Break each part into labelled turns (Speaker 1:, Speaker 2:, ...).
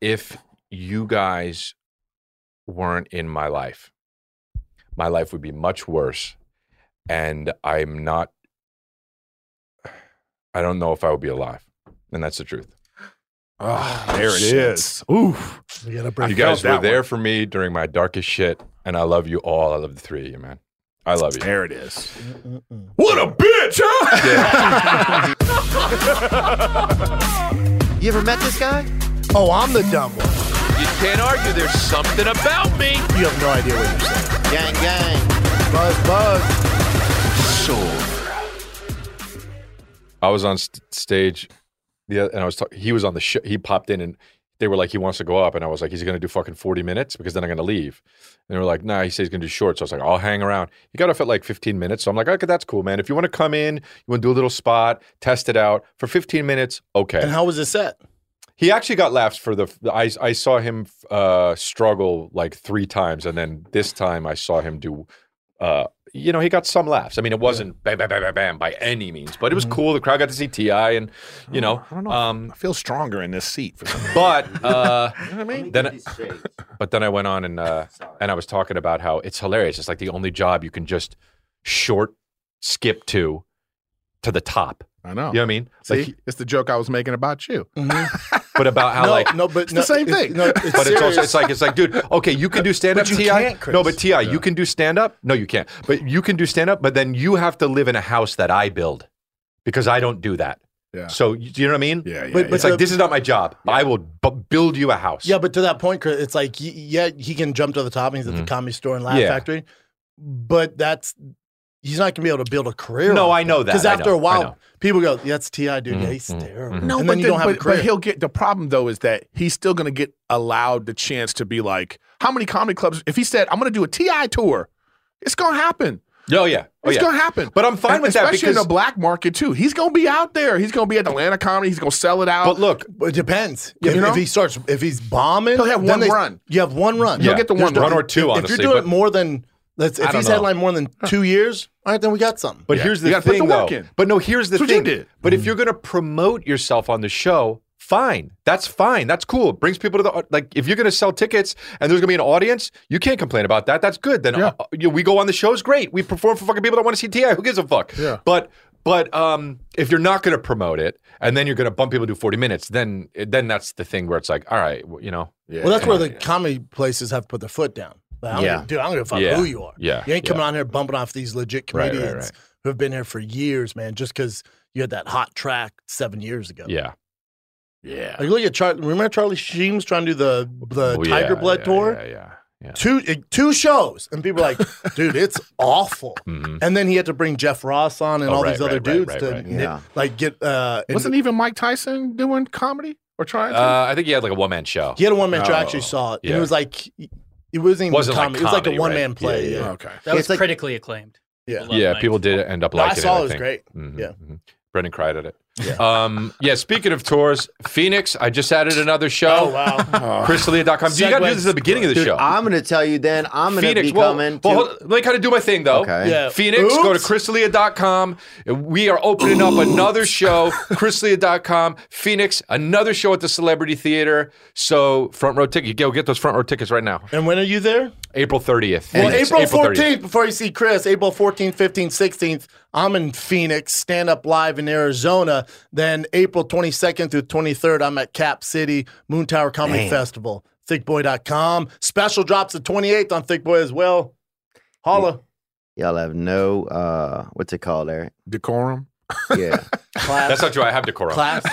Speaker 1: if you guys weren't in my life, my life would be much worse. And I'm not, I don't know if I would be alive. And that's the truth.
Speaker 2: Oh, there it is. Oof.
Speaker 3: We gotta
Speaker 2: I
Speaker 3: break.
Speaker 1: you
Speaker 2: felt
Speaker 1: guys were
Speaker 2: that
Speaker 1: there
Speaker 2: one.
Speaker 1: for me during my darkest shit. And I love you all. I love the three of you, man. I love you.
Speaker 2: There it is.
Speaker 3: Mm-mm-mm.
Speaker 2: What a bitch, huh?
Speaker 4: You ever met this guy?
Speaker 3: Oh, I'm the dumb one.
Speaker 5: You can't argue. There's something about me.
Speaker 3: You have no idea what you're saying.
Speaker 4: Gang, gang.
Speaker 3: Buzz, buzz.
Speaker 1: I was on st- stage, the oth- and I was talking. He was on the show. He popped in, and they were like, "He wants to go up," and I was like, "He's going to do fucking forty minutes because then I'm going to leave." And they were like, "Nah," he says he's going to do short. So I was like, "I'll hang around." He got off at like fifteen minutes, so I'm like, "Okay, that's cool, man. If you want to come in, you want to do a little spot, test it out for fifteen minutes, okay."
Speaker 4: And how was the set?
Speaker 1: He actually got laughs for the. the- I I saw him uh, struggle like three times, and then this time I saw him do. Uh, you know, he got some laughs. I mean, it wasn't bam, bam, bam, bam, bam by any means, but it was cool. The crowd got to see Ti, and you know,
Speaker 2: Mm-hmm. I don't know.
Speaker 1: um,
Speaker 2: I feel stronger in this seat for some reason.
Speaker 1: but uh,
Speaker 2: I mean?
Speaker 1: then, but then I went on and uh, and I was talking about how it's hilarious. It's like the only job you can just short skip to to the top.
Speaker 2: I know.
Speaker 1: You know what I mean?
Speaker 2: See,
Speaker 1: Like,
Speaker 2: it's the joke I was making about you.
Speaker 3: Mm-hmm.
Speaker 1: but about how
Speaker 4: no,
Speaker 1: like
Speaker 4: no, but it's
Speaker 2: the same thing.
Speaker 4: no, it's
Speaker 1: But it's
Speaker 4: serious.
Speaker 1: also it's like it's like, dude, okay, you can do stand up.
Speaker 3: But you
Speaker 1: Ti,
Speaker 3: can't, Chris.
Speaker 1: no, but Ti, you can do stand up. No, you can't. But you can do stand up. But then you have to live in a house that I build because I don't do that.
Speaker 2: Yeah.
Speaker 1: So you- do you know what I mean?
Speaker 2: Yeah, yeah.
Speaker 3: But-
Speaker 1: It's
Speaker 2: yeah.
Speaker 1: like
Speaker 3: the-
Speaker 1: this is not my job. I will b- build you a house.
Speaker 3: Yeah, but to that point, Chris, it's like, y- yeah, he can jump to the top and he's at the comedy store and Laugh
Speaker 1: Mm-hmm. Yeah.
Speaker 3: Factory, but that's he's not gonna be able to build a career.
Speaker 1: No, I know that.
Speaker 3: Because
Speaker 1: I
Speaker 3: after
Speaker 1: know,
Speaker 3: a
Speaker 1: I know. Mm-hmm.
Speaker 3: while, people go, yeah, "That's Ti, dude. Yeah, he's terrible."
Speaker 2: no,
Speaker 3: and
Speaker 2: but,
Speaker 3: then you
Speaker 2: the-
Speaker 3: don't have a
Speaker 2: but- but
Speaker 3: career.
Speaker 2: he'll get the problem though is that he's still going to get allowed the chance to be like, how many comedy clubs? If he said, I'm going to do a TI tour, it's going to happen.
Speaker 1: Oh yeah. Oh,
Speaker 2: it's
Speaker 1: yeah.
Speaker 2: gonna happen.
Speaker 1: But I'm fine
Speaker 2: And
Speaker 1: with that
Speaker 2: especially in
Speaker 1: because-
Speaker 2: the black market too. He's gonna be out there. He's gonna be at Atlanta Comedy. He's gonna sell it out.
Speaker 1: But look,
Speaker 3: But it depends.
Speaker 2: You
Speaker 3: if,
Speaker 2: know?
Speaker 3: if he starts, if he's bombing,
Speaker 2: He'll have
Speaker 3: then
Speaker 2: one run.
Speaker 3: You have one run.
Speaker 2: You'll
Speaker 1: yeah,
Speaker 2: get the
Speaker 1: there's
Speaker 2: one
Speaker 1: one
Speaker 2: run.
Speaker 1: or two.
Speaker 3: if
Speaker 1: Honestly,
Speaker 3: you're doing
Speaker 1: but,
Speaker 3: it more than let's, if
Speaker 1: I don't
Speaker 3: he's
Speaker 1: know.
Speaker 3: headlined more than two years, all right, then we got something.
Speaker 1: But here's the
Speaker 2: You gotta put
Speaker 1: thing,
Speaker 2: the
Speaker 1: though.
Speaker 2: work in.
Speaker 1: But no, here's the
Speaker 2: That's what
Speaker 1: thing.
Speaker 2: you did.
Speaker 1: But if you're going to promote yourself on the show, fine. That's fine. That's cool. It brings people to the like. If you're going to sell tickets and there's going to be an audience, you can't complain about that. That's good. Then uh, uh, you- we go on the shows. Great. We perform for fucking people that want to see Ti. Who gives a fuck?
Speaker 2: Yeah.
Speaker 1: But but um, if you're not going to promote it and then you're going to bump people to 40 minutes, then then that's the thing where it's like, all right, well, you know,
Speaker 2: Yeah.
Speaker 3: well, that's where the comedy places have put their foot down. Like, I don't
Speaker 4: Yeah.
Speaker 3: give- dude, I don't give a fuck
Speaker 1: Yeah.
Speaker 3: who you are.
Speaker 1: Yeah.
Speaker 3: You ain't
Speaker 1: Yeah.
Speaker 3: coming on here bumping off these legit
Speaker 1: Right, right,
Speaker 3: comedians
Speaker 1: right.
Speaker 3: who have been here for years, man, just because you had that hot track seven years ago.
Speaker 1: yeah,
Speaker 2: yeah.
Speaker 3: Like, look at Charlie. Remember Charlie Sheen was trying to do the the
Speaker 1: Oh, yeah,
Speaker 3: Tiger Blood
Speaker 1: yeah,
Speaker 3: tour?
Speaker 1: Yeah, yeah. yeah.
Speaker 3: Two uh, two shows, and people were like, "Dude, it's awful."
Speaker 1: Mhm.
Speaker 3: And then he had to bring Jeff Ross on and
Speaker 1: Oh,
Speaker 3: all
Speaker 1: right,
Speaker 3: these other
Speaker 1: right, right,
Speaker 3: dudes
Speaker 1: right,
Speaker 3: to
Speaker 1: right.
Speaker 3: knit-
Speaker 4: Yeah.
Speaker 3: like get. uh and
Speaker 2: Wasn't even Mike Tyson doing comedy or trying to?
Speaker 1: Uh, I think he had like a one man show.
Speaker 3: He had a one man show. I
Speaker 2: Oh,
Speaker 3: actually saw it. And
Speaker 1: yeah.
Speaker 3: it was like it wasn't even
Speaker 1: Wasn't like
Speaker 3: comedy. it was like
Speaker 1: comedy,
Speaker 3: a one man
Speaker 1: right?
Speaker 3: play.
Speaker 1: Yeah,
Speaker 3: Yeah,
Speaker 1: yeah.
Speaker 2: okay.
Speaker 6: That was
Speaker 3: It's like-
Speaker 6: critically acclaimed.
Speaker 3: yeah.
Speaker 6: Love
Speaker 1: yeah,
Speaker 6: Mike.
Speaker 1: people did end up
Speaker 3: No, I
Speaker 1: liking
Speaker 3: saw it,
Speaker 1: it.
Speaker 3: was
Speaker 1: think.
Speaker 3: great.
Speaker 1: Mhm,
Speaker 3: Yeah.
Speaker 1: mhm. Brendan cried at it. Yeah. Um, yeah. Speaking of tours, Phoenix, I just added another
Speaker 3: Oh
Speaker 1: show.
Speaker 3: wow.
Speaker 2: Uh,
Speaker 1: ChrisLeah.com. Do you got to do this at the beginning of the
Speaker 4: Dude,
Speaker 1: show?
Speaker 4: I'm gonna tell you then. I'm gonna
Speaker 1: Phoenix.
Speaker 4: be
Speaker 1: well,
Speaker 4: coming.
Speaker 1: well,
Speaker 4: to-
Speaker 1: hold- let me kind of do my thing though.
Speaker 4: Okay.
Speaker 3: Yeah.
Speaker 1: Phoenix, go to
Speaker 3: Oops.
Speaker 1: chrisleah.com. We are opening up another show, chrisleah.com. Phoenix, another show at the Celebrity Theater. So, front row ticket. Go get those front row tickets right now.
Speaker 3: and when are you there?
Speaker 1: April 30th.
Speaker 3: Well,
Speaker 1: Phoenix,
Speaker 3: April
Speaker 1: 30th.
Speaker 3: fourteenth, before you see Chris, April 14th, 15th, 16th, I'm in Phoenix, stand up live in Arizona. Then April 22nd through 23rd, I'm at Cap City Moon Tower Comedy Festival. Thickboy.com. Special drops the 28th on Thickboy as well. Holla.
Speaker 4: Y'all have no uh, what's it called, Eric?
Speaker 2: Decorum.
Speaker 4: Yeah,
Speaker 3: Class.
Speaker 1: That's not true. I have decorum.
Speaker 3: class.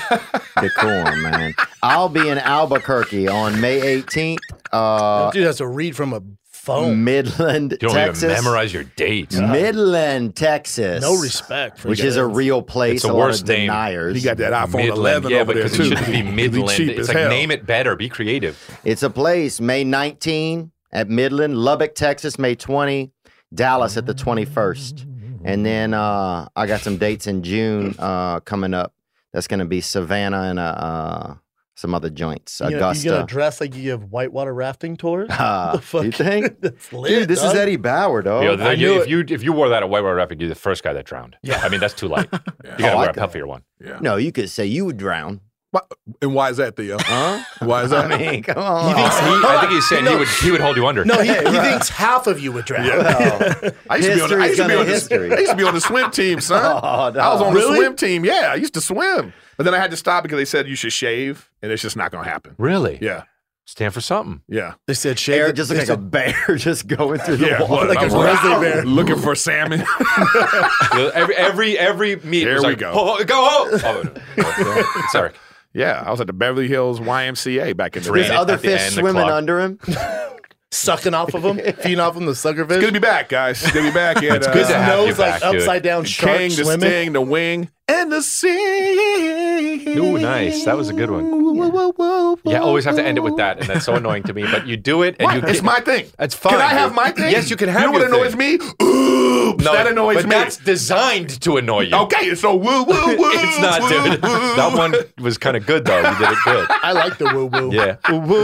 Speaker 4: decorum, man. I'll be in Albuquerque on May 18th. Uh,
Speaker 3: Dude has to read from a phone.
Speaker 4: Midland,
Speaker 1: oh. You don't
Speaker 4: Texas.
Speaker 1: even memorize your dates.
Speaker 4: Midland, Texas.
Speaker 3: No respect. For
Speaker 4: Which
Speaker 3: you
Speaker 4: is a
Speaker 3: guys.
Speaker 4: real place.
Speaker 1: It's a
Speaker 4: a lot
Speaker 1: worse
Speaker 4: of
Speaker 1: name.
Speaker 4: deniers.
Speaker 2: He got that iPhone
Speaker 1: Midland.
Speaker 2: 11
Speaker 1: yeah,
Speaker 2: over there
Speaker 1: because
Speaker 2: too.
Speaker 1: it shouldn't be
Speaker 2: It'd
Speaker 1: Midland.
Speaker 2: cheap
Speaker 1: it's
Speaker 2: as
Speaker 1: like
Speaker 2: hell.
Speaker 1: name it better. Be creative.
Speaker 4: It's a place. May 19 at Midland, Lubbock, Texas. May 20, Dallas at the 21st. And then uh, I got some dates in June uh, coming up. That's going to be Savannah and uh, uh, some other joints.
Speaker 3: You know,
Speaker 4: mm, Augusta.
Speaker 3: you gonna dress like you have whitewater rafting tours?
Speaker 4: Ah,
Speaker 3: The fuck?
Speaker 4: you think?
Speaker 3: That's lit,
Speaker 4: Dude, this is
Speaker 3: dog.
Speaker 4: Eddie Bauer, dog.
Speaker 1: You know,
Speaker 3: I
Speaker 1: you-
Speaker 3: knew
Speaker 1: if you if you wore that at White Water Rafting, you're the first guy that drowned. Yeah, I mean that's too light. You gotta
Speaker 4: Oh, I
Speaker 1: wear a
Speaker 4: could-
Speaker 1: puffier one.
Speaker 4: No, you could say you would drown.
Speaker 2: Why, and why is that, Theo?
Speaker 4: Huh?
Speaker 2: Why is that?
Speaker 4: I mean, come
Speaker 2: Oh,
Speaker 4: on.
Speaker 1: He- I think he's saying he
Speaker 3: No.
Speaker 1: would he would hold you under.
Speaker 3: No, he, he thinks half of you would drown.
Speaker 2: I used to be on. The, I
Speaker 4: History's
Speaker 2: used to be
Speaker 4: gonna
Speaker 2: on the,
Speaker 4: history.
Speaker 2: I used to be on the swim team, son.
Speaker 4: Oh, no.
Speaker 2: I was on
Speaker 3: Really?
Speaker 2: the swim team. Yeah, I used to swim, but then I had to stop because they said you should shave, and it's just not going to happen.
Speaker 1: Really?
Speaker 2: Yeah,
Speaker 1: Stand for something.
Speaker 2: yeah,
Speaker 3: They said shave.
Speaker 4: Eric
Speaker 3: it-
Speaker 4: just
Speaker 3: they
Speaker 4: looked like a
Speaker 3: said-
Speaker 4: bear just going through the
Speaker 2: yeah.
Speaker 4: wall.
Speaker 2: Look, I
Speaker 4: Like
Speaker 2: was
Speaker 4: a
Speaker 2: like,
Speaker 3: grizzly bear.
Speaker 2: looking for salmon.
Speaker 1: every every every meet.
Speaker 2: Here
Speaker 1: was
Speaker 2: we
Speaker 1: like,
Speaker 2: go.
Speaker 1: "Ho, ho, go home. Oh, no. Oh, no. Sorry.
Speaker 2: yeah, I was at the Beverly Hills YMCA back in the
Speaker 1: Three.
Speaker 4: There's
Speaker 2: day.
Speaker 1: At
Speaker 4: other
Speaker 1: the end
Speaker 4: fish
Speaker 1: of the
Speaker 4: swimming
Speaker 1: club.
Speaker 4: under him.
Speaker 3: sucking off of him, feeding off him the sucker fish.
Speaker 2: Good to be back, guys. Good to be back. It's
Speaker 1: good
Speaker 3: uh, His
Speaker 1: to have you
Speaker 3: nose like
Speaker 1: back, dude.
Speaker 3: upside down shark
Speaker 2: King, the
Speaker 3: swimming.
Speaker 2: sting, the wing, and the sing.
Speaker 1: Ooh, nice. That was a good one.
Speaker 2: Woo, woo, woo, woo,
Speaker 1: Yeah, always have to end it with that, Oh, and that's so annoying to me. But you do it, and
Speaker 2: What?
Speaker 1: you.
Speaker 2: it's
Speaker 1: get-
Speaker 2: my thing.
Speaker 1: That's fine.
Speaker 2: Can I have
Speaker 1: dude.
Speaker 2: my thing?
Speaker 1: Yes, you can have.
Speaker 2: You know what
Speaker 1: your
Speaker 2: annoys
Speaker 1: thing.
Speaker 2: me? Oops, that annoys
Speaker 1: but
Speaker 2: me.
Speaker 1: That's designed to annoy you.
Speaker 2: Okay, so woo woo woo.
Speaker 1: it's not,
Speaker 2: woo,
Speaker 1: dude.
Speaker 2: woo.
Speaker 1: That one was kind of good though. You did it good.
Speaker 3: I like the woo woo.
Speaker 1: Yeah.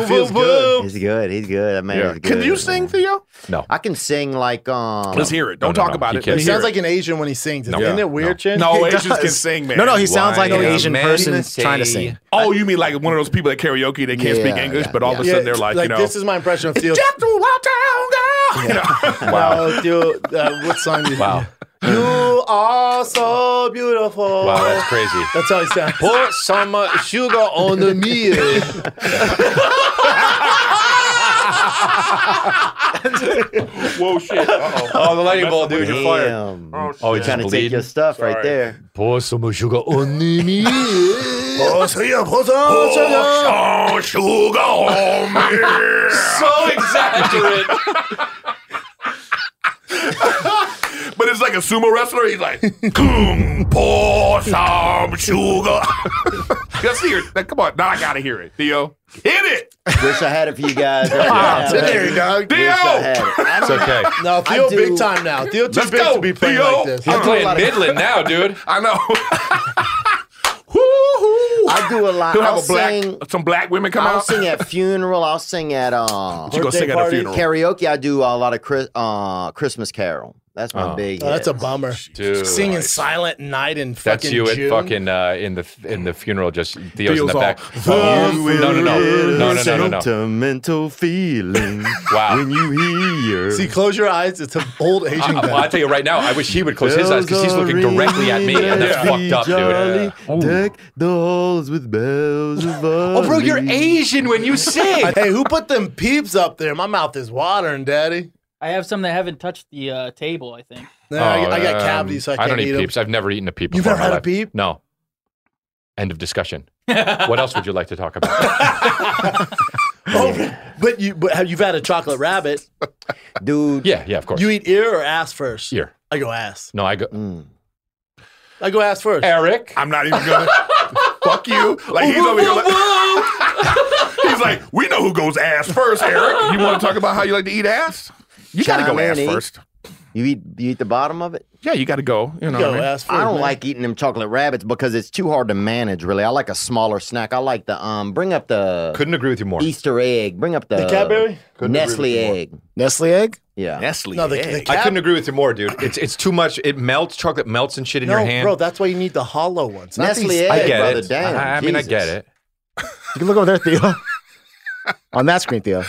Speaker 3: feels good.
Speaker 4: He's good. He's good. That man
Speaker 2: Yeah.
Speaker 4: is good.
Speaker 2: Can you sing,
Speaker 4: man.
Speaker 2: Theo?
Speaker 1: No.
Speaker 4: I can sing like um.
Speaker 2: Let's hear it.
Speaker 1: No,
Speaker 2: Don't
Speaker 1: no,
Speaker 2: talk
Speaker 1: no.
Speaker 2: about
Speaker 1: You
Speaker 2: it.
Speaker 1: can't.
Speaker 2: Let's
Speaker 3: He
Speaker 1: It
Speaker 2: hear
Speaker 3: sounds like an Asian when he sings.
Speaker 1: No.
Speaker 3: Isn't
Speaker 1: Yeah.
Speaker 3: it weird, Chin?
Speaker 2: no,
Speaker 3: He
Speaker 2: Asians
Speaker 3: does.
Speaker 2: can sing, man.
Speaker 6: No, no, he sounds like an
Speaker 1: Why
Speaker 6: Asian
Speaker 1: a
Speaker 6: person
Speaker 1: man
Speaker 6: trying to
Speaker 1: say-
Speaker 6: sing.
Speaker 2: Oh, you mean like one of those people at karaoke that can't speak
Speaker 4: Yeah,
Speaker 2: English,
Speaker 4: yeah,
Speaker 2: but all of a
Speaker 3: Yeah,
Speaker 2: sudden they're like, you know,
Speaker 3: this is my impression of Theo.
Speaker 2: just a wild town girl. You know?
Speaker 3: Wow, Theo, uh, what song did
Speaker 1: Wow.
Speaker 3: You are so beautiful.
Speaker 1: Wow, that's crazy.
Speaker 3: That's how he sounds.
Speaker 1: Put some uh, sugar on the meal.
Speaker 2: Whoa, shit. Uh-oh.
Speaker 1: Oh, the lightning ball, dude. You're fired.
Speaker 4: Damn.
Speaker 1: Oh, it's
Speaker 4: Trying to take your stuff right
Speaker 2: Sorry.
Speaker 4: there.
Speaker 1: Pour some sugar on the meal.
Speaker 3: Oh, so you put on sugar.
Speaker 2: Oh, sugar on me.
Speaker 1: so exaggerate.
Speaker 2: But it's like a sumo wrestler. He's like, "Come pour some sugar. Let's hear it. Now, Come on. Now I got to hear it. Theo, hit it.
Speaker 4: Wish I had it for you guys.
Speaker 3: It's in there, dog.
Speaker 4: Wish I
Speaker 2: Theo.
Speaker 4: had it. I
Speaker 1: It's
Speaker 4: don't-
Speaker 1: okay.
Speaker 3: No,
Speaker 4: I
Speaker 3: Theo
Speaker 4: do-
Speaker 3: big time now. Theo too
Speaker 2: Let's
Speaker 3: big
Speaker 2: go,
Speaker 3: to be playing
Speaker 2: Theo.
Speaker 3: like this.
Speaker 1: I'm
Speaker 4: do a
Speaker 1: playing
Speaker 4: lot of-
Speaker 1: Midland now, dude.
Speaker 2: I know. Woo-hoo.
Speaker 4: I do a lot.
Speaker 2: He'll have
Speaker 4: I'll
Speaker 2: a black,
Speaker 4: sing.
Speaker 2: some black women come
Speaker 4: I'll
Speaker 2: out.
Speaker 4: sing at funeral. I'll sing at um.
Speaker 2: You go
Speaker 3: Birthday
Speaker 2: sing at a
Speaker 3: party.
Speaker 2: funeral.
Speaker 4: karaoke. I do a lot of Chris, uh, Christmas Carol. That's my
Speaker 1: Oh.
Speaker 4: big.
Speaker 3: Oh, that's a
Speaker 4: hit.
Speaker 3: bummer.
Speaker 1: Dude.
Speaker 3: Singing Silent Night in fucking
Speaker 1: That's you
Speaker 3: June.
Speaker 1: at fucking uh, in the in the funeral. Just Theo's in
Speaker 2: Theo's
Speaker 1: the
Speaker 2: all,
Speaker 1: back.
Speaker 2: "Fun
Speaker 1: no,
Speaker 2: with
Speaker 1: no, no,
Speaker 2: it
Speaker 1: no, no, no, no, no.
Speaker 4: Sentimental feeling
Speaker 1: Wow.
Speaker 4: you hear.
Speaker 3: See, close your eyes. It's an old Asian
Speaker 1: I, well,
Speaker 3: guy.
Speaker 1: I tell you right now, I wish he would close his eyes because he's looking directly at me, and that's fucked up, dude.
Speaker 4: Deck the halls with bells of
Speaker 1: Oh, bro, you're Asian when you sing.
Speaker 3: hey, who put them peeps up there? My mouth is watering, Daddy.
Speaker 7: I have some that haven't touched the uh, table. I think.
Speaker 3: Nah, I, I got
Speaker 1: um,
Speaker 3: cavities, so I
Speaker 1: I
Speaker 3: can't
Speaker 1: don't
Speaker 3: eat
Speaker 1: eat
Speaker 3: them.
Speaker 1: peeps. I've never eaten a peep.
Speaker 3: You've
Speaker 1: before in
Speaker 3: never had
Speaker 1: my
Speaker 3: a
Speaker 1: life.
Speaker 3: peep?
Speaker 1: No. End of discussion. what else would you like to talk about?
Speaker 3: Oh, but you, but have you've had a chocolate rabbit?
Speaker 4: Dude.
Speaker 1: yeah, yeah, of course.
Speaker 3: You eat ear or ass first?
Speaker 1: Ear.
Speaker 3: I go ass.
Speaker 1: No, I go.
Speaker 4: Mm.
Speaker 3: I go ass first.
Speaker 1: Eric.
Speaker 2: I'm not even going to. Fuck you. Like, he's over here. Like, he's like, we know who goes ass first, Eric. You want to talk about how you like to eat ass? You got to go
Speaker 4: Chime
Speaker 2: ass
Speaker 4: in, eat.
Speaker 2: first.
Speaker 4: You eat you eat the bottom of it?
Speaker 2: Yeah, you got to go. You know
Speaker 3: Go
Speaker 2: what I mean?
Speaker 3: ass first.
Speaker 4: I don't
Speaker 3: man.
Speaker 4: like eating them chocolate rabbits because it's too hard to manage really. I like a smaller snack. I like the um bring up the
Speaker 1: Couldn't agree with you more.
Speaker 4: Easter egg. Bring up the,
Speaker 3: the Cadbury.
Speaker 4: Nestle egg.
Speaker 6: Nestle egg?
Speaker 4: Yeah.
Speaker 2: Nestle.
Speaker 3: No, the,
Speaker 2: egg.
Speaker 3: the
Speaker 1: I
Speaker 3: Cad-
Speaker 1: couldn't agree with you more, dude. It's it's too much. It melts. Chocolate melts and shit in your
Speaker 3: No,
Speaker 1: hand.
Speaker 3: bro, that's why you need the hollow ones. not
Speaker 4: Nestle
Speaker 3: these-
Speaker 4: egg,
Speaker 1: I get
Speaker 4: brother.
Speaker 1: it.
Speaker 4: Damn.
Speaker 1: I, I mean, I
Speaker 4: Jesus.
Speaker 1: get it.
Speaker 6: You can look over there, Theo. On that screen, Theo.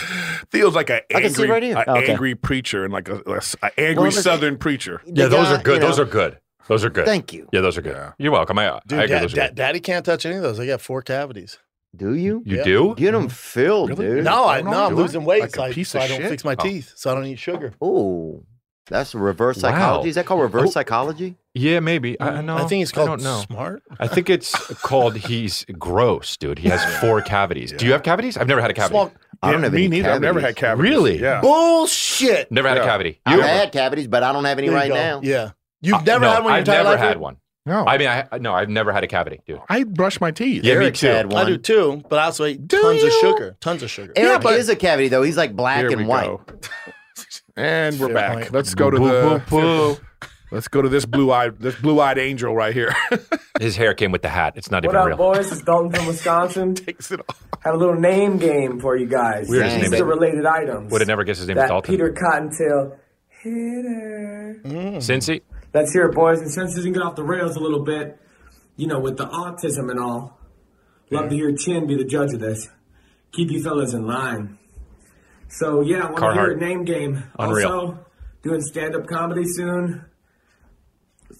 Speaker 2: Feels like an
Speaker 4: can see
Speaker 2: angry,
Speaker 4: right here.
Speaker 2: a
Speaker 6: Oh, okay.
Speaker 2: angry preacher and like a, a s- a angry
Speaker 4: Well, listen-
Speaker 2: Southern preacher.
Speaker 1: Yeah,
Speaker 4: The
Speaker 1: those
Speaker 4: guy,
Speaker 1: are good.
Speaker 4: you
Speaker 1: Those
Speaker 4: know,
Speaker 1: are good. Those are good.
Speaker 4: Thank you.
Speaker 1: Yeah, those are good.
Speaker 2: Yeah.
Speaker 1: You're welcome. I,
Speaker 3: Dude,
Speaker 1: I agree.
Speaker 3: dad,
Speaker 1: those are
Speaker 3: dad-
Speaker 1: good.
Speaker 3: daddy can't touch any of those. I got four cavities.
Speaker 4: Do you?
Speaker 1: You
Speaker 3: yeah.
Speaker 1: do? Mm-hmm.
Speaker 4: Get them filled, dude.
Speaker 3: No, I
Speaker 2: Hold on,
Speaker 3: no, I'm
Speaker 2: do I?
Speaker 3: losing weight,
Speaker 2: Like a
Speaker 3: so, I,
Speaker 2: piece
Speaker 3: so
Speaker 2: of
Speaker 3: I don't
Speaker 2: shit?
Speaker 3: fix my
Speaker 2: Oh.
Speaker 3: teeth, so I don't eat sugar.
Speaker 4: Oh, that's reverse
Speaker 1: Wow.
Speaker 4: psychology. Is that called reverse
Speaker 1: Oh.
Speaker 4: psychology?
Speaker 1: Yeah, maybe. I, I know.
Speaker 3: Mm, I think it's
Speaker 1: I
Speaker 3: called
Speaker 1: don't know.
Speaker 3: smart.
Speaker 1: I think it's called he's gross, dude. He has four cavities. Do you have cavities? I've never had a cavity.
Speaker 3: Small
Speaker 4: I don't
Speaker 2: Yeah,
Speaker 4: have
Speaker 2: me
Speaker 4: any
Speaker 2: neither. I've never had
Speaker 4: cavities.
Speaker 2: cavities.
Speaker 1: Really?
Speaker 2: Yeah.
Speaker 3: bullshit.
Speaker 1: Never had a
Speaker 2: Yeah.
Speaker 1: cavity.
Speaker 4: I've had cavities, but I don't have any
Speaker 3: There you
Speaker 4: right
Speaker 3: go.
Speaker 4: now.
Speaker 3: Yeah, you've
Speaker 1: Uh,
Speaker 3: never
Speaker 1: no,
Speaker 3: had one. Your
Speaker 1: I've
Speaker 3: entire
Speaker 1: never
Speaker 3: life,
Speaker 1: had
Speaker 3: Rick?
Speaker 1: one.
Speaker 2: No.
Speaker 1: I
Speaker 2: I,
Speaker 1: mean, I no, I've never had a cavity, dude.
Speaker 2: brush my teeth.
Speaker 1: Yeah, me
Speaker 4: Eric's
Speaker 1: too.
Speaker 4: had
Speaker 3: I do
Speaker 4: one.
Speaker 3: too, but I also ate
Speaker 2: Do
Speaker 3: tons of
Speaker 2: you?
Speaker 3: sugar. Tons of sugar.
Speaker 4: Eric
Speaker 2: but-
Speaker 4: is a cavity though. He's like black
Speaker 2: Here we
Speaker 4: and white.
Speaker 2: go. and we're
Speaker 3: Fair
Speaker 2: back.
Speaker 3: point.
Speaker 2: Let's go to
Speaker 1: Boo,
Speaker 2: the.
Speaker 1: boo,
Speaker 2: Let's go to this blue-eyed, this blue-eyed angel right here.
Speaker 1: His hair came with the hat. It's not
Speaker 8: What
Speaker 1: even
Speaker 8: up,
Speaker 1: real.
Speaker 8: boys? It's Dalton from Wisconsin.
Speaker 2: Takes it off.
Speaker 8: Have a little name game for you guys.
Speaker 1: Weirdest
Speaker 8: These
Speaker 1: name
Speaker 8: are
Speaker 1: ever.
Speaker 8: related items.
Speaker 1: Would have never guessed his name was
Speaker 8: that
Speaker 1: Dalton.
Speaker 8: Peter Cottontail hitter.
Speaker 1: Mm. Cincy.
Speaker 8: Let's hear it, boys. And since you can get off the rails a little bit, you know, with the autism and all, Love
Speaker 1: Mm.
Speaker 8: to hear Chin be the judge of this. Keep you fellas in line. So yeah, I want to hear
Speaker 1: Carhartt.
Speaker 8: a name game.
Speaker 1: Unreal.
Speaker 8: Also, doing stand-up comedy soon.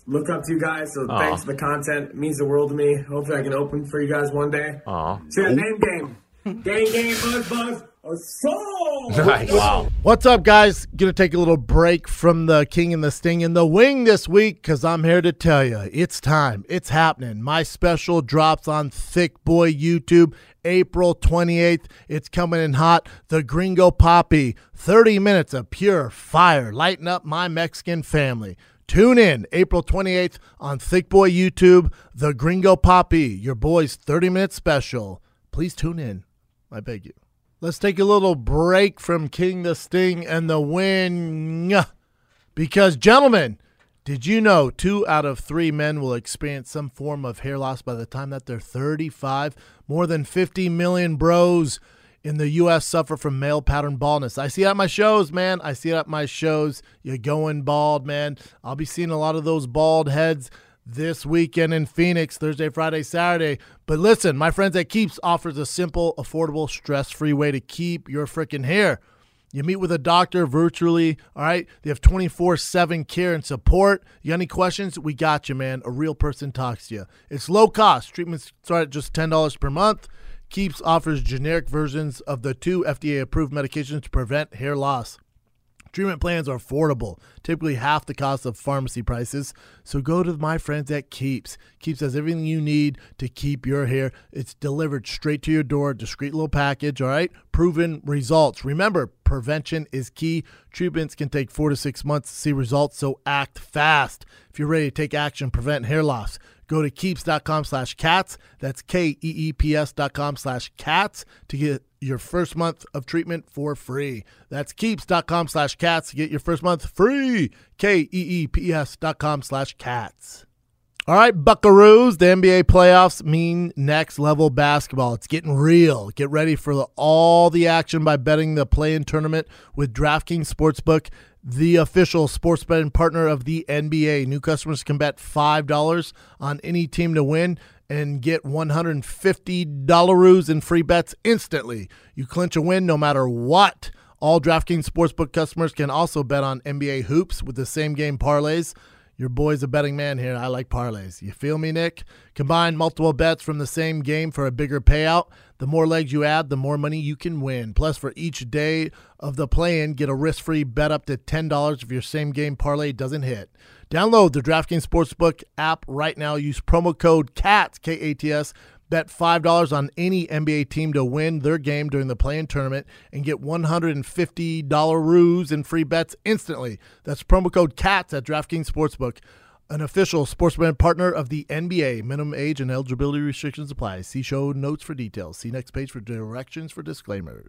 Speaker 8: Look up to you guys. So thanks for the content. It means the world to me. Hopefully, I can open for you guys one day.
Speaker 1: Aw.
Speaker 8: So yeah, name game, game game, buzz buzz, a soul.
Speaker 1: Nice. Wow.
Speaker 3: What's up, guys? Gonna take a little break from the King and the Sting in the Wing this week because I'm here to tell you it's time, it's happening. My special drops on Thick Boy YouTube April 28th. It's coming in hot. The Gringo Poppy, 30 minutes of pure fire, lighting up my Mexican family. Tune in April 28th on Thick Boy YouTube, The Gringo Poppy, your boy's 30 minute special. Please tune in. I beg you. Let's take a little break from King the Sting and the Wing. Because, gentlemen, did you know two out of three men will experience some form of hair loss by the time that they're 35? More than 50 million bros in the U.S. suffer from male pattern baldness. I see it at my shows, man. I see it at my shows. You're going bald, man. I'll be seeing a lot of those bald heads this weekend in Phoenix, Thursday, Friday, Saturday. But listen, my friends at Keeps offers a simple, affordable, stress free way to keep your freaking hair. You meet with a doctor virtually, all right? They have 24 7 care and support. You got any questions? We got you, man. A real person talks to you. It's low cost. Treatments start at just $10 per month. Keeps offers generic versions of the two FDA approved medications to prevent hair loss. Treatment plans are affordable, typically half the cost of pharmacy prices. So go to my friends at Keeps. Keeps has everything you need to keep your hair. It's delivered straight to your door, discreet little package, all right? Proven results. Remember, prevention is key. Treatments can take four to six months to see results, so act fast. If you're ready to take action, prevent hair loss. Go to keeps.com slash cats. That's K E E P S dot com slash cats to get your first month of treatment for free. That's keeps.com slash cats to get your first month free. K E E P S dot com slash cats. All right, Buckaroos, the NBA playoffs mean next level basketball. It's getting real. Get ready for the, all the action by betting the play in tournament with DraftKings Sportsbook, the official sports betting partner of the NBA. New customers can bet $5 on any team to win and get $150 in free bets instantly. You clinch a win no matter what. All DraftKings Sportsbook customers can also bet on NBA hoops with the same game parlays. Your boy's a betting man here. I like parlays. You feel me, Nick? Combine multiple bets from the same game for a bigger payout. The more legs you add, the more money you can win. Plus, for each day of the play in, get a risk free bet up to $10 if your same game parlay doesn't hit. Download the DraftKings Sportsbook app right now. Use promo code CATS, K A T S. Bet $5 on any NBA team to win their game during the play in tournament and get $150 ruse and free bets instantly. That's promo code CATS at DraftKings Sportsbook, an official sports betting partner of the NBA. Minimum age and eligibility restrictions apply. See show notes for details. See next page for directions for disclaimers.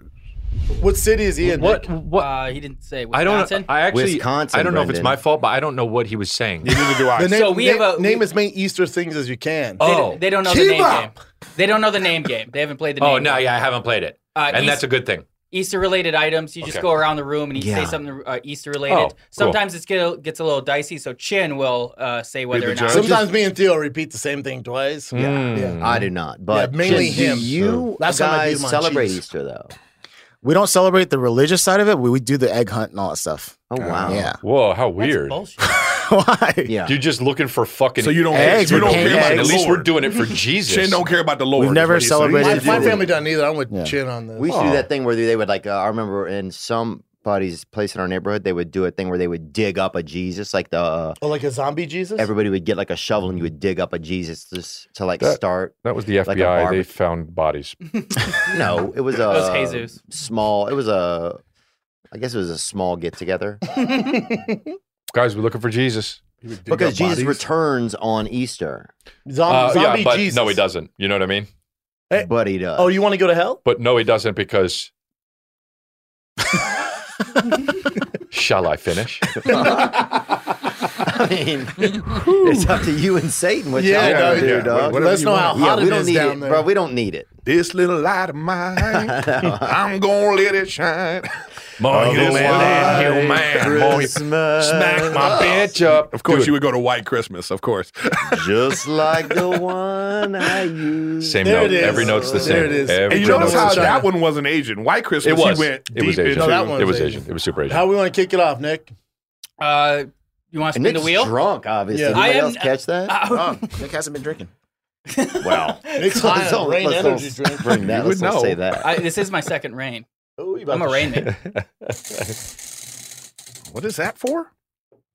Speaker 4: What city is he in?
Speaker 1: What? What?
Speaker 7: Uh, he didn't say.
Speaker 1: I don't.
Speaker 7: Wisconsin?
Speaker 1: I actually.
Speaker 4: Wisconsin,
Speaker 1: I don't know if it's
Speaker 4: Brendan.
Speaker 1: my fault, but I don't know what he was saying.
Speaker 2: Neither do I.
Speaker 3: The name,
Speaker 7: So we
Speaker 3: name-
Speaker 7: have a-
Speaker 3: name as many Easter things as you can.
Speaker 7: They,
Speaker 1: oh.
Speaker 7: they don't know the
Speaker 3: Keep
Speaker 7: name
Speaker 3: up.
Speaker 7: game. They don't know the name game. They haven't played the name.
Speaker 1: oh no.
Speaker 7: game.
Speaker 1: Yeah, I haven't played it,
Speaker 7: Uh,
Speaker 1: and
Speaker 7: he's-
Speaker 1: that's a good thing.
Speaker 7: Easter related items. You just
Speaker 1: Okay.
Speaker 7: go around the room and you
Speaker 4: Yeah.
Speaker 7: say something uh, Easter related.
Speaker 1: Oh, cool.
Speaker 7: Sometimes it's get, gets a little dicey, so Chin will uh, say whether
Speaker 2: the
Speaker 7: or not.
Speaker 2: judge?
Speaker 3: Sometimes me and Theo repeat the same thing twice.
Speaker 1: Mm.
Speaker 4: I do not. But
Speaker 3: Yeah, mainly
Speaker 4: do
Speaker 3: him.
Speaker 4: you
Speaker 3: Last time I
Speaker 4: guys
Speaker 3: beat him on
Speaker 4: celebrate
Speaker 3: cheese.
Speaker 4: Easter though?
Speaker 6: We don't celebrate the religious side of it. We, we do the egg hunt and all that stuff.
Speaker 4: Oh wow.
Speaker 6: Yeah.
Speaker 1: Whoa, how
Speaker 7: That's
Speaker 1: weird.
Speaker 7: bullshit.
Speaker 6: Why?
Speaker 4: Yeah.
Speaker 1: You're just looking for fucking.
Speaker 2: So you don't
Speaker 6: Eggs,
Speaker 2: care, you
Speaker 6: we
Speaker 2: don't
Speaker 6: can't
Speaker 2: care about
Speaker 1: At
Speaker 2: the
Speaker 6: eggs.
Speaker 1: least
Speaker 2: Lord.
Speaker 1: we're doing it for Jesus.
Speaker 2: Chin don't care about the Lord.
Speaker 6: We've never
Speaker 2: is what he's saying.
Speaker 3: My,
Speaker 6: celebrated
Speaker 3: my
Speaker 6: Yeah.
Speaker 3: family doesn't either. I'm with Chin on this.
Speaker 4: We used to do that thing where they would like. Uh, I remember in somebody's place in our neighborhood, they would do a thing where they would dig up a Jesus, like the uh,
Speaker 3: Oh, like a zombie Jesus?
Speaker 4: everybody would get like a shovel and you would dig up a Jesus just to like
Speaker 1: That-
Speaker 4: start.
Speaker 1: That was the
Speaker 4: Like a
Speaker 1: FBI. they
Speaker 4: barbecue.
Speaker 1: found bodies.
Speaker 4: No, it was a
Speaker 7: was Jesus.
Speaker 4: small. It was a. I guess it was a small get together
Speaker 1: Guys, we're looking for Jesus.
Speaker 4: because Jesus returns on Easter,
Speaker 3: Zom-
Speaker 1: Uh,
Speaker 3: zombie
Speaker 1: yeah, but
Speaker 3: Jesus.
Speaker 1: no, he doesn't. You know what I mean?
Speaker 3: Hey.
Speaker 4: but he does.
Speaker 3: Oh, you want to go to hell?
Speaker 1: But no, he doesn't because. Shall I finish?
Speaker 4: I mean, it's up to you and Satan what
Speaker 3: Yeah,
Speaker 4: y'all
Speaker 2: yeah,
Speaker 4: gonna do,
Speaker 2: yeah.
Speaker 4: dog.
Speaker 2: Whatever
Speaker 3: Let us
Speaker 2: you
Speaker 3: know
Speaker 2: want.
Speaker 3: how
Speaker 4: yeah,
Speaker 3: hot
Speaker 4: we
Speaker 3: it
Speaker 4: don't
Speaker 3: is
Speaker 4: need
Speaker 3: down
Speaker 4: it,
Speaker 3: there.
Speaker 4: bro. We don't need it.
Speaker 2: This little light of mine, I'm gonna let it shine. Oh, Mark
Speaker 1: this
Speaker 2: that hill man.
Speaker 4: Christmas,
Speaker 1: Smack my bitch up.
Speaker 2: Of course,
Speaker 1: Dude,
Speaker 2: you would go to White Christmas. Of course,
Speaker 4: just like the
Speaker 3: Oh,
Speaker 4: one I used.
Speaker 1: same
Speaker 3: There
Speaker 1: note.
Speaker 3: it is.
Speaker 1: Every note's the
Speaker 3: There
Speaker 1: same.
Speaker 3: it is.
Speaker 1: Every
Speaker 2: and you
Speaker 3: Joe
Speaker 2: notice
Speaker 1: note's the
Speaker 2: how
Speaker 1: same.
Speaker 3: China.
Speaker 2: that one wasn't Asian. White Christmas,
Speaker 1: It was.
Speaker 2: he went
Speaker 1: it was
Speaker 2: deep
Speaker 1: Asian.
Speaker 2: into-
Speaker 3: that one
Speaker 1: it
Speaker 3: was
Speaker 1: was
Speaker 3: Asian.
Speaker 1: Asian. It was super Asian.
Speaker 3: How we want to kick it off, Nick?
Speaker 7: Uh, you want to
Speaker 4: And
Speaker 7: spin the
Speaker 4: Nick's
Speaker 7: wheel?
Speaker 4: drunk, obviously.
Speaker 3: Yeah.
Speaker 4: Did
Speaker 7: I
Speaker 4: anybody
Speaker 7: am-
Speaker 4: else catch that?
Speaker 7: Uh,
Speaker 6: Oh, Nick hasn't been drinking.
Speaker 4: wow. Let's
Speaker 3: Nick's high on
Speaker 4: don't-
Speaker 3: rain
Speaker 4: let's
Speaker 3: energy
Speaker 4: don't
Speaker 3: drink.
Speaker 4: Bring that.
Speaker 1: You
Speaker 4: Let's
Speaker 1: would
Speaker 4: not say
Speaker 1: know.
Speaker 4: that.
Speaker 7: I, this is my second rain.
Speaker 3: Ooh, you about
Speaker 7: I'm a
Speaker 3: to-
Speaker 7: rain man.
Speaker 2: What is that for?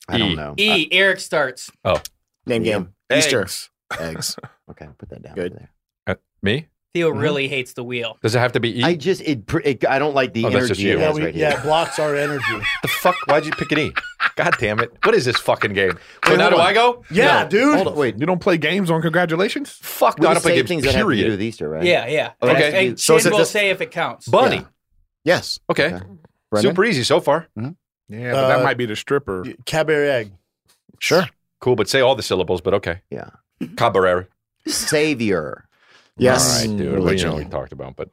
Speaker 4: I
Speaker 1: E.
Speaker 4: don't know.
Speaker 7: E. Eric starts.
Speaker 1: Oh.
Speaker 6: Name
Speaker 4: Yeah.
Speaker 6: game. Easter.
Speaker 2: Eggs.
Speaker 6: Eggs.
Speaker 4: Okay, put that down.
Speaker 6: Good.
Speaker 4: There.
Speaker 1: Uh, Me?
Speaker 7: Theo
Speaker 1: Mhm.
Speaker 7: really hates the wheel.
Speaker 1: Does it have to be E?
Speaker 4: I just it, pr- it I don't like the
Speaker 1: Oh, that's just
Speaker 4: energy it
Speaker 1: you.
Speaker 3: Yeah,
Speaker 4: has
Speaker 3: we,
Speaker 4: right
Speaker 3: yeah,
Speaker 4: here.
Speaker 3: it Oh, blocks our energy.
Speaker 1: the fuck? Why'd you pick an E? God damn it! What is this fucking game? So
Speaker 4: Wait,
Speaker 1: now
Speaker 4: hold
Speaker 1: do
Speaker 4: on.
Speaker 1: I go?
Speaker 3: Yeah,
Speaker 4: No,
Speaker 3: dude.
Speaker 4: Hold on, wait.
Speaker 2: You don't play games on congratulations.
Speaker 1: Fuck!
Speaker 4: We
Speaker 1: No, I
Speaker 4: just
Speaker 1: don't play
Speaker 4: say
Speaker 1: games.
Speaker 4: things that have to do
Speaker 1: Period.
Speaker 4: with Easter, right?
Speaker 7: Yeah, yeah.
Speaker 4: Oh,
Speaker 7: And-
Speaker 1: okay.
Speaker 7: And,
Speaker 6: So
Speaker 7: Chin
Speaker 6: is it
Speaker 7: will
Speaker 6: just-
Speaker 7: say if it counts.
Speaker 1: Bunny.
Speaker 4: Yeah.
Speaker 6: Yes. Mm-hmm.
Speaker 1: Okay.
Speaker 4: Okay. Brennan?
Speaker 1: Super easy so far.
Speaker 2: Yeah, but that
Speaker 3: Uh,
Speaker 2: might be the stripper.
Speaker 3: Cabaret egg.
Speaker 6: Sure.
Speaker 1: Cool, but say all the syllables. But okay.
Speaker 4: Yeah.
Speaker 1: Cabaret.
Speaker 4: Savior.
Speaker 6: Yes.
Speaker 1: All right, dude. Well, you know we talked about, but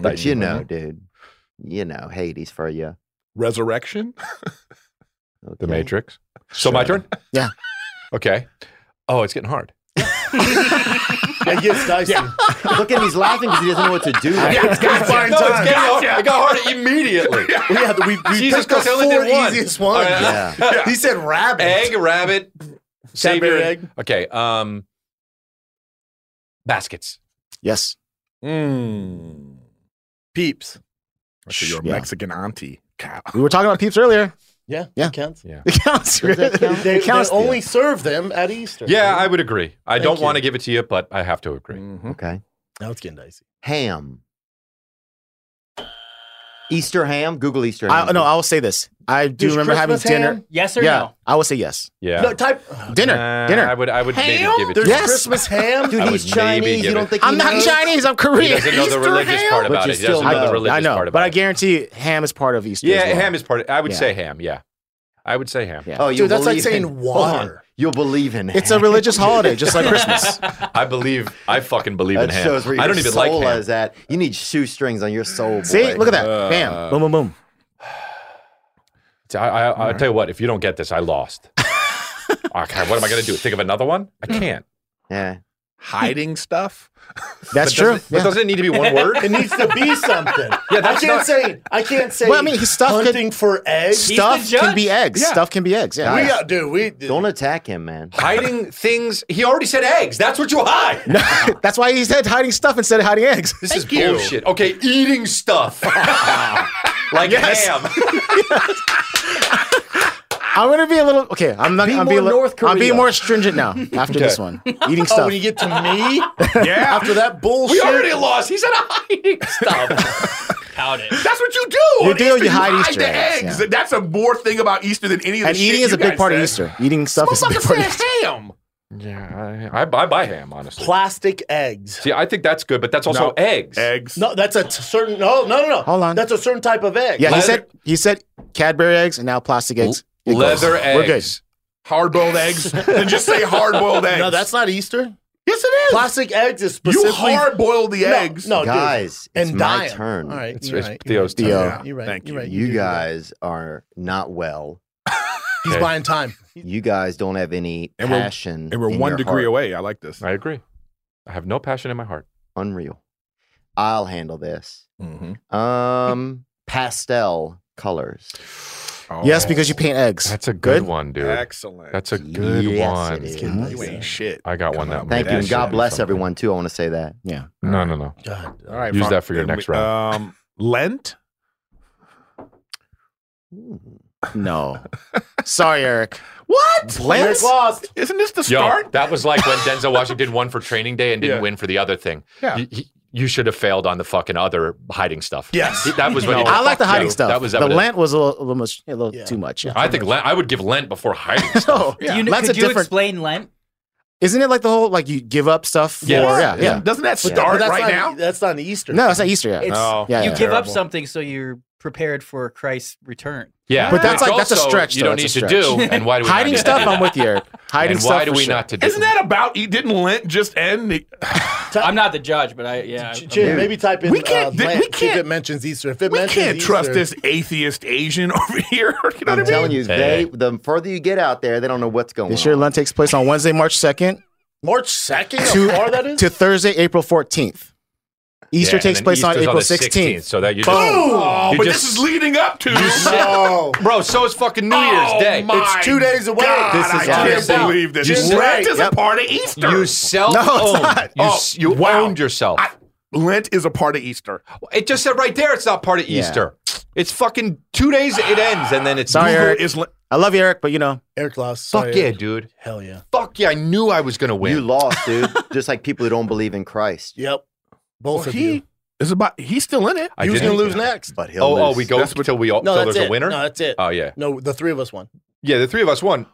Speaker 4: But you know, dude. You know, Hades for you.
Speaker 2: Resurrection.
Speaker 1: the Matrix. So my turn.
Speaker 6: Yeah.
Speaker 1: Okay. Oh, it's getting hard.
Speaker 3: It gets dicey.
Speaker 4: Look at him, he's laughing because he doesn't know what to do. Right now.
Speaker 1: no, it's getting hard. It got hard immediately.
Speaker 3: We had we, we
Speaker 1: Jesus
Speaker 3: picked the
Speaker 1: Christ, I only
Speaker 3: four
Speaker 1: did one.
Speaker 3: easiest ones.
Speaker 1: All right.
Speaker 4: yeah.
Speaker 3: He said rabbit.
Speaker 1: Egg, rabbit, savior.
Speaker 3: Cadbury egg.
Speaker 1: Okay. Um, baskets.
Speaker 6: Yes.
Speaker 2: Mm.
Speaker 3: Hmm. Peeps.
Speaker 2: So you're a
Speaker 6: Yeah.
Speaker 2: Mexican auntie. Cow.
Speaker 6: We were talking about peeps earlier.
Speaker 3: Yeah,
Speaker 6: Yeah.
Speaker 3: it counts.
Speaker 6: It counts.
Speaker 4: Does that count?
Speaker 3: They,
Speaker 6: It
Speaker 3: they
Speaker 6: counts.
Speaker 3: only serve them at Easter.
Speaker 1: Yeah, I would agree. I
Speaker 3: Thank
Speaker 1: don't want to
Speaker 3: you.
Speaker 1: give it to you, but I have to agree.
Speaker 2: Mhm.
Speaker 4: Okay.
Speaker 3: now it's getting dicey.
Speaker 4: Ham. Easter ham. Google Easter ham.
Speaker 6: I, no, I will say this. I do
Speaker 3: Does
Speaker 6: remember having
Speaker 3: Christmas
Speaker 6: dinner.
Speaker 3: ham?
Speaker 7: Yes or
Speaker 6: yeah,
Speaker 7: no?
Speaker 6: I will say yes.
Speaker 1: Yeah.
Speaker 3: No, type.
Speaker 6: Dinner.
Speaker 1: Nah, I
Speaker 6: dinner.
Speaker 1: would. I would maybe give it.
Speaker 3: There's
Speaker 1: to
Speaker 6: Yes.
Speaker 3: Christmas ham.
Speaker 4: Dude,
Speaker 1: I
Speaker 4: he's
Speaker 1: would maybe
Speaker 4: Chinese.
Speaker 1: give
Speaker 4: You
Speaker 1: it-
Speaker 4: don't think he
Speaker 6: I'm not
Speaker 4: knows?
Speaker 6: Chinese. I'm
Speaker 1: He
Speaker 6: Korean.
Speaker 1: doesn't know the religious part
Speaker 4: But
Speaker 1: about
Speaker 4: you
Speaker 1: it. He
Speaker 4: still
Speaker 1: doesn't know
Speaker 4: know.
Speaker 1: the religious
Speaker 6: I know,
Speaker 1: part about
Speaker 6: but I
Speaker 1: it.
Speaker 6: guarantee ham is part of Easter.
Speaker 1: Yeah,
Speaker 6: as well.
Speaker 1: ham is part. Of, I would
Speaker 6: Yeah.
Speaker 1: say ham. Yeah, I would say ham.
Speaker 6: Yeah.
Speaker 4: Oh, you
Speaker 3: Dude, that's like
Speaker 4: believe
Speaker 3: saying
Speaker 4: in-
Speaker 3: water.
Speaker 4: Hold on. You'll believe in
Speaker 6: It's a
Speaker 4: ham.
Speaker 6: religious holiday, just like Christmas.
Speaker 1: I believe. I fucking believe in
Speaker 4: That
Speaker 1: ham.
Speaker 4: shows where your
Speaker 1: I don't even like
Speaker 4: soul
Speaker 1: ham.
Speaker 4: is at. You need shoestrings on your soul.
Speaker 6: See,
Speaker 4: boy.
Speaker 6: look at that.
Speaker 2: Uh,
Speaker 6: Bam. Boom, boom, boom.
Speaker 1: I, I, I'll tell you what. If you don't get this, I lost. okay, what am I gonna do? Think of another one? I can't.
Speaker 4: Yeah.
Speaker 2: Hiding stuff.
Speaker 6: That's
Speaker 1: But
Speaker 6: true.
Speaker 1: Doesn't, but
Speaker 6: Yeah.
Speaker 1: doesn't it need to be one
Speaker 3: It
Speaker 1: word?
Speaker 3: needs to be something.
Speaker 1: Yeah,
Speaker 3: I
Speaker 1: that's
Speaker 3: can't
Speaker 1: not-
Speaker 3: say. I can't say.
Speaker 6: Well, I mean, his stuff could-
Speaker 3: hunting for eggs.
Speaker 7: He's
Speaker 6: Stuff
Speaker 7: the
Speaker 6: can
Speaker 7: judge.
Speaker 6: be eggs. Stuff can be eggs. Yeah.
Speaker 3: We
Speaker 6: Yeah.
Speaker 3: got, dude. We
Speaker 4: Don't attack him, man.
Speaker 1: Hiding things. He already said eggs. That's what you hide.
Speaker 6: That's why he said hiding stuff instead of hiding eggs.
Speaker 1: This is bullshit. Okay, eating stuff. like ham.
Speaker 6: I'm gonna be a little okay. I'm not.
Speaker 4: Be
Speaker 6: I'm being
Speaker 4: more
Speaker 6: a little,
Speaker 4: North
Speaker 6: I'm
Speaker 4: Korea.
Speaker 6: being more stringent now after this one. Eating
Speaker 3: Oh,
Speaker 6: stuff.
Speaker 3: when you get to me
Speaker 2: Yeah.
Speaker 3: after that bullshit.
Speaker 1: We already lost. He said hiding stuff.
Speaker 7: Count it.
Speaker 2: That's what you do.
Speaker 6: You
Speaker 2: on
Speaker 6: do,
Speaker 2: Easter,
Speaker 6: you hide Easter
Speaker 2: the
Speaker 6: eggs,
Speaker 2: eggs.
Speaker 6: yeah.
Speaker 2: That's a more thing about Easter than any of the
Speaker 6: and
Speaker 2: shit
Speaker 6: eating is
Speaker 2: you
Speaker 6: a big
Speaker 2: guys
Speaker 6: part of
Speaker 2: said.
Speaker 6: Easter. Eating stuff is a big
Speaker 2: Motherfucker
Speaker 6: part of
Speaker 2: said
Speaker 6: Easter.
Speaker 2: ham.
Speaker 1: yeah, I, I, I buy ham, honestly.
Speaker 3: plastic eggs.
Speaker 1: See, I think that's good, but that's also
Speaker 2: No.
Speaker 1: eggs.
Speaker 2: Eggs.
Speaker 3: No, that's a t- certain. No, no, no, no.
Speaker 6: Hold on.
Speaker 3: That's a certain type of egg.
Speaker 6: Yeah, he
Speaker 1: Leather-
Speaker 6: said he said Cadbury eggs and now plastic eggs. It goes.
Speaker 1: Leather
Speaker 6: We're good.
Speaker 1: eggs.
Speaker 2: Hard boiled eggs. Then just say hard boiled eggs.
Speaker 3: No, that's not Easter.
Speaker 2: yes, it is.
Speaker 3: Plastic eggs is
Speaker 2: you
Speaker 3: specifically.
Speaker 2: hard boiled the
Speaker 3: no,
Speaker 2: eggs.
Speaker 3: No, dude.
Speaker 4: Guys, it's my
Speaker 3: and dye 'em.
Speaker 4: turn.
Speaker 3: All right,
Speaker 1: It's,
Speaker 3: you're
Speaker 1: it's
Speaker 3: right.
Speaker 1: Theo's turn.
Speaker 6: Theo.
Speaker 3: You're right.
Speaker 2: Thank
Speaker 3: you're
Speaker 2: you.
Speaker 3: right.
Speaker 4: You
Speaker 3: do do that.
Speaker 4: guys are not well.
Speaker 3: He's
Speaker 1: Okay.
Speaker 3: buying time.
Speaker 4: You guys don't have any
Speaker 2: And we're-
Speaker 4: passion.
Speaker 2: And we're
Speaker 4: in
Speaker 2: one
Speaker 4: your
Speaker 2: degree
Speaker 4: heart.
Speaker 2: away. I like this.
Speaker 1: I agree. I have no passion in my heart.
Speaker 4: Unreal. I'll handle this.
Speaker 2: Mm-hmm.
Speaker 4: Um, pastel colors.
Speaker 6: Yes, because you paint eggs.
Speaker 1: Oh. That's a good,
Speaker 6: Good?
Speaker 1: one, dude.
Speaker 2: Excellent.
Speaker 1: That's a good
Speaker 4: Yes,
Speaker 1: one.
Speaker 4: it is.
Speaker 2: you ain't shit.
Speaker 1: I got
Speaker 2: Come
Speaker 1: one that
Speaker 2: on,
Speaker 1: one.
Speaker 4: Thank
Speaker 2: That
Speaker 4: you, and
Speaker 2: should
Speaker 4: God
Speaker 2: be
Speaker 4: bless
Speaker 1: something.
Speaker 4: everyone too. I want to say that.
Speaker 6: yeah.
Speaker 1: No, no, no.
Speaker 3: God.
Speaker 2: All right.
Speaker 1: Use
Speaker 2: fine.
Speaker 1: that for your
Speaker 2: Then
Speaker 1: next
Speaker 2: we- Um, Lent.
Speaker 6: No. Sorry, Eric.
Speaker 2: What?
Speaker 6: Lent?
Speaker 3: Lost.
Speaker 2: Isn't this the
Speaker 1: Yo,
Speaker 2: start?
Speaker 1: that was like when Denzel Washington won for Training Day and didn't
Speaker 2: Yeah.
Speaker 1: win for the other thing.
Speaker 2: Yeah.
Speaker 1: You, he- you should have failed on the fucking other hiding stuff.
Speaker 3: Yes.
Speaker 1: He- that was when he did.
Speaker 6: I like the
Speaker 1: Fuck
Speaker 6: hiding
Speaker 1: you.
Speaker 6: stuff.
Speaker 1: That was
Speaker 6: the
Speaker 1: evident.
Speaker 6: Lent was a little, a little, much, a little
Speaker 3: Yeah.
Speaker 6: too much. Yeah.
Speaker 1: I think Lent, I would give Lent before hiding stuff.
Speaker 6: No.
Speaker 2: Yeah.
Speaker 7: You know,
Speaker 6: Lent's
Speaker 7: could
Speaker 6: a
Speaker 7: you
Speaker 6: different-
Speaker 7: explain Lent?
Speaker 6: Isn't it like the whole like you give up stuff for
Speaker 1: Yes.
Speaker 6: yeah, yeah.
Speaker 2: Doesn't that
Speaker 4: But
Speaker 2: start
Speaker 3: that's
Speaker 2: right
Speaker 3: not,
Speaker 2: now?
Speaker 3: That's not Easter.
Speaker 6: No, it's not Easter yet.
Speaker 7: It's
Speaker 2: No.
Speaker 6: Yeah,
Speaker 7: you
Speaker 6: yeah.
Speaker 7: give up
Speaker 2: Terrible.
Speaker 7: something so you're prepared for Christ's return.
Speaker 1: Yeah,
Speaker 6: But that's
Speaker 1: which
Speaker 6: like- that's a
Speaker 1: also
Speaker 6: stretch,
Speaker 1: You
Speaker 6: though.
Speaker 1: don't
Speaker 6: That's
Speaker 1: need
Speaker 6: a
Speaker 1: to do, and why do we
Speaker 6: Hiding
Speaker 1: not do
Speaker 6: stuff,
Speaker 1: that?
Speaker 6: I'm with you, Eric. Hiding
Speaker 1: and
Speaker 6: stuff.
Speaker 1: why do
Speaker 6: for
Speaker 1: we
Speaker 6: sure.
Speaker 1: not to do?
Speaker 2: Isn't that about? He didn't Lent just end. the-
Speaker 7: I'm not the judge, but I yeah.
Speaker 3: J- Jim, maybe type in
Speaker 2: We can't-
Speaker 3: uh,
Speaker 2: th-
Speaker 3: Lent,
Speaker 2: we
Speaker 3: see if
Speaker 2: can't-
Speaker 3: it mentions Easter. If it
Speaker 2: We
Speaker 3: mentions
Speaker 2: can't trust
Speaker 3: Easter-
Speaker 2: this atheist Asian over here. You know
Speaker 4: I'm
Speaker 2: what I mean?
Speaker 4: telling you,
Speaker 1: Hey.
Speaker 4: they the further you get out there, they don't know what's going
Speaker 6: This year,
Speaker 4: on.
Speaker 6: Lent takes place on Wednesday, March 2nd
Speaker 3: March 2nd,
Speaker 6: To-
Speaker 3: how far that is?
Speaker 6: to Thursday, April 14th. Easter
Speaker 1: Yeah,
Speaker 6: takes
Speaker 1: and then
Speaker 6: place on
Speaker 1: Easter's
Speaker 6: April
Speaker 1: the
Speaker 6: 16th.
Speaker 1: So that you just,
Speaker 2: Oh,
Speaker 1: You
Speaker 2: but
Speaker 1: just-
Speaker 2: this is leading up to.
Speaker 3: oh,
Speaker 1: bro. So is fucking New Year's
Speaker 2: Oh,
Speaker 1: Day.
Speaker 2: my
Speaker 3: It's two days away.
Speaker 2: God,
Speaker 3: This is
Speaker 2: I
Speaker 3: two
Speaker 2: can't
Speaker 1: days out.
Speaker 2: believe this.
Speaker 1: You
Speaker 2: Lent
Speaker 1: right,
Speaker 2: is
Speaker 1: yep.
Speaker 2: a part of Easter.
Speaker 1: You self
Speaker 6: No,
Speaker 1: owned.
Speaker 6: it's not.
Speaker 1: You,
Speaker 2: Oh,
Speaker 1: s- you
Speaker 2: wow.
Speaker 1: owned yourself.
Speaker 2: I- Lent is a part of Easter.
Speaker 1: it just said right there, it's not part of
Speaker 6: Yeah.
Speaker 1: Easter. It's fucking two days. It ends, and then it's
Speaker 6: Sorry,
Speaker 1: Google
Speaker 6: Eric.
Speaker 1: is-
Speaker 2: Is Lent-
Speaker 6: I love you, Eric, but you know,
Speaker 3: Eric Klaus.
Speaker 1: Fuck
Speaker 3: sorry.
Speaker 1: yeah, dude.
Speaker 3: Hell yeah.
Speaker 1: Fuck yeah. I knew I was gonna win.
Speaker 4: You lost, dude. Just like people who don't believe in Christ.
Speaker 3: Yep. Both
Speaker 2: well,
Speaker 3: of
Speaker 2: he
Speaker 3: you.
Speaker 2: is about. He's still in it.
Speaker 1: I
Speaker 3: Who's
Speaker 1: didn't-
Speaker 3: going to lose next?
Speaker 4: But he'll
Speaker 1: Oh, oh,
Speaker 4: lose.
Speaker 1: we go until we all.
Speaker 3: No,
Speaker 1: till
Speaker 3: that's
Speaker 1: there's
Speaker 3: it.
Speaker 1: a winner.
Speaker 3: No, that's it.
Speaker 1: Oh yeah,
Speaker 3: No, the three of us won.
Speaker 1: yeah. The three of us won.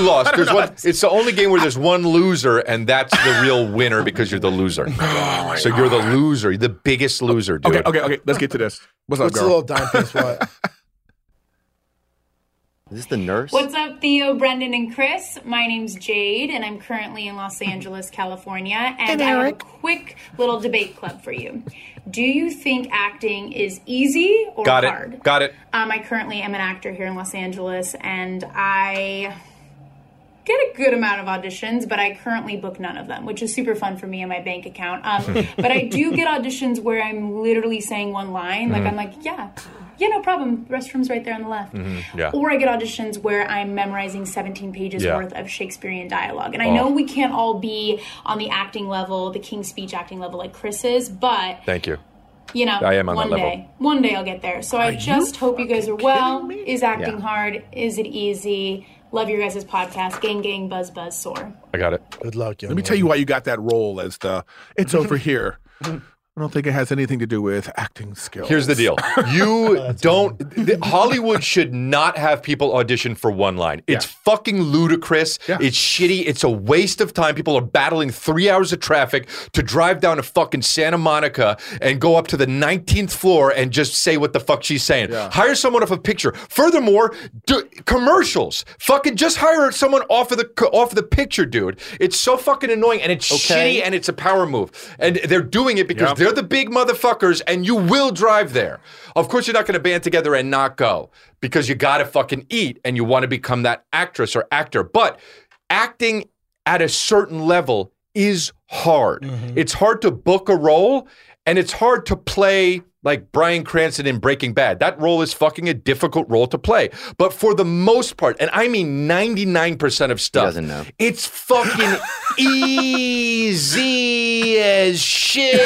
Speaker 1: lost. There's one. It's the only game where there's one loser, and that's the real winner because you're the loser. so you're the loser. You're the biggest loser, dude.
Speaker 2: Oh Okay, okay, okay. Let's get to this. What's up,
Speaker 3: What's a
Speaker 2: girl?
Speaker 3: little dime piece? What?
Speaker 4: Is this the nurse?
Speaker 9: What's up, Theo, Brendan, and Chris? My name's Jade, and I'm currently in Los Angeles, California. And, I have a quick little debate club for you. Do you think acting is easy or
Speaker 1: Got
Speaker 9: hard?
Speaker 1: it. Got it.
Speaker 9: Um, I currently am an actor here in Los Angeles, and I get a good amount of auditions, but I currently book none of them, which is super fun for me and my bank account. Um, but I do get auditions where I'm literally saying one line,
Speaker 1: Mm-hmm.
Speaker 9: like I'm like, yeah, yeah, no problem. Restroom's right there on the left.
Speaker 1: yeah.
Speaker 9: Or I get auditions where I'm memorizing 17 pages
Speaker 1: Yeah. Oh.
Speaker 9: worth of Shakespearean dialogue, and I know we can't all be on the acting level, the King's Speech acting level, like Chris is, but
Speaker 1: Thank you.
Speaker 9: you know,
Speaker 1: I am on
Speaker 9: one
Speaker 1: that
Speaker 9: day,
Speaker 1: level.
Speaker 9: one day I'll get there. So I just hope you guys are well. Is acting hard? Is it easy? Love your guys' podcast. Gang, gang, buzz, buzz, soar.
Speaker 1: I got it.
Speaker 3: Good luck, young
Speaker 2: Let me tell you why you got that role as the. It's over here. I don't think it has anything to do with acting skills.
Speaker 1: Here's the deal. You don't th- Hollywood should not have people audition for one line. It's fucking ludicrous.
Speaker 2: Yeah.
Speaker 1: It's shitty. It's a waste of time. People are battling 3 hours of traffic to drive down to fucking Santa Monica and go up to the 19th floor and just say what the fuck she's saying. Hire someone off a picture. Furthermore, do, commercials. Fucking just hire someone off of the co- off of the picture, dude. It's so fucking annoying and it's shitty and it's a power move. And they're doing it because
Speaker 2: Yep.
Speaker 1: they're they're the big motherfuckers, and you will drive there. Of course, you're not going to band together and not go because you got to fucking eat and you want to become that actress or actor. But acting at a certain level is hard.
Speaker 4: Mm-hmm.
Speaker 1: It's hard to book a role, and it's hard to play like Brian Cranston in Breaking Bad. That role is fucking a difficult role to play. But for the most part, and I mean 99% of stuff,
Speaker 4: doesn't know.
Speaker 1: it's fucking easy as shit.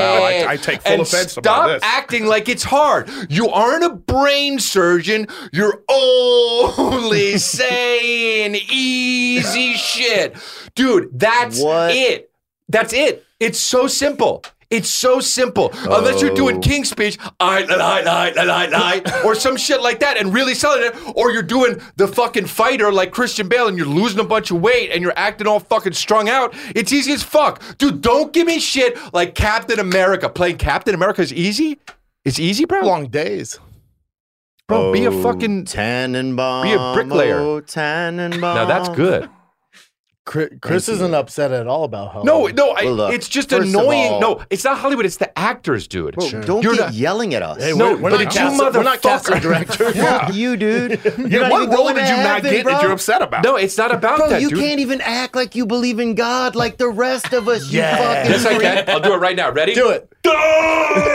Speaker 2: Wow, I- I take full
Speaker 1: and
Speaker 2: offense
Speaker 1: stop
Speaker 2: about this.
Speaker 1: acting like it's hard. You aren't a brain surgeon. You're only saying easy shit, dude. That's
Speaker 4: What?
Speaker 1: it. That's it. It's so simple. It's so simple. Unless you're Oh,
Speaker 3: Oh.
Speaker 1: doing King's speech, I lie, lie, lie, lie, lie, or some shit like that, and really selling it, or you're doing the fucking fighter like Christian Bale, and you're losing a bunch of weight, and you're acting all fucking strung out. It's easy as fuck, dude. Don't give me shit like Captain America. Playing Captain America is easy. It's easy, bro.
Speaker 3: Long days.
Speaker 1: bro, be a
Speaker 4: Oh,
Speaker 1: fucking.
Speaker 4: Tannenbaum.
Speaker 1: be a bricklayer.
Speaker 4: Oh, Tannenbaum.
Speaker 1: Now that's good.
Speaker 3: Chris, Chris
Speaker 4: you.
Speaker 3: isn't upset at all about how.
Speaker 1: No, no, I,
Speaker 4: Oh. Well, look,
Speaker 1: it's just
Speaker 4: first of
Speaker 1: annoying.
Speaker 4: all-
Speaker 1: no, it's not Hollywood. It's the actors, dude.
Speaker 4: Bro, don't
Speaker 1: You're
Speaker 4: keep
Speaker 1: not-
Speaker 4: yelling at us.
Speaker 3: Hey,
Speaker 1: No,
Speaker 3: we're, we're
Speaker 1: but
Speaker 3: not
Speaker 1: you
Speaker 3: casting, we're not casting
Speaker 1: motherfucker.
Speaker 3: directors.
Speaker 4: Fuck you, dude. You're
Speaker 2: Yeah,
Speaker 4: not
Speaker 2: what
Speaker 4: even
Speaker 2: role
Speaker 4: going to
Speaker 2: did you not
Speaker 4: heaven,
Speaker 2: get
Speaker 4: bro?
Speaker 2: that you're upset about?
Speaker 1: No, it's not about
Speaker 4: Bro,
Speaker 1: that,
Speaker 4: you
Speaker 1: dude.
Speaker 4: can't even act like you believe in God like the rest of us. You
Speaker 3: Yeah.
Speaker 4: fucking
Speaker 1: Yes, I can. I'll do it right now. Ready?
Speaker 3: Do it.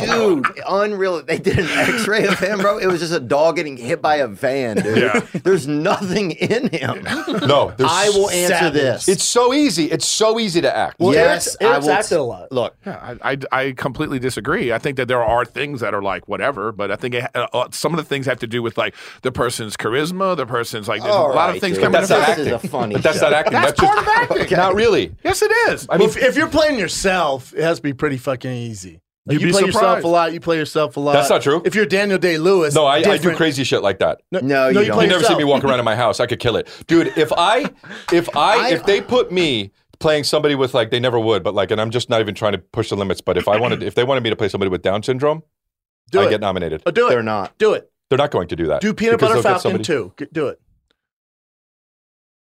Speaker 4: Dude, unreal. They did an x ray of him, bro. It was just a dog getting hit by a van, dude.
Speaker 2: Yeah.
Speaker 4: There's nothing in him.
Speaker 1: No, there's
Speaker 4: I will answer
Speaker 3: Savage.
Speaker 4: this.
Speaker 1: It's so easy. It's so easy to act.
Speaker 3: Well,
Speaker 4: yes,
Speaker 3: Eric's,
Speaker 4: I
Speaker 3: Eric's
Speaker 4: will.
Speaker 3: acted a lot.
Speaker 4: Look,
Speaker 2: Yeah, I, I, I completely disagree. I think that there are things that are like whatever, but I think it, uh, uh, some of the things have to do with like the person's charisma, the person's like there's a lot of things
Speaker 4: dude.
Speaker 2: coming.
Speaker 1: But
Speaker 2: into
Speaker 1: that's not
Speaker 4: this
Speaker 2: effect.
Speaker 4: is
Speaker 1: acting.
Speaker 4: a funny.
Speaker 1: But that's
Speaker 4: show.
Speaker 1: not acting.
Speaker 2: That's
Speaker 1: just-
Speaker 2: part of acting.
Speaker 1: Not really.
Speaker 2: Yes, it is.
Speaker 1: I mean,
Speaker 3: if, if you're playing yourself, it has to be pretty fucking easy. Like,
Speaker 2: You'd
Speaker 3: you
Speaker 2: be
Speaker 3: play yourself
Speaker 2: surprised.
Speaker 3: a lot. You play yourself a lot.
Speaker 1: That's not true.
Speaker 3: If you're Daniel Day Lewis,
Speaker 1: no, I, I do
Speaker 3: different.
Speaker 1: crazy shit like that.
Speaker 4: No, you don't.
Speaker 3: play
Speaker 1: You never see
Speaker 3: yourself.
Speaker 1: me walk around in my house. I could kill it, dude. If I, if I, if they put me playing somebody with like they never would, but like, and I'm just not even trying to push the limits. But if I wanted, if they wanted me to play somebody with Down syndrome,
Speaker 3: Do
Speaker 1: I
Speaker 3: it.
Speaker 1: get nominated.
Speaker 3: Oh, do it.
Speaker 4: They're not.
Speaker 3: Do it.
Speaker 1: They're not going to do that.
Speaker 3: Do Peanut
Speaker 1: because
Speaker 3: Butter
Speaker 1: they'll get
Speaker 3: Falcon
Speaker 1: somebody-
Speaker 3: too. G- Do it.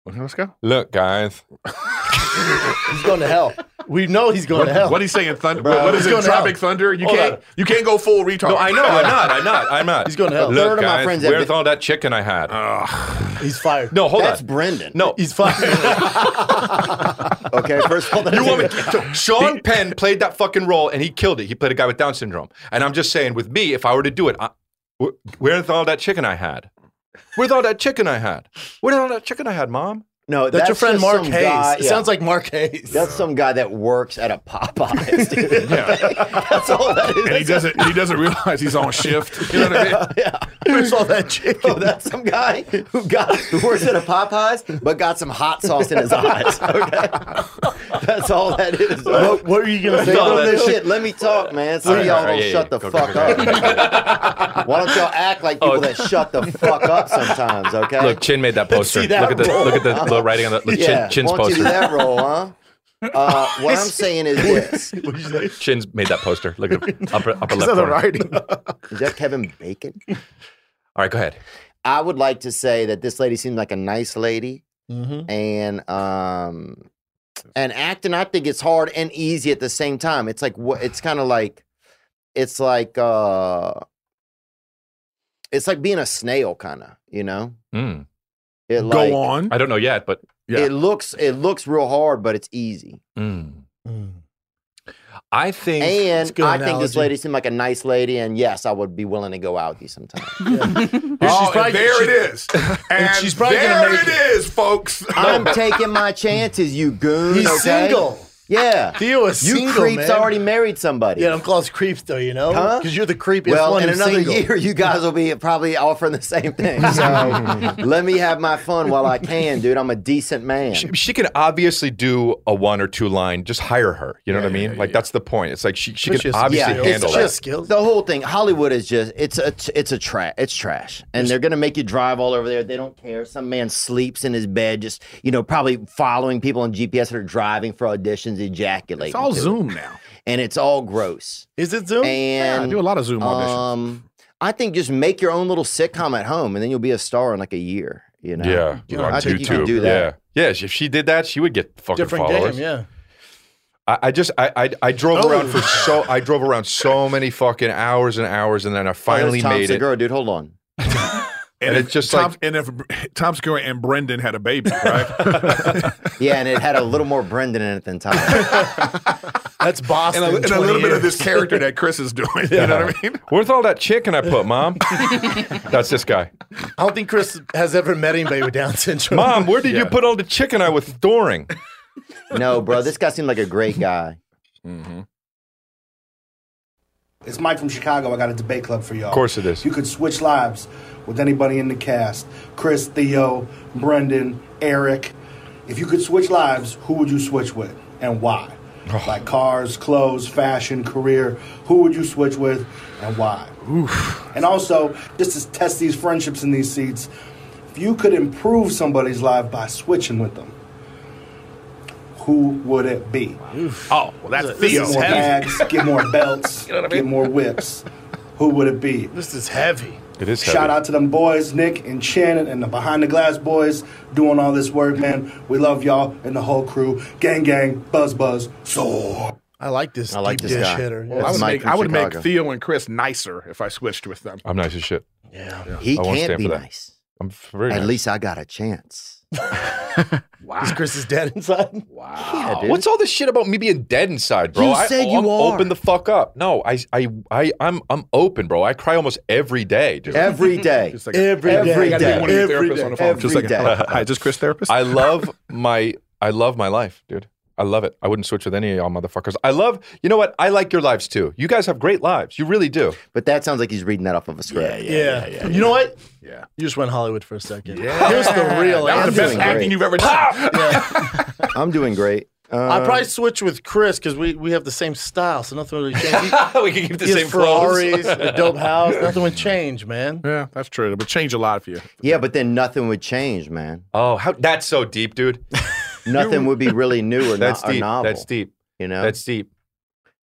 Speaker 2: Okay, Let's go.
Speaker 1: Look, guys,
Speaker 3: He's going to hell. We know he's going
Speaker 2: What,
Speaker 3: to hell.
Speaker 2: what are you saying? Thunder.
Speaker 3: Bro,
Speaker 2: what is
Speaker 3: he's
Speaker 2: it?
Speaker 3: going to hell.
Speaker 2: Tropic Thunder. You
Speaker 3: Hold
Speaker 2: can't.
Speaker 3: on.
Speaker 2: You can't go full retard.
Speaker 1: no, I know, I'm not, I'm not, I'm not.
Speaker 3: He's going to hell.
Speaker 1: Look,
Speaker 4: Third of my
Speaker 1: guys,
Speaker 4: friends have
Speaker 1: where's
Speaker 4: been-
Speaker 1: all that chicken I had?
Speaker 3: he's fired.
Speaker 1: no, hold
Speaker 4: That's
Speaker 1: on.
Speaker 4: Brendan.
Speaker 1: no,
Speaker 3: He's fired.
Speaker 4: Okay, first of all,
Speaker 1: You want me? so Sean Penn played that fucking role and he killed it. He played a guy with Down syndrome. And I'm just saying, with me, if I were to do it, I, wh- where's all that chicken I had? Where's all that chicken I had? Where's all that chicken I had, Mom?
Speaker 4: No,
Speaker 3: That's, your friend
Speaker 4: just
Speaker 3: Mark
Speaker 4: some
Speaker 3: Hayes.
Speaker 4: guy-
Speaker 3: it
Speaker 4: yeah.
Speaker 3: sounds like Mark Hayes.
Speaker 4: That's some guy that works at a Popeyes. Dude. That's all that is.
Speaker 2: And he doesn't. He doesn't realize he's on shift. You know what I mean?
Speaker 3: Where's all that chicken?
Speaker 4: Oh, that's some guy who got who works at a Popeyes, but got some hot sauce in his eyes. Okay, that's all that is.
Speaker 3: what, what are you going to say?
Speaker 4: They don't
Speaker 3: about
Speaker 4: know
Speaker 3: that?
Speaker 4: shit. Let me talk, man. Some of
Speaker 1: right,
Speaker 4: y'all
Speaker 1: all
Speaker 4: don't
Speaker 1: right, yeah,
Speaker 4: shut
Speaker 1: yeah.
Speaker 4: the
Speaker 1: Go, go,
Speaker 4: fuck
Speaker 1: go, Oh.
Speaker 4: up. Why don't y'all act like people that shut the fuck up sometimes? Okay.
Speaker 1: Look, Chin made that poster.
Speaker 3: that
Speaker 1: look at the
Speaker 3: role.
Speaker 1: look at the little writing on the look,
Speaker 4: yeah.
Speaker 1: Chin, Chin's
Speaker 4: Won't you do
Speaker 1: poster.
Speaker 4: that role, huh? Uh, what I'm saying is this:
Speaker 1: Chin's made that poster. Look at the upper upper left
Speaker 6: Because of the
Speaker 1: corner.
Speaker 6: writing.
Speaker 4: Is that Kevin Bacon?
Speaker 1: All right, go ahead.
Speaker 4: I would like to say that this lady seemed like a nice lady.
Speaker 1: Mm-hmm.
Speaker 4: and um and acting i think it's hard and easy at the same time it's like what it's kind of like it's like uh it's like being a snail kind of you know
Speaker 1: Mm.
Speaker 4: it like
Speaker 2: Go on.
Speaker 1: I don't know yet, but
Speaker 2: Yeah.
Speaker 4: it looks it looks real hard but it's easy
Speaker 1: mm.
Speaker 3: Mm.
Speaker 1: I think
Speaker 4: and
Speaker 3: good
Speaker 4: i think this
Speaker 3: analogy.
Speaker 4: lady seemed like a nice lady and yes i would be willing to go out with you sometime
Speaker 2: Oh,
Speaker 3: she's probably-
Speaker 2: and there
Speaker 3: she-
Speaker 2: it is. And,
Speaker 3: she's probably gonna
Speaker 2: there
Speaker 3: make
Speaker 2: it is, folks.
Speaker 4: i'm taking my chances you goon
Speaker 3: He's
Speaker 4: okay?
Speaker 3: single.
Speaker 4: yeah
Speaker 3: Theo is
Speaker 4: you
Speaker 3: single.
Speaker 4: creeps
Speaker 3: man.
Speaker 4: already married somebody
Speaker 3: Yeah, I'm called creeps though, you know,
Speaker 4: Huh?
Speaker 3: because you're the creepiest
Speaker 4: Well,
Speaker 3: one.
Speaker 4: in
Speaker 3: who's
Speaker 4: another
Speaker 3: single.
Speaker 4: year, you guys will be probably offering the same thing. So let me have my fun while I can, dude. I'm a decent man.
Speaker 1: she, she can obviously do a one or two line. Just hire her. You know what I mean? like that's the point. It's like she, she can
Speaker 3: But she has-
Speaker 1: obviously
Speaker 4: yeah,
Speaker 3: it's
Speaker 1: handle
Speaker 3: she
Speaker 1: that.
Speaker 3: has skills.
Speaker 4: The whole thing, Hollywood is just it's a it's a trash. It's trash, and they're gonna make you drive all over there. They don't care. Some man sleeps in his bed, just you know, probably following people on GPS that are driving for auditions, ejaculating.
Speaker 2: It's all
Speaker 4: to it.
Speaker 2: Zoom now.
Speaker 4: and it's all gross.
Speaker 3: Is it Zoom?
Speaker 4: And
Speaker 2: Yeah, I do a lot of Zoom auditions.
Speaker 4: um, I think just make your own little sitcom at home, and then you'll be a star in like a year. You know,
Speaker 1: Yeah,
Speaker 4: You know,
Speaker 1: on
Speaker 4: I think you can do that.
Speaker 1: Yeah, yeah. If she did that, she would get fucking
Speaker 3: Different
Speaker 1: followers.
Speaker 3: game, yeah.
Speaker 1: I, I just I I, I drove
Speaker 3: Oh.
Speaker 1: around for so I drove around so many fucking hours and hours, and then I
Speaker 4: Oh, there's
Speaker 1: finally
Speaker 4: Tom
Speaker 1: made it.
Speaker 4: Segura, dude. Hold on.
Speaker 1: and
Speaker 2: if
Speaker 1: it's just
Speaker 2: Tom,
Speaker 1: like-
Speaker 2: and if Tom Segura and Brendan had a baby, right?
Speaker 4: Yeah, and it had a little more Brendan in it than Tyler.
Speaker 3: That's Boston.
Speaker 2: and a, and a
Speaker 3: 20
Speaker 2: little bit of
Speaker 3: years.
Speaker 2: this character that Chris is doing. You know what I mean?
Speaker 1: Where's all that chicken I put, Mom? That's this guy.
Speaker 3: I don't think Chris has ever met anybody with Down syndrome.
Speaker 1: Mom, where did you put all the chicken I was storing?
Speaker 4: no, bro, this guy seemed like a great guy.
Speaker 2: Mm-hmm.
Speaker 10: It's Mike from Chicago. I got a debate club for y'all.
Speaker 1: Of course it is.
Speaker 10: You could switch lives with anybody in the cast Chris, Theo, Brendan, Eric. If you could switch lives, who would you switch with and why? Like cars, clothes, fashion, career. Who would you switch with and why? And also, just to test these friendships in these seats, if you could improve somebody's life by switching with them, who would it be?
Speaker 2: Oh, well, that's
Speaker 10: Get
Speaker 2: Theo's
Speaker 10: more
Speaker 2: heavy.
Speaker 10: bags, get more belts, get more whips. Who would it be?
Speaker 3: This is heavy.
Speaker 1: It is
Speaker 10: Shout
Speaker 1: heavy.
Speaker 10: out to them boys, Nick and Shannon and the behind the glass boys doing all this work, man. We love y'all and the whole crew. Gang, gang, buzz, buzz, soar.
Speaker 3: I like this
Speaker 4: I like
Speaker 3: deep
Speaker 4: this
Speaker 3: dish
Speaker 4: guy.
Speaker 3: hitter.
Speaker 4: Well,
Speaker 2: I
Speaker 4: It's
Speaker 2: would,
Speaker 4: Mike
Speaker 2: make,
Speaker 4: from
Speaker 2: I would make
Speaker 4: Chicago.
Speaker 2: Theo and Chris nicer if I switched with them.
Speaker 1: I'm nice as shit.
Speaker 4: He
Speaker 1: I won't
Speaker 4: can't
Speaker 1: stand
Speaker 4: be
Speaker 1: for that.
Speaker 4: nice.
Speaker 1: I'm very
Speaker 4: At
Speaker 1: nice.
Speaker 4: least I got a chance.
Speaker 3: Is Chris is dead inside?
Speaker 4: Yeah, dude.
Speaker 1: What's all this shit about me being dead inside, bro?
Speaker 4: You
Speaker 1: I,
Speaker 4: said
Speaker 1: oh,
Speaker 4: you
Speaker 1: I'm
Speaker 4: are.
Speaker 1: Open the fuck up. No, I, I, I, I'm, I'm open, bro. I cry almost every day, dude.
Speaker 4: every day?
Speaker 2: Just like
Speaker 3: Every
Speaker 4: Every
Speaker 3: day.
Speaker 2: I gotta
Speaker 4: day.
Speaker 2: get one of your
Speaker 3: Every
Speaker 2: therapists
Speaker 3: day.
Speaker 2: on the phone. Just like,
Speaker 4: Every day.
Speaker 2: hi, just Chris therapist.
Speaker 1: I love my, I love my life, dude. I love it. I wouldn't switch with any of y'all motherfuckers. I love, you know what? I like your lives too. You guys have great lives. You really do.
Speaker 4: But that sounds like he's reading that off of a script.
Speaker 3: Yeah. You know what?
Speaker 2: Yeah.
Speaker 3: You just went Hollywood for a second. Yeah. Here's the real
Speaker 2: that
Speaker 4: I'm
Speaker 2: was the best
Speaker 4: doing
Speaker 3: answer.
Speaker 4: great.
Speaker 2: acting you've ever done.
Speaker 4: I'm doing great.
Speaker 3: I
Speaker 4: Uh,
Speaker 3: probably switch with Chris because we, we have the same style, so nothing really changed.
Speaker 5: we can keep the
Speaker 3: He has
Speaker 5: same clothes.
Speaker 3: Ferraris, a dope house. Nothing would change, man.
Speaker 2: Yeah, that's true. It would change a lot for you.
Speaker 4: yeah, but then nothing would change, man.
Speaker 1: Oh, how that's so deep, dude.
Speaker 4: nothing would be really new or,
Speaker 1: That's
Speaker 4: no- or
Speaker 1: deep.
Speaker 4: novel.
Speaker 1: That's deep.
Speaker 4: You know,
Speaker 1: That's deep.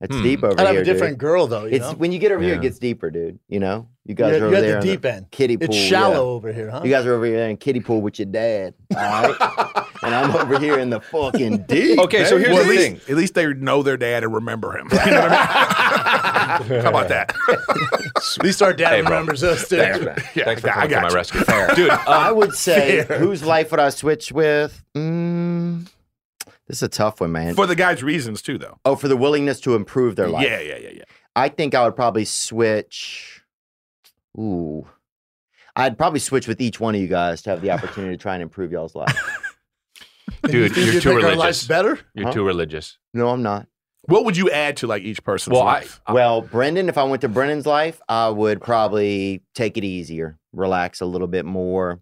Speaker 4: It's
Speaker 1: Hmm.
Speaker 4: deep over
Speaker 3: I'd
Speaker 4: here.
Speaker 3: have a
Speaker 4: dude.
Speaker 3: different girl, though, you
Speaker 4: it's
Speaker 3: know?
Speaker 4: when you get over here,
Speaker 1: Yeah.
Speaker 4: it gets deeper, dude. You know, you guys are
Speaker 3: You're-
Speaker 4: over
Speaker 3: you're at the
Speaker 4: there. in
Speaker 3: deep end.
Speaker 4: Kiddie pool.
Speaker 3: It's shallow
Speaker 4: yeah.
Speaker 3: over here, huh?
Speaker 4: You guys are over here in kiddie pool with your dad, all right? and I'm over here in the fucking deep.
Speaker 1: Okay, so
Speaker 4: baby.
Speaker 1: here's
Speaker 2: Well, at
Speaker 1: the
Speaker 2: least
Speaker 1: thing.
Speaker 2: at least they know their dad and remember him. You know what I mean? How about that?
Speaker 3: At least our dad
Speaker 1: Hey, bro.
Speaker 3: remembers us, too.
Speaker 2: Yeah,
Speaker 1: Thanks for
Speaker 2: I
Speaker 1: coming to
Speaker 2: got
Speaker 1: my
Speaker 2: you.
Speaker 1: rescue, dude. uh,
Speaker 4: I would say, whose life would I switch with? Mm, this is a tough one, man.
Speaker 2: For the guy's reasons too, though.
Speaker 4: oh, for the willingness to improve their life.
Speaker 2: Yeah, yeah, yeah, yeah.
Speaker 4: I think I would probably switch. Ooh. I'd probably switch with each one of you guys to have the opportunity to try and improve y'all's life.
Speaker 1: Dude,
Speaker 3: You
Speaker 1: you're
Speaker 3: think
Speaker 1: too
Speaker 3: our
Speaker 1: religious.
Speaker 3: life's better?
Speaker 1: You're too religious.
Speaker 4: No, I'm not.
Speaker 2: What would you add to like each person's
Speaker 1: Well, I,
Speaker 2: life?
Speaker 4: Well, Brendan, if I went to Brendan's life, I would probably take it easier, relax a little bit more,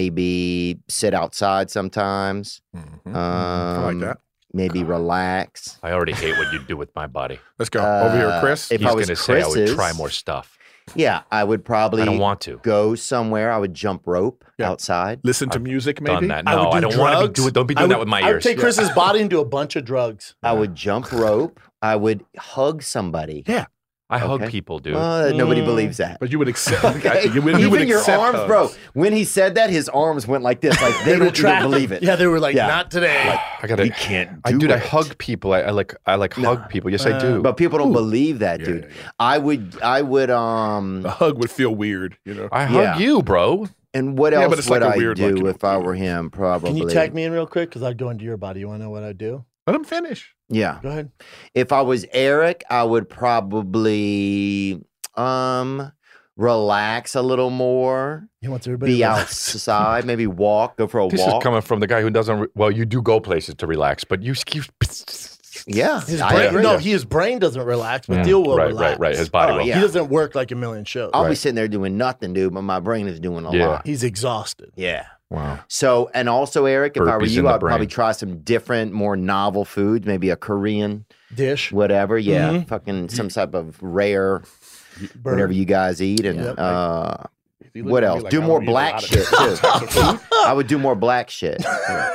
Speaker 4: maybe sit outside sometimes,
Speaker 2: Mhm.
Speaker 4: um,
Speaker 2: I like that.
Speaker 4: maybe relax.
Speaker 1: I already hate what you do with my body.
Speaker 2: Let's go over here,
Speaker 4: uh,
Speaker 2: Chris.
Speaker 4: if
Speaker 1: He's
Speaker 4: I
Speaker 1: going
Speaker 4: was
Speaker 1: to say I would
Speaker 4: Chris's-
Speaker 1: try more stuff.
Speaker 4: Yeah, I would probabprobably
Speaker 1: I don't want to.
Speaker 4: go somewhere. I would jump rope
Speaker 2: Yeah.
Speaker 4: outside.
Speaker 2: Listen to music, maybe.
Speaker 1: Done that. No, I,
Speaker 3: would do
Speaker 1: don't want to be
Speaker 3: drugs.
Speaker 1: doing. Don't be
Speaker 3: I
Speaker 1: doing
Speaker 3: would-
Speaker 1: that with my
Speaker 3: I would
Speaker 1: ears.
Speaker 3: take Chris's body and do a bunch of drugs.
Speaker 4: I would jump rope. I would hug somebody.
Speaker 2: Yeah,
Speaker 1: I hug
Speaker 4: Okay.
Speaker 1: people, dude.
Speaker 4: Uh, Nobody
Speaker 3: Mm.
Speaker 4: believes that.
Speaker 2: But you would accept.
Speaker 4: Okay.
Speaker 2: you would, you
Speaker 4: Even
Speaker 2: would
Speaker 4: your
Speaker 2: accept
Speaker 4: arms,
Speaker 2: hugs.
Speaker 4: bro. When he said that, his arms went like this. Like they don't even
Speaker 3: retracted.
Speaker 4: believe it.
Speaker 3: Yeah, they were like,
Speaker 4: Yeah.
Speaker 3: not today.
Speaker 1: I gotta.
Speaker 4: You can't
Speaker 1: I,
Speaker 4: do
Speaker 1: dude, I
Speaker 4: it.
Speaker 1: hug people. I, I like. I like hug people. Yes, I do.
Speaker 4: But people don't believe
Speaker 2: Uh,
Speaker 4: that,
Speaker 2: Yeah,
Speaker 4: dude.
Speaker 2: yeah, yeah.
Speaker 4: I would, I would, um,
Speaker 2: A hug would feel weird, you know.
Speaker 1: I
Speaker 4: yeah.
Speaker 1: hug you, bro.
Speaker 4: and what
Speaker 2: Yeah, but
Speaker 4: else
Speaker 2: it's
Speaker 4: would
Speaker 2: like a
Speaker 4: I
Speaker 2: weird,
Speaker 4: do
Speaker 2: like,
Speaker 4: if I were him? Probably.
Speaker 3: Can you tag me in real quick? Because I'd go into your body. You want to know what I'd do?
Speaker 2: Let him finish.
Speaker 4: Yeah.
Speaker 3: Go ahead.
Speaker 4: If I was Eric, I would probably, um, relax a little more,
Speaker 3: He wants everybody
Speaker 4: be
Speaker 3: to relax.
Speaker 4: outside, maybe walk, go for a
Speaker 1: This
Speaker 4: walk.
Speaker 1: is coming from the guy who doesn't. Re- well, you do go places to relax, but you keep.
Speaker 4: yeah.
Speaker 3: His
Speaker 4: I
Speaker 3: brain,
Speaker 4: agree.
Speaker 3: no, his brain doesn't relax, but
Speaker 1: Mm,
Speaker 3: Deal will
Speaker 1: right,
Speaker 3: relax.
Speaker 1: right, right. His body
Speaker 4: Oh,
Speaker 1: will.
Speaker 4: yeah.
Speaker 3: He doesn't work like a million shows.
Speaker 4: I'll be
Speaker 1: Right.
Speaker 4: sitting there doing nothing, dude, but my brain is doing a
Speaker 1: Yeah.
Speaker 4: lot.
Speaker 3: He's exhausted.
Speaker 4: Yeah.
Speaker 1: Wow.
Speaker 4: So, and also, Eric, if I were
Speaker 1: Burpees in
Speaker 4: you,
Speaker 1: the
Speaker 4: I'd probably
Speaker 1: brain.
Speaker 4: try some different, more novel foods, maybe a Korean,
Speaker 3: Dish,
Speaker 4: whatever. Yeah,
Speaker 3: Mhm.
Speaker 4: fucking some type of rare,
Speaker 3: burn.
Speaker 4: whatever you guys eat. And
Speaker 3: Yep.
Speaker 4: uh,
Speaker 2: He looked
Speaker 4: what
Speaker 2: at me
Speaker 4: else?
Speaker 2: like,
Speaker 4: do
Speaker 2: I
Speaker 4: more
Speaker 2: don't eat a
Speaker 4: black
Speaker 2: lot of
Speaker 4: shit, too.
Speaker 2: different types of food.
Speaker 4: I would do more black shit. Yeah.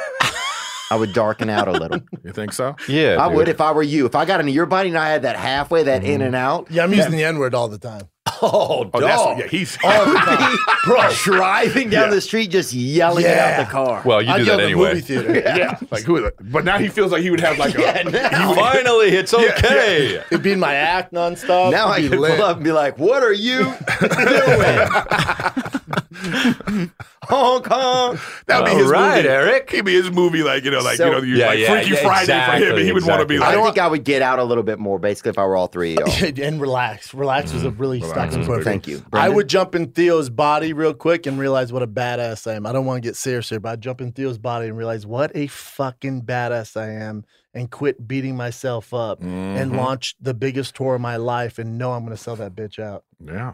Speaker 4: I would darken out a little.
Speaker 2: You think so?
Speaker 1: Yeah,
Speaker 4: I
Speaker 1: dude.
Speaker 4: would if I were you. If I got into your body and I had that halfway, that in and out.
Speaker 3: Yeah, I'm using the N word all the time.
Speaker 4: Oh,
Speaker 2: Oh, that's, yeah, he's.
Speaker 4: Bro, driving down
Speaker 2: Yeah.
Speaker 4: the street, just yelling it
Speaker 3: Yeah.
Speaker 4: out the car.
Speaker 1: Well, you
Speaker 3: I'd
Speaker 1: do
Speaker 3: yell
Speaker 1: that
Speaker 3: at the
Speaker 1: anyway.
Speaker 3: movie theater.
Speaker 2: yeah, like who is it? But now he feels like he would have like
Speaker 4: yeah,
Speaker 2: a.
Speaker 4: now,
Speaker 1: Finally, it's okay.
Speaker 3: It'd be in my act nonstop.
Speaker 4: now I can
Speaker 3: It'd be lit.
Speaker 4: pull up and be like, "What are you doing, Hong Kong?"
Speaker 2: That would be
Speaker 1: All
Speaker 2: his
Speaker 1: right,
Speaker 2: movie.
Speaker 1: Eric.
Speaker 2: He'd be his movie, like you know, like
Speaker 4: So-
Speaker 2: you know, you,
Speaker 1: Yeah,
Speaker 2: like
Speaker 1: yeah,
Speaker 2: Freaky
Speaker 1: yeah,
Speaker 2: Friday for him.
Speaker 1: exactly,
Speaker 2: He would want to be
Speaker 1: exactly.
Speaker 4: I,
Speaker 2: like.
Speaker 4: think I would get out a little bit more, basically, if I were all three of y'all.
Speaker 3: and relax. Relax was a
Speaker 1: Mm-hmm.
Speaker 3: really
Speaker 2: Relax
Speaker 3: stopping
Speaker 2: is
Speaker 3: point.
Speaker 4: Thank you.
Speaker 3: I
Speaker 4: Brendan?
Speaker 3: would jump in Theo's body real quick and realize what a badass I am. I don't want to get serious here, but I'd jump in Theo's body and realize what a fucking badass I am and quit beating myself up and
Speaker 1: Mm-hmm.
Speaker 2: Mhm.
Speaker 3: launch the biggest tour of my life and know I'm going to sell that bitch out.
Speaker 2: Yeah,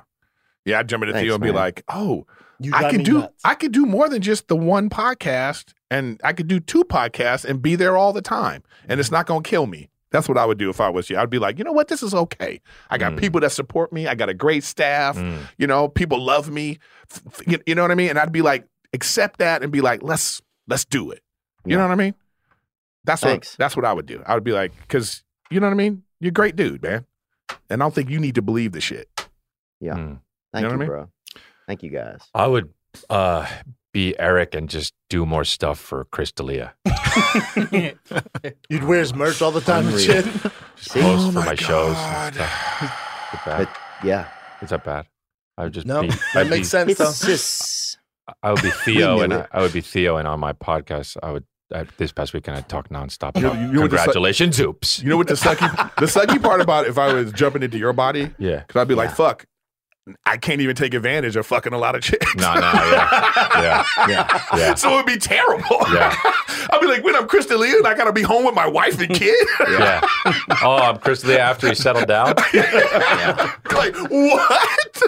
Speaker 2: yeah. I'd jump into
Speaker 4: Thanks,
Speaker 2: Theo and be
Speaker 4: man.
Speaker 2: like, "Oh,
Speaker 3: You
Speaker 2: I
Speaker 3: drive
Speaker 2: could
Speaker 3: me
Speaker 2: do
Speaker 3: nuts.
Speaker 2: I could do more than just the one podcast, and I could do two podcasts and be there all the time, and
Speaker 4: Mm-hmm.
Speaker 2: it's not gonna kill me. That's what I would do if I was you. I'd be like, you know what, this is okay. I got
Speaker 1: Mm.
Speaker 2: people that support me. I got a great staff.
Speaker 1: Mm.
Speaker 2: You know, people love me. F- f- You, you know what I mean? And I'd be like, accept that, and be like, let's let's do it. You know what I mean? That's
Speaker 4: Thanks.
Speaker 2: what that's what I would do. I would be like, because you know what I mean. You're a great dude, man, and I don't think you need to believe the shit.
Speaker 4: Yeah.
Speaker 1: Mm.
Speaker 4: Thank
Speaker 2: know
Speaker 4: you,
Speaker 2: what I mean?
Speaker 4: bro. Thank you, guys.
Speaker 1: I would uh, be Eric and just do more stuff for Chris D'Elia.
Speaker 3: You'd wear his merch all the time Oh and
Speaker 4: Unreal.
Speaker 3: shit.
Speaker 1: Just
Speaker 4: Oh
Speaker 1: post for
Speaker 2: my
Speaker 1: my, shows.
Speaker 2: God.
Speaker 1: And stuff. Is, it bad?
Speaker 4: But yeah,
Speaker 1: Is that bad? I would just
Speaker 3: No,
Speaker 1: be, I'd
Speaker 3: that makes
Speaker 1: be-
Speaker 3: sense
Speaker 4: it's
Speaker 3: though.
Speaker 4: just
Speaker 1: I would be Theo,
Speaker 4: knew
Speaker 1: and
Speaker 4: it.
Speaker 1: I, I would be Theo, and on my podcast, I would. I, this past weekend, I talked nonstop.
Speaker 2: You know-
Speaker 1: about
Speaker 2: you know what this-
Speaker 1: Congratulations, oops.
Speaker 2: You know what the sucky the sucky part about if I was jumping into your body,
Speaker 1: Yeah.
Speaker 2: because I'd be like, fuck, I can't even take advantage of fucking a lot of chicks.
Speaker 1: No, no, yeah, yeah, yeah.
Speaker 2: so it'd be terrible.
Speaker 1: Yeah.
Speaker 2: I'd be like, when I'm Krista Lee and I gotta be home with my wife and kid.
Speaker 1: Yeah. Oh, I'm Chris Lee after he settled down.
Speaker 2: like, what?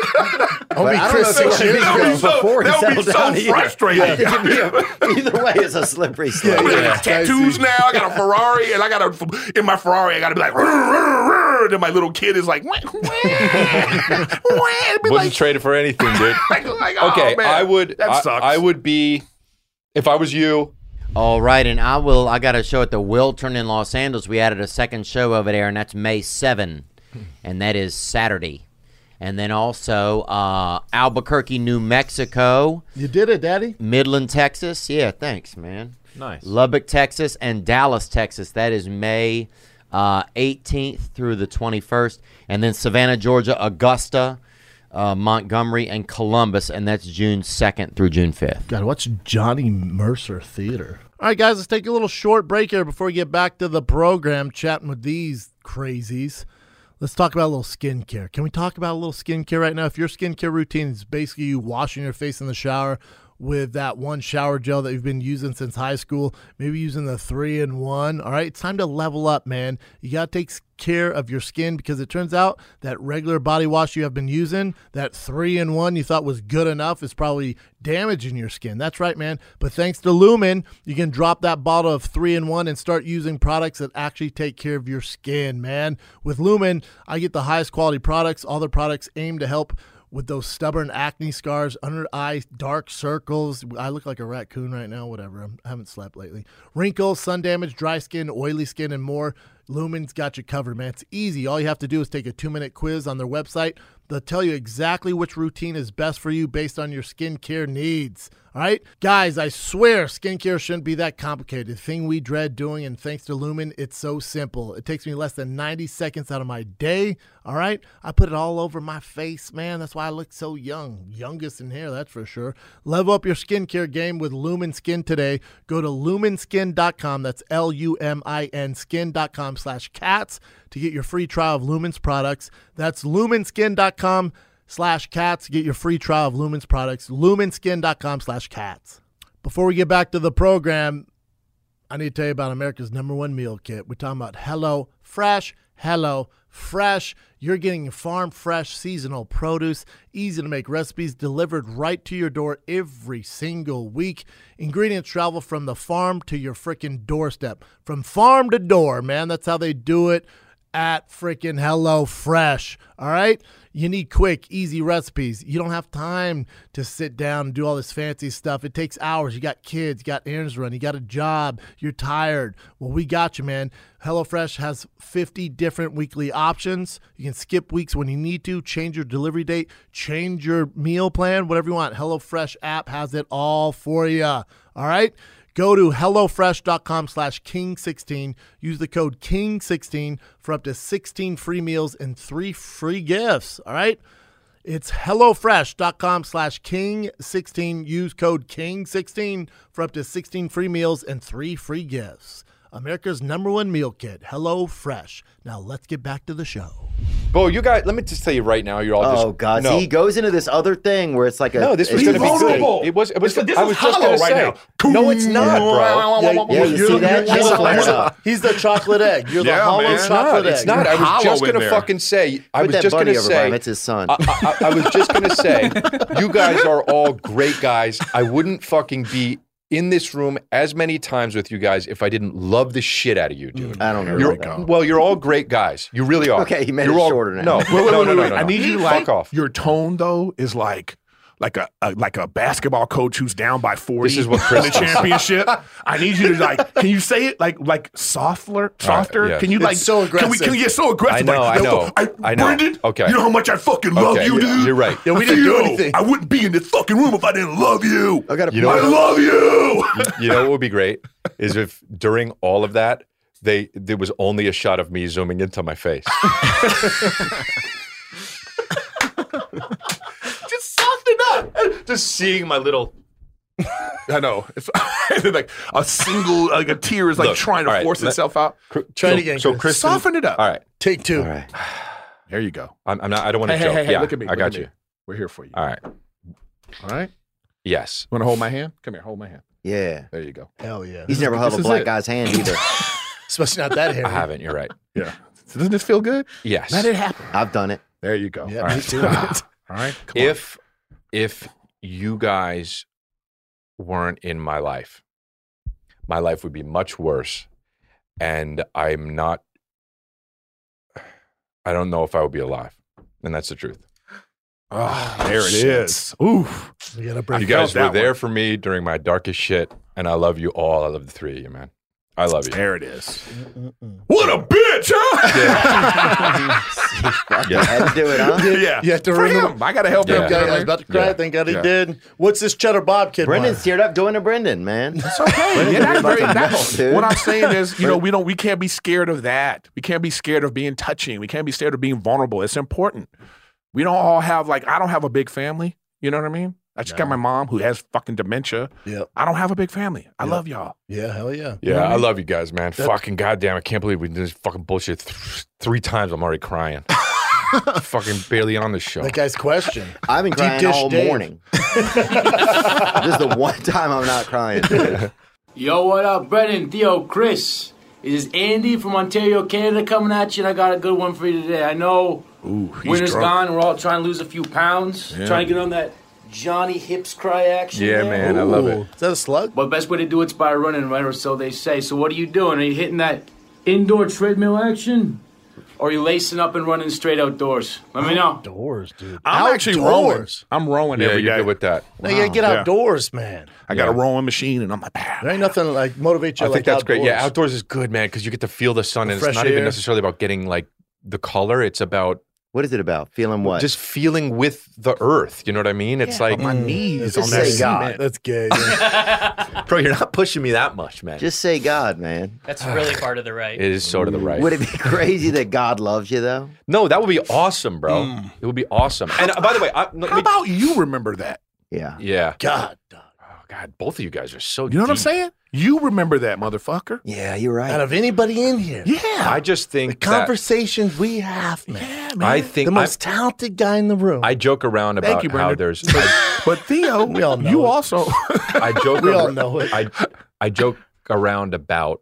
Speaker 3: I'll be
Speaker 4: I don't
Speaker 3: Chris
Speaker 4: know if
Speaker 3: six
Speaker 4: it was
Speaker 3: years
Speaker 4: years
Speaker 3: ago.
Speaker 2: That would be so,
Speaker 4: Before he
Speaker 2: that would be
Speaker 4: settled
Speaker 2: so
Speaker 4: down here.
Speaker 2: frustrating.
Speaker 4: either way, it's a slippery slope.
Speaker 2: I
Speaker 3: Yeah.
Speaker 2: got tattoos now. I got a Ferrari, and I got a in my Ferrari. I got to be like, "Rrr, rrr, rrr," then my little kid is like, wah, wah, wah. Be
Speaker 1: Wouldn't
Speaker 2: like,
Speaker 1: trade it for anything, dude.
Speaker 2: like, like, oh,
Speaker 1: Okay,
Speaker 2: man,
Speaker 1: I would.
Speaker 2: That
Speaker 1: I,
Speaker 2: sucks.
Speaker 1: I would be. If I was you,
Speaker 4: All right, and I will. I got a show at the Wiltern in Los Angeles. We added a second show over there, and that's May seven, and that is Saturday. And then also uh, Albuquerque, New Mexico,
Speaker 3: You did it, Daddy.
Speaker 4: Midland, Texas. Yeah, thanks, man.
Speaker 1: Nice.
Speaker 4: Lubbock, Texas, and Dallas, Texas. That is May uh, 18th through the 21st. And then Savannah, Georgia, Augusta, uh, Montgomery, and Columbus. And that's June 2nd through June 5th.
Speaker 3: God, what's Johnny Mercer Theater? All right, guys, let's take a little short break here before we get back to the program, chatting with these crazies. Let's talk about a little skincare. Can we talk about a little skincare right now? If your skincare routine is basically you washing your face in the shower with that one shower gel that you've been using since high school, maybe using the three in one, all right, it's time to level up, man. You got to take s- care of your skin because it turns out that regular body wash you have been using, that three in one you thought was good enough, is probably damaging your skin. That's right, man. But thanks to Lumen, you can drop that bottle of three in one and start using products that actually take care of your skin, man. With Lumen, I get the highest quality products. All the products aim to help with those stubborn acne scars, under eye dark circles. I look like a raccoon right now, whatever. I'm, I haven't slept lately. Wrinkles, sun damage, dry skin, oily skin, and more. Lumen's got you covered, man. It's easy. All you have to do is take a two minute quiz on their website. They'll tell you exactly which routine is best for you based on your skincare needs. All right? Guys, I swear skincare shouldn't be that complicated. The thing we dread doing, and thanks to Lumen, it's so simple. It takes me less than 90 seconds out of my day. All right? I put it all over my face, man. That's why I look so young. Youngest in here, that's for sure. Level up your skincare game with Lumen Skin today. Go to lumenskin.com. That's L U M I N skin.com slash cats to get your free trial of Lumen's products. That's lumenskin.com slash cats. Get your free trial of Lumen's products. Lumenskin.com slash cats. Before we get back to the program, I need to tell you about America's number one meal kit. We're talking about Hello Fresh. Hello Fresh. You're getting farm fresh seasonal produce, easy to make recipes delivered right to your door every single week. Ingredients travel from the farm to your freaking doorstep. From farm to door, man. That's how they do it at freaking Hello Fresh. All right? You need quick, easy recipes. You don't have time to sit down and do all this fancy stuff. It takes hours. You got kids, you got errands to run, you got a job, you're tired. Well, we got you, man. HelloFresh has 50 different weekly options. You can skip weeks when you need to, change your delivery date, change your meal plan, whatever you want. HelloFresh app has it all for you. All right? Go to HelloFresh.com slash King16. Use the code King16 for up to 16 free meals and three free gifts. All right? It's HelloFresh.com slash King16. Use code King16 for up to 16 free meals and three free gifts. America's number one meal kit, HelloFresh. Now let's get back to the show.
Speaker 1: Bo, you guys, let me just tell you right now, you're all just.
Speaker 4: Oh God!
Speaker 1: No.
Speaker 4: See, he goes into this other thing where it's like a
Speaker 1: No, this was
Speaker 4: it's
Speaker 1: going to be
Speaker 2: vulnerable.
Speaker 1: good. It was. It was.
Speaker 2: This- this
Speaker 1: I
Speaker 2: is
Speaker 1: was just
Speaker 2: hollow
Speaker 1: going
Speaker 2: right
Speaker 1: to say. No, it's not, bro.
Speaker 2: Yeah,
Speaker 4: yeah, you see that?
Speaker 3: He's
Speaker 4: Jesus
Speaker 3: the-
Speaker 4: flares
Speaker 3: he's the-
Speaker 4: up.
Speaker 3: He's the chocolate egg. You're the
Speaker 2: Yeah,
Speaker 3: hollow
Speaker 2: man. It's
Speaker 1: It's not.
Speaker 3: chocolate egg.
Speaker 1: It's not. I
Speaker 2: You're
Speaker 1: was
Speaker 2: hollow
Speaker 1: just
Speaker 2: in
Speaker 1: going to
Speaker 2: there.
Speaker 1: fucking say. I
Speaker 4: Put
Speaker 1: was
Speaker 4: that
Speaker 1: just going
Speaker 4: bunny
Speaker 1: to
Speaker 4: over by
Speaker 1: say.
Speaker 4: him. It's his son.
Speaker 1: I, I, I was just going to say, you guys are all great guys. I wouldn't fucking be in this room as many times with you guys if I didn't love the shit out of you, dude.
Speaker 4: I don't know.
Speaker 1: You're, well, you're all great guys. You really are.
Speaker 4: Okay, he made
Speaker 1: you're
Speaker 4: it
Speaker 1: all,
Speaker 4: shorter now.
Speaker 1: No,
Speaker 4: Wait,
Speaker 2: Wait, wait,
Speaker 1: no,
Speaker 2: wait,
Speaker 1: no, no,
Speaker 2: wait.
Speaker 1: no,
Speaker 2: I
Speaker 1: no.
Speaker 2: need you
Speaker 1: Fuck
Speaker 2: like
Speaker 1: off.
Speaker 2: your tone though is like like a, a like a basketball coach who's down by forty.
Speaker 1: This is what
Speaker 2: in
Speaker 1: Chris
Speaker 2: the
Speaker 1: does.
Speaker 2: championship. I need you to like. Can you say it like like softer, softer?
Speaker 1: yeah.
Speaker 2: Can you like
Speaker 3: so
Speaker 2: Can we can
Speaker 3: aggressive.
Speaker 2: you get so aggressive?
Speaker 1: I know,
Speaker 2: Like, yo,
Speaker 1: I know. I know.
Speaker 2: Brendan,
Speaker 1: Okay.
Speaker 2: You know how much I fucking love
Speaker 1: Okay,
Speaker 2: you,
Speaker 1: yeah,
Speaker 2: dude.
Speaker 1: you're right.
Speaker 3: Yeah, we didn't do
Speaker 2: Yo,
Speaker 3: anything.
Speaker 2: I wouldn't be in this fucking room if I didn't love you.
Speaker 4: I gotta-
Speaker 1: You know
Speaker 2: I
Speaker 1: what?
Speaker 2: love you.
Speaker 1: You know what would be great is if during all of that they there was only a shot of me zooming into my face.
Speaker 2: Just soften up.
Speaker 5: Just seeing my little.
Speaker 2: I know. It's like a single, like a tear is like
Speaker 1: Look,
Speaker 2: trying to
Speaker 1: all right,
Speaker 2: force
Speaker 1: let-
Speaker 2: itself out.
Speaker 3: Try it again,
Speaker 1: So,
Speaker 3: Chris.
Speaker 1: Chris,
Speaker 2: Soften it up.
Speaker 1: All right,
Speaker 3: Take two.
Speaker 4: All right.
Speaker 2: There you go.
Speaker 1: I'm, I'm not. I don't want to
Speaker 2: Hey, hey,
Speaker 1: joke.
Speaker 2: hey, hey,
Speaker 1: yeah,
Speaker 2: look at me.
Speaker 1: I
Speaker 2: look
Speaker 1: got
Speaker 2: at me.
Speaker 1: you.
Speaker 2: We're here for you.
Speaker 1: All right.
Speaker 2: All right.
Speaker 1: Yes.
Speaker 2: Want to hold my hand? Come here. Hold my hand.
Speaker 4: Yeah,
Speaker 2: There you go.
Speaker 3: Hell yeah.
Speaker 4: he's never held
Speaker 2: This
Speaker 4: a
Speaker 2: is
Speaker 4: black
Speaker 2: it.
Speaker 4: guy's hand either.
Speaker 3: Especially not that hairy.
Speaker 1: I haven't. You're right.
Speaker 2: Yeah. So doesn't this feel good?
Speaker 1: Yes.
Speaker 2: happen.
Speaker 4: I've done it.
Speaker 2: There you go.
Speaker 3: Yeah,
Speaker 2: All
Speaker 3: me
Speaker 2: right.
Speaker 3: too.
Speaker 2: All right. Come on.
Speaker 1: if if you guys weren't in my life my life would be much worse and i'm not i don't know if i would be alive and that's the truth
Speaker 2: Oh, there it is. Oof.
Speaker 1: Ah,
Speaker 3: We gotta break
Speaker 1: you guys
Speaker 2: felt
Speaker 1: were
Speaker 2: that
Speaker 1: there for me during my darkest shit And I love you all. I love the three of you, man. I love you.
Speaker 2: There it is. What a bitch, huh?
Speaker 1: Yeah. Had to do it, huh?
Speaker 2: Yeah.
Speaker 3: You have to
Speaker 2: For
Speaker 3: remember-
Speaker 2: him. I got to help him.
Speaker 3: Okay, I was about to cry. Thank God he did. What's this Cheddar Bob kid?
Speaker 4: Brendan teared up doing a Brendan, man.
Speaker 2: That's okay. Yeah, that's very- that's-
Speaker 4: dude.
Speaker 2: what I'm saying is, you know, we don't we can't be scared of that. We can't be scared of being touching. We can't be scared of being vulnerable. It's important. We don't all have like I don't have a big family. You know what I mean? I just got my mom who has fucking dementia.
Speaker 3: Yep.
Speaker 2: I don't have a big family. I love y'all.
Speaker 3: Yeah, hell yeah.
Speaker 1: Yeah,
Speaker 2: Yeah.
Speaker 1: I love you guys, man. fucking goddamn, I can't believe we did this fucking bullshit th- three times. I'm already crying. fucking barely on the show.
Speaker 3: That guy's question.
Speaker 4: I've been
Speaker 3: Deep
Speaker 4: crying
Speaker 3: dish
Speaker 4: all
Speaker 3: Dave.
Speaker 4: morning. this is the one time I'm not crying. dude.
Speaker 11: Yo, what up, Brendan, Theo, Chris? This is Andy from Ontario, Canada, coming at you, and I got a good one for you today. I know
Speaker 2: Ooh, he's
Speaker 11: winter's
Speaker 2: drunk.
Speaker 11: gone. We're all trying to lose a few pounds,
Speaker 2: Yeah.
Speaker 11: trying to get on that Johnny Hips cry action.
Speaker 1: Yeah,
Speaker 11: there.
Speaker 1: man, I love it.
Speaker 3: Is that a slug?
Speaker 11: But best way to do it's by running, right? Or so they say. So what are you doing? Are you hitting that indoor treadmill action? Or are you lacing up and running straight outdoors? Let me know.
Speaker 3: Outdoors, dude.
Speaker 2: I'm actually rowing.
Speaker 3: Outdoors.
Speaker 2: I'm rowing
Speaker 1: Yeah,
Speaker 2: every
Speaker 1: you're
Speaker 2: day.
Speaker 1: good with that.
Speaker 3: No, you gotta get
Speaker 2: Yeah.
Speaker 3: outdoors, man.
Speaker 2: I got a
Speaker 1: Yeah.
Speaker 2: rowing machine and I'm like, "Bah,
Speaker 3: There ain't nothing like motivate you
Speaker 1: I think
Speaker 3: like
Speaker 1: that's
Speaker 3: outdoors.
Speaker 1: great. Yeah, outdoors is good, man, because you get to feel the sun,
Speaker 3: The
Speaker 1: and
Speaker 3: fresh
Speaker 1: it's not
Speaker 3: air.
Speaker 1: even necessarily about getting like the color. It's about
Speaker 4: What is it about? Feeling what?
Speaker 1: just feeling with the earth. You know what I mean? It's like, mm.
Speaker 2: my knees on
Speaker 4: Just
Speaker 2: that
Speaker 4: say God.
Speaker 2: cement.
Speaker 3: That's gay. yeah.
Speaker 1: bro, you're not pushing me that much, man.
Speaker 4: Just say God, man.
Speaker 7: That's really part of the right.
Speaker 1: it is sort of the right.
Speaker 4: Would it be crazy that God loves you though?
Speaker 1: no, that would be awesome, bro. It would be awesome. Hmm. And uh, by the way, I, no,
Speaker 2: How
Speaker 1: let me-
Speaker 2: about you remember that?
Speaker 4: Yeah.
Speaker 1: yeah,
Speaker 3: God,
Speaker 1: oh, God, both of you guys are so.
Speaker 2: You know what I'm
Speaker 1: deep.
Speaker 2: saying? You remember that, motherfucker.
Speaker 4: Yeah, you're
Speaker 3: out
Speaker 4: right.
Speaker 3: of anybody in here,
Speaker 2: Yeah.
Speaker 1: I just
Speaker 3: the
Speaker 1: think that-
Speaker 3: conversations we have, man.
Speaker 2: yeah,
Speaker 1: I
Speaker 2: man.
Speaker 1: think
Speaker 3: The
Speaker 1: I-
Speaker 3: most talented guy in the room.
Speaker 1: I joke around
Speaker 2: Thank
Speaker 1: about
Speaker 2: you,
Speaker 1: how
Speaker 2: Brendan.
Speaker 1: there's.
Speaker 2: But Theo,
Speaker 3: We all know
Speaker 2: you
Speaker 3: it.
Speaker 2: also
Speaker 1: I joke.
Speaker 3: We
Speaker 1: ar-
Speaker 3: all know it.
Speaker 1: I I joke around about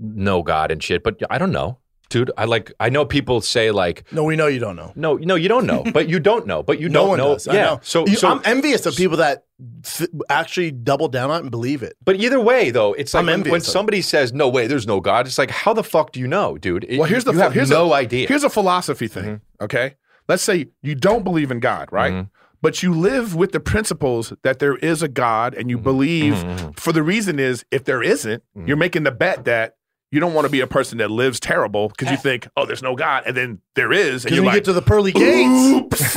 Speaker 1: no God and shit, but I don't know, dude. I like. I know people say like,
Speaker 3: no, we know you don't know.
Speaker 1: no, no, you don't know, but you don't know, but you
Speaker 3: no
Speaker 1: don't
Speaker 3: one
Speaker 1: know.
Speaker 3: does.
Speaker 1: Yeah.
Speaker 3: I know.
Speaker 1: So
Speaker 3: You-
Speaker 1: so.
Speaker 3: I'm envious of people that th- actually double down on it and believe it.
Speaker 1: but either way, though, it's like
Speaker 3: I'm
Speaker 1: when,
Speaker 3: envious
Speaker 1: when
Speaker 3: of it.
Speaker 1: somebody says, "No way, there's no God," it's like, how the fuck do you know, dude? It-
Speaker 2: Well, here's the
Speaker 1: you have
Speaker 2: here's
Speaker 1: no
Speaker 2: a,
Speaker 1: idea. Mm-hmm.
Speaker 2: Here's a philosophy thing. Okay, let's say you don't believe in God, right? But you live with the principles that there is a God, and you
Speaker 1: Mm-hmm.
Speaker 2: believe. For the reason is, if there isn't, you're making the bet that you don't want to be a person that lives terrible because you think, oh, there's no God, and then there is, and
Speaker 3: Because
Speaker 2: you're
Speaker 3: you
Speaker 2: like,
Speaker 3: get to the pearly gates.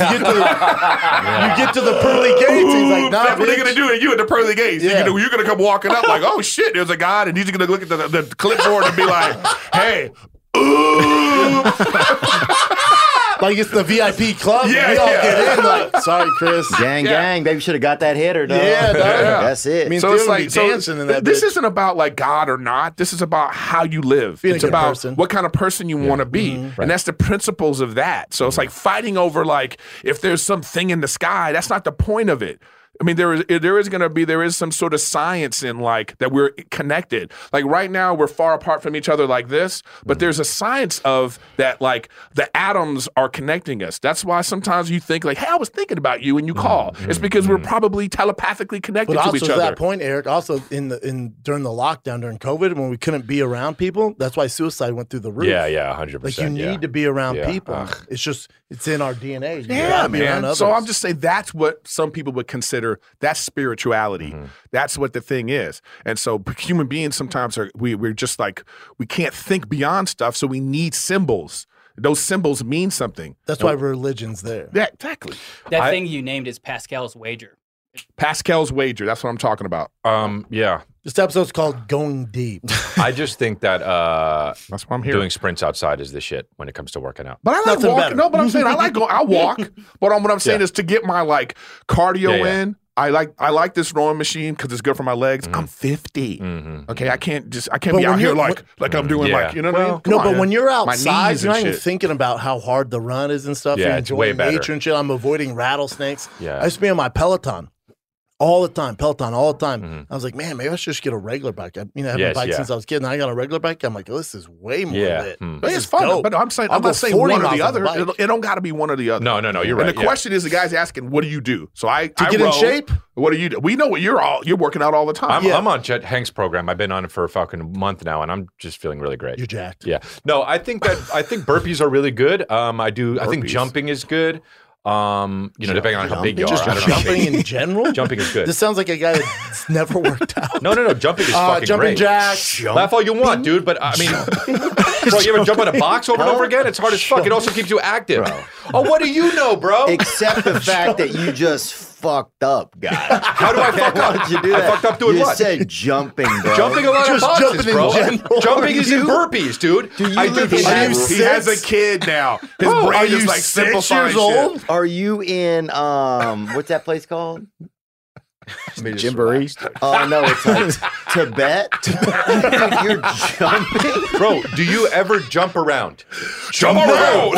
Speaker 3: You get to the, you get to the pearly gates. He's like,
Speaker 2: "Oops,
Speaker 3: nah,
Speaker 2: that's what they're
Speaker 3: bitch."
Speaker 2: gonna do, and you at the pearly gates.
Speaker 3: Yeah.
Speaker 2: You're, gonna, you're gonna come walking up like, oh shit, there's a God, and he's gonna look at the, the clipboard and be like, hey,
Speaker 3: Like it's the VIP club.
Speaker 2: Yeah,
Speaker 3: we all
Speaker 2: yeah.
Speaker 3: get in.
Speaker 1: Uh,
Speaker 3: Like, sorry, Chris.
Speaker 4: Gang, gang, baby should have got that hitter, dog.
Speaker 3: Yeah, dog.
Speaker 4: that's it.
Speaker 3: I mean,
Speaker 2: so
Speaker 3: Dude,
Speaker 2: it's
Speaker 3: be
Speaker 2: like so
Speaker 3: dancing in that
Speaker 2: th- this
Speaker 3: bitch.
Speaker 2: isn't about like God or not. This is about how you live.
Speaker 3: Being a
Speaker 2: it's
Speaker 3: good
Speaker 2: about
Speaker 3: person. Mm-hmm.
Speaker 2: what kind of person you want to be, and that's the principles of that. So it's
Speaker 4: Mm-hmm.
Speaker 2: like fighting over like if there's something in the sky. That's not the point of it. I mean, there is there is going to be there is some sort of science in like that we're connected. Like right now, we're far apart from each other like this,
Speaker 4: Mm-hmm.
Speaker 2: but there's a science of that like the atoms are connecting us. That's why sometimes you think like, "Hey, I was thinking about you," and
Speaker 4: Mm-hmm.
Speaker 2: you call. It's because we're probably telepathically connected
Speaker 3: But
Speaker 2: to
Speaker 3: also
Speaker 2: each
Speaker 3: to
Speaker 2: other.
Speaker 3: that point, Eric. Also in the in during the lockdown during COVID, when we couldn't be around people, that's why suicide went through the roof.
Speaker 1: yeah, yeah, hundred
Speaker 3: Like you
Speaker 1: percent.
Speaker 3: need
Speaker 1: yeah.
Speaker 3: to be around
Speaker 1: Yeah.
Speaker 3: people.
Speaker 1: Ugh.
Speaker 3: It's just it's in our DNA. You
Speaker 2: Yeah,
Speaker 3: gotta be around
Speaker 2: man. So
Speaker 3: others.
Speaker 2: I'm just saying that's what some people would consider that's spirituality. That's what the thing is. And so p- human beings sometimes are we we're just like we can't think beyond stuff, so we need symbols. Those symbols mean something.
Speaker 3: That's why religion's there.
Speaker 2: Yeah, exactly.
Speaker 7: That
Speaker 1: I-
Speaker 7: thing you named is Pascal's wager.
Speaker 2: Pascal's wager. That's what I'm talking about.
Speaker 1: Um, yeah.
Speaker 3: This episode's called "Going Deep."
Speaker 1: I just think that uh,
Speaker 2: That's what I'm hearing.
Speaker 1: doing sprints outside is the shit when it comes to working out.
Speaker 2: But I like
Speaker 3: Nothing
Speaker 2: walking.
Speaker 3: better.
Speaker 2: No, but I'm saying I like going. I walk. But um, what I'm saying
Speaker 1: Yeah.
Speaker 2: is to get my like cardio
Speaker 1: Yeah, yeah. Mm.
Speaker 2: in. I like I like this rowing machine because it's good for my legs. I'm 50. Okay, I can't just I can't
Speaker 3: But
Speaker 2: be
Speaker 3: when
Speaker 2: out here
Speaker 3: you're-
Speaker 2: like like I'm doing
Speaker 1: Mm-hmm. Yeah.
Speaker 2: like you know what I mean. Come
Speaker 3: no,
Speaker 2: on.
Speaker 3: but when you're
Speaker 2: My
Speaker 3: outside,
Speaker 2: knees
Speaker 3: you're
Speaker 2: and
Speaker 3: not even
Speaker 2: shit.
Speaker 3: thinking about how hard the run is and stuff.
Speaker 1: Yeah,
Speaker 3: you're
Speaker 1: it's way
Speaker 3: enjoying
Speaker 1: better.
Speaker 3: nature and shit. I'm avoiding rattlesnakes.
Speaker 1: Yeah.
Speaker 3: I used to be on my Peloton all the time, Peloton all the time. I was like, man, maybe I should just get a regular bike. I mean, I haven't
Speaker 1: Mm-hmm. Yes,
Speaker 3: bike
Speaker 1: yeah.
Speaker 3: since I was a kid, and I got a regular bike. I'm like, oh, this is way more
Speaker 1: Yeah.
Speaker 3: lit.
Speaker 1: Hmm.
Speaker 2: But
Speaker 3: This
Speaker 2: it's
Speaker 3: is
Speaker 2: fun.
Speaker 3: dope.
Speaker 2: But I'm saying
Speaker 3: I'll
Speaker 2: I'm
Speaker 3: go
Speaker 2: not saying
Speaker 3: 40
Speaker 2: one or
Speaker 3: miles
Speaker 2: the
Speaker 3: on
Speaker 2: other.
Speaker 3: bike.
Speaker 2: It, it don't got to be one or the other.
Speaker 1: No, no, no. You're
Speaker 2: And
Speaker 1: right.
Speaker 2: the
Speaker 1: yeah.
Speaker 2: question is, the guy's asking, "What do you do?" So I to
Speaker 3: get in shape?
Speaker 2: What do you do? We know what you're all. You're working out all the time.
Speaker 1: I'm, I'm on Chet Hanks' program. I've been on it for a fucking month now, and I'm just feeling really great.
Speaker 3: You're jacked.
Speaker 1: Yeah. No, I think that I think burpees are really good. Um, I do. I think
Speaker 2: Burpees.
Speaker 1: jumping is good. Um, you know, depending on how big you are.
Speaker 3: Just
Speaker 1: I don't know how
Speaker 3: jumping
Speaker 1: big-
Speaker 3: in general.
Speaker 1: Jumping is good.
Speaker 3: This sounds like a guy that's never worked out.
Speaker 1: No, no, no. Jumping is
Speaker 3: Uh,
Speaker 1: fucking
Speaker 3: jumping
Speaker 1: great.
Speaker 3: jacks.
Speaker 1: Laugh all you want, dude. But uh, I mean, bro, you ever jump on a box over and over again? It's hard as fuck. It also keeps you active. Oh, what do you know, bro?
Speaker 4: Except the fact that you just fucked up, guy. How
Speaker 1: do I fuck
Speaker 4: Why
Speaker 1: up?
Speaker 4: did you do
Speaker 1: I
Speaker 4: that?
Speaker 1: fucked up doing
Speaker 4: you
Speaker 1: what?
Speaker 4: said jumping, bro.
Speaker 1: Jumping a lot
Speaker 4: Just
Speaker 1: of boxes,
Speaker 4: jumping in
Speaker 1: bro.
Speaker 4: general.
Speaker 1: Jumping is in
Speaker 4: You-
Speaker 1: burpees, dude.
Speaker 4: Do you
Speaker 1: I
Speaker 4: live
Speaker 1: do
Speaker 4: in
Speaker 1: the
Speaker 4: Are you
Speaker 1: same-
Speaker 2: He has a kid now. His
Speaker 1: Oh,
Speaker 4: Bro,
Speaker 2: brain
Speaker 4: are
Speaker 2: is
Speaker 4: you
Speaker 2: like
Speaker 4: six
Speaker 2: simplifying
Speaker 4: years
Speaker 2: shit.
Speaker 4: old? Are you in um what's that place called?
Speaker 6: Jimboree.
Speaker 4: Oh no, it's like Tibet. You're jumping.
Speaker 1: Bro, do you ever jump around?
Speaker 2: Jump around.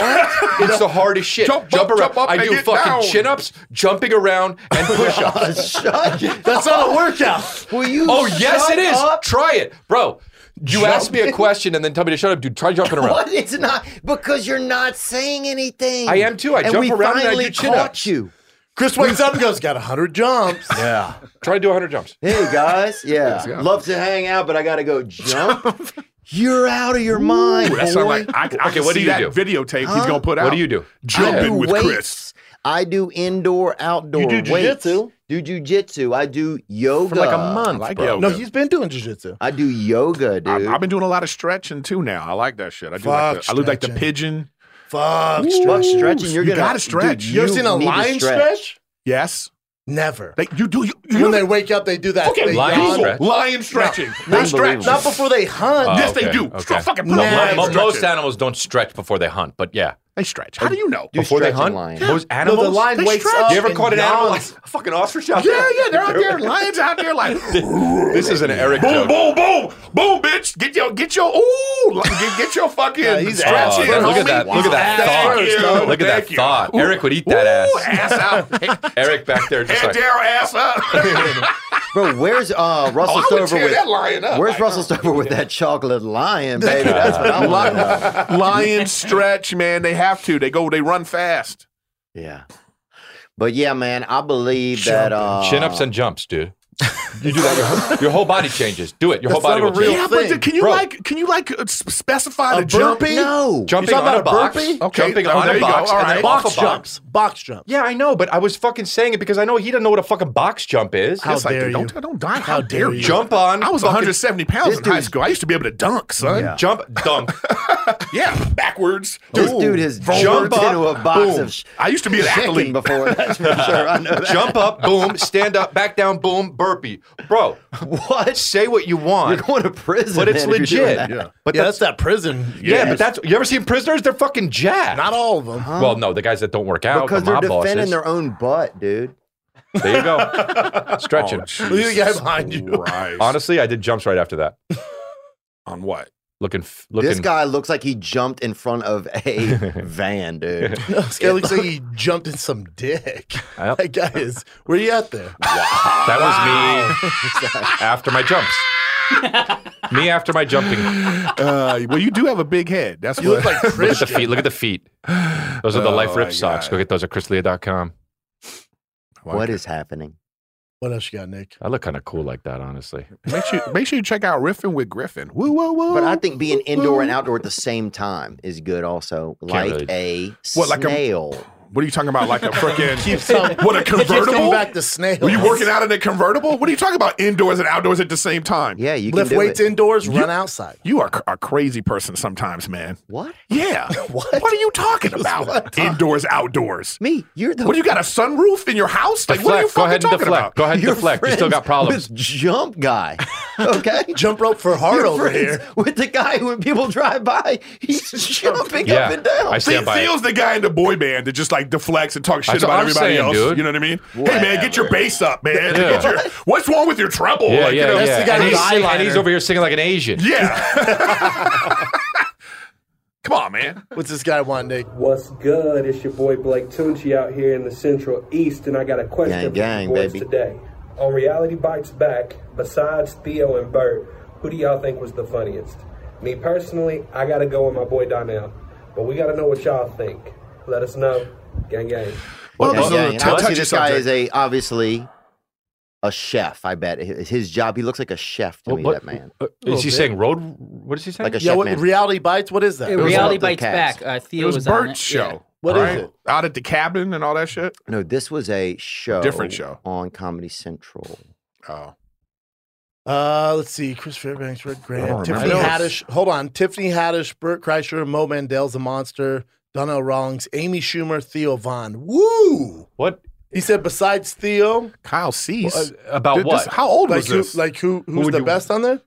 Speaker 1: it's the hardest shit.
Speaker 2: Jump up,
Speaker 1: Jump, around.
Speaker 2: jump up,
Speaker 1: I
Speaker 2: and
Speaker 1: do
Speaker 2: get
Speaker 1: fucking
Speaker 2: down.
Speaker 1: chin ups, jumping around, and push ups.
Speaker 4: Oh, Shut
Speaker 3: That's not a workout.
Speaker 4: Will you
Speaker 1: oh, yes, it
Speaker 4: shut
Speaker 1: is.
Speaker 4: up?
Speaker 1: Try it. Bro, you
Speaker 4: Jump
Speaker 1: asked me a
Speaker 4: it.
Speaker 1: question and then tell me to shut up, dude. Try jumping around.
Speaker 4: What? It's not because you're not saying anything.
Speaker 1: I am too. I
Speaker 4: and
Speaker 1: jump
Speaker 4: we
Speaker 1: around and I
Speaker 4: finally
Speaker 1: do chin
Speaker 4: caught
Speaker 1: ups.
Speaker 4: you.
Speaker 3: Chris wakes up and goes, "Got hundred jumps."
Speaker 4: Yeah.
Speaker 1: Try to do 100 jumps.
Speaker 4: Hey guys, yeah, love to hang out, but I gotta go jump. You're out of your mind,
Speaker 2: Ooh, that
Speaker 4: boy.
Speaker 2: sound like I, I
Speaker 1: Okay,
Speaker 2: can
Speaker 1: what
Speaker 2: see
Speaker 1: do you
Speaker 2: that
Speaker 1: do?
Speaker 2: videotape he's
Speaker 4: Huh?
Speaker 2: gonna put out.
Speaker 1: What do you do?
Speaker 4: I
Speaker 2: Jumping
Speaker 4: do
Speaker 2: with
Speaker 4: weights.
Speaker 2: Chris.
Speaker 4: I do indoor, outdoor
Speaker 3: You do
Speaker 4: weights.
Speaker 3: jujitsu?
Speaker 4: Do jujitsu. I do yoga
Speaker 1: For like a month,
Speaker 2: like
Speaker 1: bro.
Speaker 2: yoga.
Speaker 3: No, he's been doing jujitsu.
Speaker 4: I do yoga, dude.
Speaker 2: I, I've been doing a lot of stretching too now. I like that shit. I do like
Speaker 3: Fuck
Speaker 2: the, I look like the
Speaker 3: stretching.
Speaker 2: pigeon.
Speaker 3: Fuck.
Speaker 4: Fuck
Speaker 3: stretch.
Speaker 4: stretching. You're
Speaker 2: you
Speaker 4: gonna
Speaker 2: gotta stretch.
Speaker 4: dude,
Speaker 2: You
Speaker 3: You ever seen a
Speaker 4: need to
Speaker 3: lion stretch?
Speaker 2: Yes,
Speaker 3: Never.
Speaker 2: like you do. You, you
Speaker 3: when
Speaker 2: know-
Speaker 3: they wake up, they do that.
Speaker 2: okay,
Speaker 3: They
Speaker 1: lion
Speaker 3: yawn.
Speaker 2: Google,
Speaker 1: stretch.
Speaker 2: lion stretching.
Speaker 4: Unbelievable.
Speaker 2: They stretch.
Speaker 3: Not before they hunt.
Speaker 1: Oh,
Speaker 2: Uh, yes,
Speaker 1: okay,
Speaker 2: they do.
Speaker 1: okay.
Speaker 2: Stre- fucking put
Speaker 3: No,
Speaker 2: a lion
Speaker 1: Mo-
Speaker 3: mo-
Speaker 2: stretching.
Speaker 1: most animals don't stretch before they hunt, but yeah.
Speaker 2: They stretch. How do you know?
Speaker 4: Do
Speaker 1: before they hunt,
Speaker 4: stretching lion.
Speaker 1: those
Speaker 3: No,
Speaker 1: animals.
Speaker 3: the lion
Speaker 2: They
Speaker 3: wakes
Speaker 2: stretch.
Speaker 3: up.
Speaker 1: you ever
Speaker 3: and
Speaker 1: caught an animal like
Speaker 3: yawns.
Speaker 1: a fucking ostrich out
Speaker 2: Yeah,
Speaker 1: there?
Speaker 2: yeah, they're out there. Lions out there, like
Speaker 1: This is an Eric
Speaker 2: boom,
Speaker 1: joke.
Speaker 2: boom, boom, boom, bitch. Get your, get your, ooh, like, get, get your fucking
Speaker 3: Yeah, he's
Speaker 1: Oh,
Speaker 2: stretching.
Speaker 1: that- look at
Speaker 2: homie.
Speaker 1: that! Look at that thought!
Speaker 2: Thank you,
Speaker 1: Look at that
Speaker 2: thank you.
Speaker 1: thought!
Speaker 2: Ooh,
Speaker 1: Eric would eat that
Speaker 2: ooh, ass
Speaker 1: ass.
Speaker 2: out.
Speaker 1: Eric back there just
Speaker 2: Hand
Speaker 1: like,
Speaker 2: their ass up.
Speaker 4: Bro, where's uh Russell
Speaker 2: Oh, I would
Speaker 4: Stover
Speaker 2: tear
Speaker 4: with
Speaker 2: that lion up.
Speaker 4: Where's
Speaker 2: Like,
Speaker 4: Russell Stover with that chocolate lion, baby? That's what I want.
Speaker 2: Lion stretch, man. They have to. They go. They run fast.
Speaker 4: Yeah. But yeah, man, I believe that uh
Speaker 1: Chin ups and jumps, dude. You do that. Your, your whole body changes. Do it. Your whole
Speaker 3: That's
Speaker 1: body
Speaker 3: not
Speaker 1: will
Speaker 3: a real
Speaker 1: change.
Speaker 2: Yeah,
Speaker 3: thing.
Speaker 2: but can you
Speaker 1: Bro.
Speaker 2: like? Can you like uh, s- specify
Speaker 3: A
Speaker 2: the jump?
Speaker 3: burpee?
Speaker 4: No.
Speaker 1: Jumping
Speaker 3: talking
Speaker 1: on a
Speaker 3: about a
Speaker 1: box.
Speaker 3: burpee?
Speaker 2: Okay,
Speaker 1: Jumping
Speaker 2: now
Speaker 1: on
Speaker 2: there
Speaker 1: a
Speaker 2: you go.
Speaker 1: box
Speaker 2: All
Speaker 1: and
Speaker 2: right.
Speaker 1: then off a
Speaker 3: box
Speaker 1: box.
Speaker 3: jumps. Box jumps.
Speaker 1: Yeah, I know, but I was fucking saying it because I know he doesn't know what a fucking box jump is.
Speaker 3: How
Speaker 2: It's like,
Speaker 3: dare
Speaker 2: dude,
Speaker 3: you?
Speaker 2: Don't, don't die. How, dare you?
Speaker 1: Jump on.
Speaker 2: I was
Speaker 1: fucking-
Speaker 2: 170 pounds
Speaker 4: This
Speaker 2: in high
Speaker 4: dude's-
Speaker 2: school. I used to be able to dunk, son. Yeah,
Speaker 1: Jump, dunk.
Speaker 2: backwards.
Speaker 4: This dude has
Speaker 2: forward,
Speaker 4: jumped
Speaker 1: up,
Speaker 4: into a box
Speaker 2: boom.
Speaker 4: of sh-
Speaker 2: I used to be an
Speaker 4: chicken
Speaker 2: athlete.
Speaker 4: before. That's for sure. I know that.
Speaker 1: jump up, boom, stand up, back down, boom, burpee. Bro,
Speaker 4: What?
Speaker 1: say what you
Speaker 4: You're
Speaker 1: want,
Speaker 4: going to prison.
Speaker 1: but it's
Speaker 4: man, if you're doing
Speaker 1: legit.
Speaker 4: that.
Speaker 1: But
Speaker 3: Yeah,
Speaker 1: that's
Speaker 3: that's that prison.
Speaker 1: yeah, but that's you ever seen prisoners? They're fucking jacked.
Speaker 3: Not all of them.
Speaker 1: Well, no, the guys that don't work out,
Speaker 4: Because
Speaker 1: the
Speaker 4: they're
Speaker 1: mob
Speaker 4: defending
Speaker 1: bosses.
Speaker 4: their own butt, dude.
Speaker 1: There you go, stretching.
Speaker 3: Look at the guy behind you.
Speaker 2: Oh, Christ.
Speaker 1: Honestly, I did jumps right after that.
Speaker 2: on what?
Speaker 1: Looking, f- looking.
Speaker 4: This guy looks like he jumped in front of a van, dude.
Speaker 3: No, this guy looks like he jumped in some dick.
Speaker 1: Yep.
Speaker 3: That guy is. Where you at there?
Speaker 1: that was me after my jumps. me after my jumping.
Speaker 2: Uh, well, you do have a big head. That's
Speaker 3: You
Speaker 2: what.
Speaker 3: look like
Speaker 1: Look at the
Speaker 3: Christian.
Speaker 1: feet. Look at the feet. Those are the
Speaker 2: Oh,
Speaker 1: life
Speaker 2: my
Speaker 1: rip socks.
Speaker 2: God.
Speaker 1: Go get those at chrislea.com.
Speaker 4: what is happening?
Speaker 3: What else you got, Nick?
Speaker 1: I look kind of cool like that, honestly.
Speaker 2: Make sure, make sure you check out Riffin with Griffin. Woo, woo, woo.
Speaker 4: But I think being indoor and outdoor at the same time is good, also. Like
Speaker 1: really-
Speaker 4: a
Speaker 2: What, like a-
Speaker 4: snail.
Speaker 2: What are you talking about? Like a
Speaker 3: Keep
Speaker 2: freaking.
Speaker 3: some.
Speaker 2: What, a
Speaker 3: Keep
Speaker 2: convertible?
Speaker 3: coming back to snails.
Speaker 2: Were you working out in a convertible? What are you talking about? Indoors and outdoors at the same time.
Speaker 4: yeah, you
Speaker 3: Lift
Speaker 4: can do
Speaker 3: weights
Speaker 4: it.
Speaker 3: indoors, run outside.
Speaker 2: You are c- a crazy person sometimes, man.
Speaker 4: What?
Speaker 2: Yeah.
Speaker 3: What?
Speaker 2: What are you talking about? Indoors, outdoors.
Speaker 4: Me? You're the
Speaker 2: What, you got a sunroof in your house? Like, what are you
Speaker 1: Deflect. Go
Speaker 2: fucking
Speaker 1: ahead and
Speaker 2: talking
Speaker 1: deflect.
Speaker 2: about?
Speaker 1: Go ahead and
Speaker 4: You're
Speaker 1: deflect. You still
Speaker 4: friends
Speaker 1: got problems.
Speaker 4: With jump guy. Okay.
Speaker 3: Jump rope for hard
Speaker 4: You're
Speaker 3: over
Speaker 4: friends
Speaker 3: here.
Speaker 4: With the guy who when people drive by, he's jumping
Speaker 1: Yeah.
Speaker 4: up and down.
Speaker 1: I stand
Speaker 2: Th-
Speaker 1: by it.
Speaker 2: Theo's the guy in the boy band that just like deflects and talks shit
Speaker 1: That's
Speaker 2: about
Speaker 1: what I'm
Speaker 2: everybody
Speaker 1: saying,
Speaker 2: else.
Speaker 1: dude.
Speaker 2: You know what I mean? Hey man, get your bass up, man.
Speaker 1: Yeah.
Speaker 2: Get your- what's wrong with your
Speaker 3: Oh,
Speaker 2: treble?
Speaker 1: Yeah,
Speaker 2: Like, you
Speaker 1: yeah,
Speaker 2: know,
Speaker 1: yeah.
Speaker 3: the guy
Speaker 1: and,
Speaker 3: with
Speaker 1: he's
Speaker 3: the
Speaker 1: singing- and
Speaker 3: eyeliner.
Speaker 1: he's over here singing like an Asian.
Speaker 2: Yeah. Come on, man.
Speaker 3: What's this guy want, Nick?
Speaker 12: What's good? It's your boy Blake Tunchi out here in the Central East, and I got a question
Speaker 4: Gang,
Speaker 12: for you
Speaker 4: gang,
Speaker 12: boys
Speaker 4: baby.
Speaker 12: today. On Reality Bites Back, besides Theo and Bert, who do y'all think was the funniest? Me personally, I gotta go with my boy Donnell, but we gotta know what y'all think. Let us know. Gang, gang.
Speaker 4: Yeah,
Speaker 2: this is
Speaker 4: yeah,
Speaker 2: a
Speaker 4: and
Speaker 2: touchy
Speaker 4: obviously this guy
Speaker 2: subject.
Speaker 4: is a obviously a chef. I bet Hi- his job. He looks like a chef to
Speaker 1: What-
Speaker 4: me.
Speaker 1: what-
Speaker 4: that man.
Speaker 1: uh,
Speaker 3: Little
Speaker 1: Is he
Speaker 3: bit.
Speaker 1: saying road? What is he saying?
Speaker 4: Like a
Speaker 3: Yeah,
Speaker 4: chef
Speaker 3: what,
Speaker 4: man.
Speaker 3: reality bites? What is that?
Speaker 4: was
Speaker 7: Reality
Speaker 4: about the
Speaker 7: Bites
Speaker 4: cast.
Speaker 7: Back. Uh, Theo
Speaker 2: It was
Speaker 7: on
Speaker 2: Bert's show.
Speaker 7: Yeah.
Speaker 3: What
Speaker 2: What
Speaker 3: is
Speaker 2: is
Speaker 3: it?
Speaker 2: Out at the cabin and all that shit.
Speaker 4: No, this was a show.
Speaker 2: Different show.
Speaker 4: on Comedy Central.
Speaker 2: Oh.
Speaker 3: Uh, let's see. Chris Fairbanks, Red Grant,
Speaker 4: remember
Speaker 3: Tiffany
Speaker 4: this.
Speaker 3: Haddish. Hold on. Tiffany Haddish, Burt Kreischer, Mo Mandel's a monster, Donnell Rawlings, Amy Schumer, Theo Vaughn. Woo!
Speaker 1: What?
Speaker 3: He said besides Theo.
Speaker 2: Kyle Cease.
Speaker 1: about
Speaker 3: Th-
Speaker 1: what?
Speaker 3: this- how old
Speaker 1: Like
Speaker 3: was
Speaker 1: who-
Speaker 3: this?
Speaker 1: like
Speaker 3: who?
Speaker 1: who's the best
Speaker 3: on there?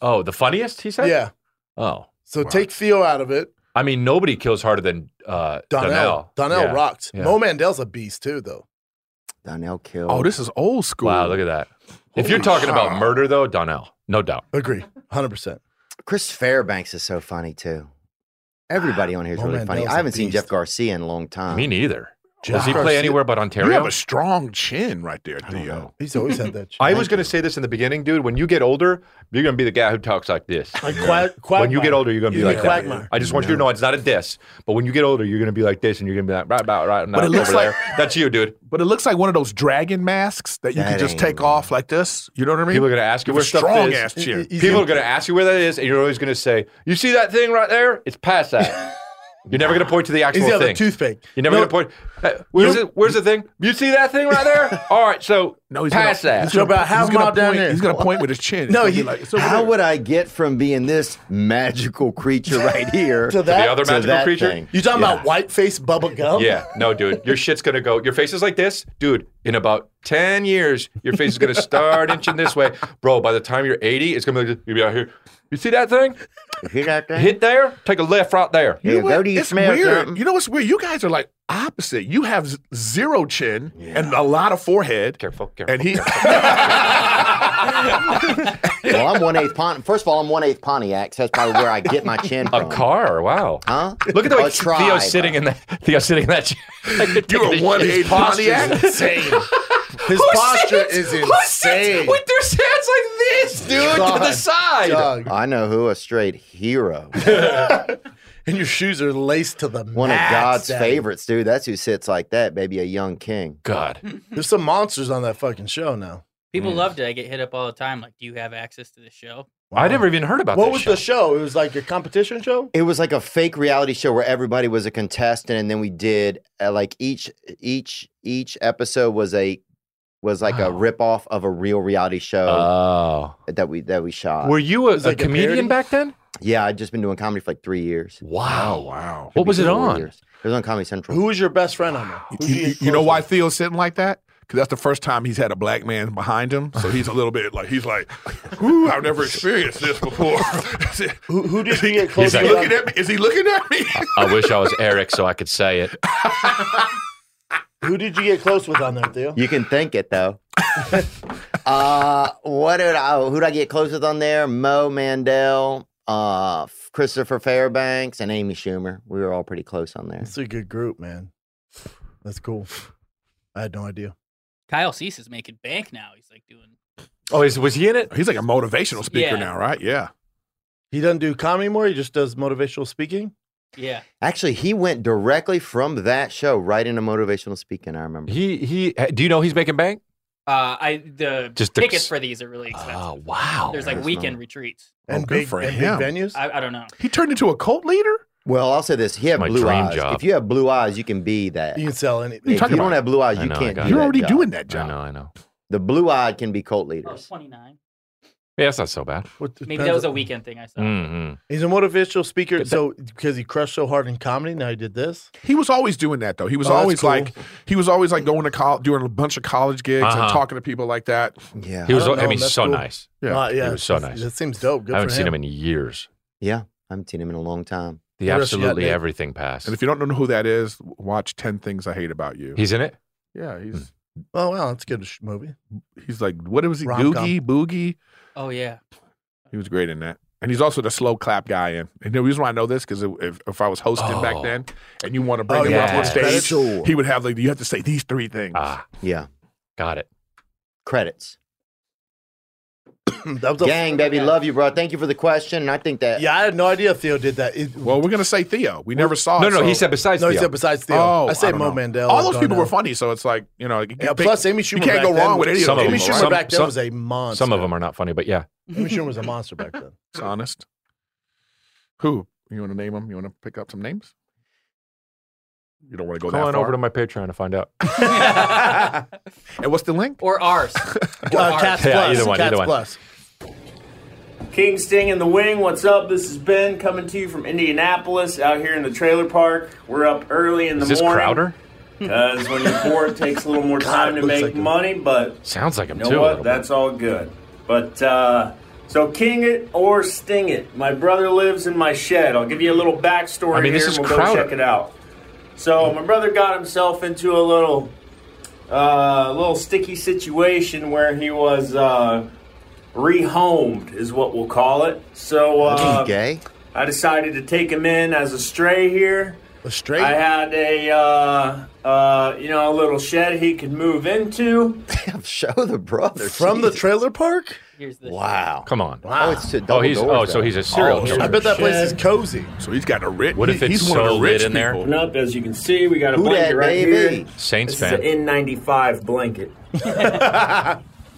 Speaker 1: Oh, the funniest? He said.
Speaker 3: Yeah.
Speaker 1: Oh,
Speaker 3: So take Theo out of it.
Speaker 1: I mean, nobody kills harder than uh,
Speaker 3: Donnell.
Speaker 1: Donnell.
Speaker 3: Donnell
Speaker 1: Yeah.
Speaker 3: rocked.
Speaker 1: Yeah.
Speaker 3: Mo Mandel's a beast too, though.
Speaker 4: Donnell killed.
Speaker 2: Oh, this is old school.
Speaker 1: Wow, look at that. if you're
Speaker 3: Holy
Speaker 1: talking
Speaker 3: cow.
Speaker 1: about murder, though, Donnell, no doubt.
Speaker 3: Agree, hundred percent.
Speaker 4: Chris Fairbanks is so funny too. Everybody on here is
Speaker 1: Mo
Speaker 4: really funny.
Speaker 1: Mandel's
Speaker 4: I
Speaker 1: a
Speaker 4: haven't seen Jeff Garcia in a long time.
Speaker 1: Me neither.
Speaker 4: Jeff
Speaker 1: Does he play
Speaker 4: Garcia-
Speaker 1: anywhere but Ontario?
Speaker 2: You have a strong chin right there, Theo.
Speaker 3: He's always had that.
Speaker 1: I was going to say this in the beginning, dude. When you get older, you're going to be the guy who talks like this.
Speaker 3: Like Quag-
Speaker 1: when you get
Speaker 3: Quagmire.
Speaker 1: older, you're going to be
Speaker 3: You're
Speaker 1: like that.
Speaker 3: Quagmire.
Speaker 1: I just want you to know it's not a diss, but when you get older, you're going to be like this, and you're going to be like right about right now
Speaker 2: But it
Speaker 1: over
Speaker 2: looks
Speaker 1: there.
Speaker 2: like-
Speaker 1: That's you, dude.
Speaker 2: But it looks like one of those dragon masks that you
Speaker 1: That
Speaker 2: can just
Speaker 1: ain't
Speaker 2: take off like this. You know what I mean?
Speaker 1: People are going to ask you
Speaker 2: With
Speaker 1: where
Speaker 2: a
Speaker 1: stuff
Speaker 2: strong
Speaker 1: is.
Speaker 2: ass chin.
Speaker 1: People are going to ask you where that is, and you're always going to say, "You see that thing right there? It's past that." You're never going to point to the actual
Speaker 3: He's got a
Speaker 1: thing.
Speaker 3: toothpick.
Speaker 1: You're never
Speaker 3: No.
Speaker 1: going to point. "Hey, where's it? Where's the thing? You see that thing right there? All right, so no,
Speaker 2: he's
Speaker 1: past
Speaker 2: gonna-
Speaker 1: that.
Speaker 2: he's gonna- About half he's gonna mile down point- there. he's gonna
Speaker 4: What?
Speaker 2: point with his chin. It's
Speaker 4: No,
Speaker 2: gonna be
Speaker 4: he,
Speaker 2: like, "It's over
Speaker 4: how
Speaker 2: there."
Speaker 4: would I get from being this magical creature right here
Speaker 3: To that-
Speaker 1: other magical
Speaker 4: that
Speaker 1: creature?
Speaker 4: thing?
Speaker 3: You talking
Speaker 1: Yeah.
Speaker 3: about white face Bubba Gum?
Speaker 1: Yeah, no, dude, your shit's gonna go. Your face is like this, dude. In about ten years, your face is gonna start inching this way, bro. By the time you're eighty, it's gonna be like this. you'll be out here. You see that thing?
Speaker 4: Hit that thing.
Speaker 1: Hit there. Take a left right there.
Speaker 2: You know what? it's weird. You know what's weird? You guys are like opposite. You have z- zero chin and a lot of forehead.
Speaker 1: Careful,
Speaker 2: careful. And he,
Speaker 4: well, I'm one eighth Pon- First of all, I'm one eighth Pontiac, so that's probably where I get my chin
Speaker 1: A
Speaker 4: from.
Speaker 1: car. Wow.
Speaker 4: Huh?
Speaker 1: Look at the way
Speaker 4: A tribe.
Speaker 1: Theo's sitting in that. Theo's sitting in that. chair.
Speaker 2: You're a one eighth Pontiac.
Speaker 3: His
Speaker 1: Who
Speaker 3: posture
Speaker 1: sits-
Speaker 3: is
Speaker 1: who
Speaker 3: insane.
Speaker 1: sits with their hands like this, dude, to the
Speaker 4: God,
Speaker 1: side.
Speaker 4: Doug. I know who a straight hero.
Speaker 3: and your shoes are laced to the
Speaker 4: One
Speaker 3: max,
Speaker 4: of God's
Speaker 3: Daddy.
Speaker 4: favorites, dude. That's who sits like that, baby. A young king.
Speaker 1: God.
Speaker 3: There's some monsters on that fucking show now.
Speaker 1: Mm.
Speaker 7: People loved it. I get hit up all the time. Like, do you have access to the show?
Speaker 1: I never even heard about
Speaker 3: What was the show? It was like a competition show.
Speaker 4: It was like a fake reality show where everybody was a contestant, and then we did uh, like each each each episode was a was like a rip off of a real reality show.
Speaker 1: Oh,
Speaker 4: that we that we shot.
Speaker 1: Were you a, a
Speaker 4: like a parody?
Speaker 1: comedian back then?
Speaker 4: Yeah, I'd just been doing comedy for like three years.
Speaker 1: Wow,
Speaker 2: wow.
Speaker 1: What was it on?
Speaker 4: It was on Comedy Central.
Speaker 3: Who was your best friend on that?
Speaker 2: you, you- you know why Theo's sitting like that? Because that's the first time he's had a black man behind him. So he's a little bit like, he's like, ooh, I've never experienced this before.
Speaker 3: who, who did you get
Speaker 2: Is
Speaker 1: close
Speaker 2: he
Speaker 1: to?
Speaker 2: looking at me? Is he looking at me?
Speaker 1: I wish I was Eric so I could say it.
Speaker 3: Who did you get close with on there, Theo?
Speaker 4: You can think it though. uh, what did I? Who would I get close with on there? Mo Mandel, uh, Christopher Fairbanks, and Amy Schumer. We were all pretty close on there.
Speaker 3: It's a good group, man. That's cool. I had no idea.
Speaker 7: Kyle Cease is making bank now. He's like doing.
Speaker 1: Oh, is, was he in it?
Speaker 2: He's like a motivational speaker
Speaker 7: Yeah.
Speaker 2: now, right? Yeah.
Speaker 3: He doesn't do comedy anymore. He just does motivational speaking.
Speaker 7: Yeah.
Speaker 4: Actually, he went directly from that show right into motivational speaking. I remember.
Speaker 1: He he. Do you know he's making bank?
Speaker 7: Uh, I the
Speaker 4: Just the-
Speaker 7: tickets for these are really expensive. Oh
Speaker 1: Ah, wow!
Speaker 7: There's like
Speaker 4: That's
Speaker 7: weekend
Speaker 4: not-
Speaker 7: retreats.
Speaker 3: And
Speaker 4: good
Speaker 3: big,
Speaker 4: for
Speaker 3: and
Speaker 4: him.
Speaker 3: big venues.
Speaker 7: I, I don't know.
Speaker 2: He turned into a cult leader.
Speaker 4: Well, I'll say this: he had
Speaker 1: My
Speaker 4: blue
Speaker 1: dream
Speaker 4: eyes.
Speaker 1: job.
Speaker 4: If you have blue eyes, you can be that.
Speaker 3: You can sell anything.
Speaker 4: if you don't have blue eyes,
Speaker 1: I
Speaker 4: you
Speaker 1: know, I
Speaker 4: can't.
Speaker 1: got
Speaker 4: Do
Speaker 1: it.
Speaker 4: that job.
Speaker 2: that
Speaker 1: I know. I know.
Speaker 4: The blue eyed can be cult
Speaker 7: Oh,
Speaker 4: leaders.
Speaker 7: 29.
Speaker 1: Yeah, that's not so bad.
Speaker 3: What the-
Speaker 7: Maybe that was a weekend thing I saw.
Speaker 1: Mm-hmm.
Speaker 3: He's a motivational speaker. So because he crushed so hard in comedy, now he did this.
Speaker 2: He was always doing that though. He was
Speaker 3: Oh, that's
Speaker 2: always
Speaker 3: cool.
Speaker 2: like he was always like going to college, doing a bunch of college gigs and
Speaker 1: Uh-huh.
Speaker 2: talking to people like that.
Speaker 4: Yeah,
Speaker 1: He was.
Speaker 3: I
Speaker 1: I,
Speaker 3: don't know,
Speaker 1: mean,
Speaker 3: that's
Speaker 1: so
Speaker 3: cool.
Speaker 1: nice.
Speaker 2: Yeah.
Speaker 3: Uh, yeah.
Speaker 1: He was so
Speaker 3: that-
Speaker 1: nice.
Speaker 3: That seems dope. Good
Speaker 1: I haven't
Speaker 3: for
Speaker 1: seen
Speaker 3: him.
Speaker 1: him in years.
Speaker 4: Yeah, I haven't seen him in a long time.
Speaker 1: The
Speaker 2: What else you got,
Speaker 1: absolutely
Speaker 2: Nick?
Speaker 1: everything pass.
Speaker 2: And if you don't know who that is, watch Ten Things I Hate About You.
Speaker 1: He's in it.
Speaker 2: yeah, he's
Speaker 1: Hmm.
Speaker 3: Oh well, it's a good sh- movie.
Speaker 2: he's like what was he?
Speaker 3: Rom-com.
Speaker 2: Googie Boogie.
Speaker 7: Oh yeah.
Speaker 2: He was great in that. And he's also the slow clap guy. In. And the reason why I know this because if, if I was hosting back
Speaker 1: Oh.
Speaker 2: then, and you want to bring
Speaker 3: Oh,
Speaker 2: him
Speaker 1: yeah.
Speaker 2: up on stage,
Speaker 4: Sure.
Speaker 2: he would have like you have to say these three things.
Speaker 1: Ah,
Speaker 4: Yeah,
Speaker 1: got it.
Speaker 4: credits.
Speaker 3: that was a
Speaker 4: Gang, baby, love you, bro. Thank you for the question. And I think that
Speaker 3: Yeah, I had no idea Theo did that. It-
Speaker 2: Well, we're gonna say Theo. We never saw.
Speaker 1: No,
Speaker 2: it,
Speaker 1: no, he
Speaker 2: so-
Speaker 1: said besides.
Speaker 3: no, he
Speaker 1: Theo.
Speaker 3: said besides Theo.
Speaker 2: Oh,
Speaker 3: I say
Speaker 2: don't
Speaker 3: Mo
Speaker 2: know.
Speaker 3: Mandel.
Speaker 2: All those people
Speaker 3: Darnell.
Speaker 2: were funny, so it's like you know. you
Speaker 3: Yeah,
Speaker 2: pick-
Speaker 3: plus Amy Schumer.
Speaker 2: You can't
Speaker 3: back
Speaker 2: go
Speaker 3: then
Speaker 2: wrong with
Speaker 3: was-
Speaker 2: any of
Speaker 1: Some
Speaker 2: those.
Speaker 1: of
Speaker 3: Amy
Speaker 1: them
Speaker 2: people,
Speaker 1: were-
Speaker 3: Schumer
Speaker 2: right?
Speaker 3: back then
Speaker 1: some-
Speaker 3: was a monster.
Speaker 1: Some of them are not funny, but yeah.
Speaker 3: Amy Schumer was a monster back then.
Speaker 2: It's honest. Who? You want to name them? You want to pick up some names? You don't want to go
Speaker 1: Go
Speaker 2: that
Speaker 1: on
Speaker 2: far.
Speaker 1: over to my Patreon to find out.
Speaker 2: and what's the link?
Speaker 7: Or ours.
Speaker 3: Or Uh, ours. Cats
Speaker 1: Yeah,
Speaker 3: Plus,
Speaker 1: either one,
Speaker 3: Cats
Speaker 1: either one.
Speaker 3: Plus.
Speaker 13: King Sting in the Wing, what's up? This is Ben coming to you from Indianapolis out here in the trailer park. We're up early in the
Speaker 1: Is this
Speaker 13: morning.
Speaker 1: Crowder?
Speaker 13: Because when you're poor, it takes a little more time to
Speaker 1: looks
Speaker 13: make
Speaker 1: like him.
Speaker 13: money, but
Speaker 1: Sounds like him
Speaker 13: you know
Speaker 1: too. a
Speaker 13: what?
Speaker 1: little bit.
Speaker 13: That's all good. But uh, so king it or sting it. My brother lives in my shed. I'll give you a little backstory
Speaker 1: I mean,
Speaker 13: here.
Speaker 1: this
Speaker 13: and
Speaker 1: is
Speaker 13: we'll
Speaker 1: Crowder.
Speaker 13: go check it out. So my brother got himself into a little, uh, little sticky situation where he was uh, rehomed, is what we'll call it. So uh,
Speaker 4: gay.
Speaker 13: I decided to take him in as a stray here.
Speaker 3: A stray?
Speaker 13: I had a, uh, uh, you know, a little shed he could move into.
Speaker 4: Show the brother
Speaker 3: From the trailer park?
Speaker 7: Here's the
Speaker 4: Wow.
Speaker 1: Come on.
Speaker 4: Wow. Oh, it's to
Speaker 1: Oh,
Speaker 4: double
Speaker 1: he's
Speaker 4: doors,
Speaker 1: oh, so
Speaker 4: though.
Speaker 1: he's a serial
Speaker 13: Oh,
Speaker 1: killer.
Speaker 13: I bet that place is
Speaker 3: cozy.
Speaker 2: So he's got a rich.
Speaker 1: What if
Speaker 13: he-
Speaker 1: it's
Speaker 13: he's one of
Speaker 1: so
Speaker 13: the
Speaker 1: lit
Speaker 13: rich
Speaker 1: in there?
Speaker 13: Open up, as you can see, we got a
Speaker 1: Who
Speaker 13: blanket
Speaker 1: dat,
Speaker 13: right
Speaker 1: baby?
Speaker 13: here.
Speaker 1: Saints
Speaker 13: this
Speaker 1: fan.
Speaker 13: Is an N95 blanket.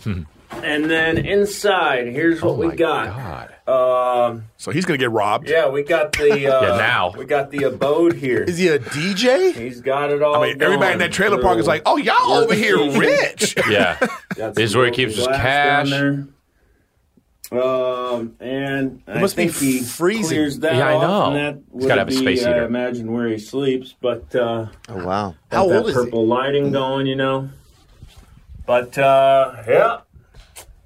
Speaker 13: and then inside, here's what we got. Um,
Speaker 2: so he's gonna get robbed.
Speaker 13: Yeah, we got the. Uh,
Speaker 2: Yeah, now.
Speaker 13: we got the abode here. Is
Speaker 3: he a DJ?
Speaker 13: He's got it all.
Speaker 2: I mean, everybody in
Speaker 13: going
Speaker 2: that trailer park is
Speaker 13: through
Speaker 2: like, "Oh, y'all
Speaker 13: work
Speaker 2: over here
Speaker 13: season.
Speaker 2: rich."
Speaker 1: Yeah.
Speaker 13: Got
Speaker 1: this is
Speaker 13: some
Speaker 1: where he keeps his
Speaker 13: glass
Speaker 1: cash.
Speaker 13: down there. Um, and
Speaker 1: It must
Speaker 13: I
Speaker 1: be
Speaker 13: think he
Speaker 1: freezing.
Speaker 13: Clears that
Speaker 1: Yeah, I
Speaker 13: off,
Speaker 1: know.
Speaker 13: And that
Speaker 1: He's
Speaker 13: would
Speaker 1: gotta have a
Speaker 13: be,
Speaker 1: space
Speaker 13: uh,
Speaker 1: heater.
Speaker 13: Imagine where he sleeps, but uh,
Speaker 4: oh wow,
Speaker 13: how old is purple lighting going, you know. But uh, yeah,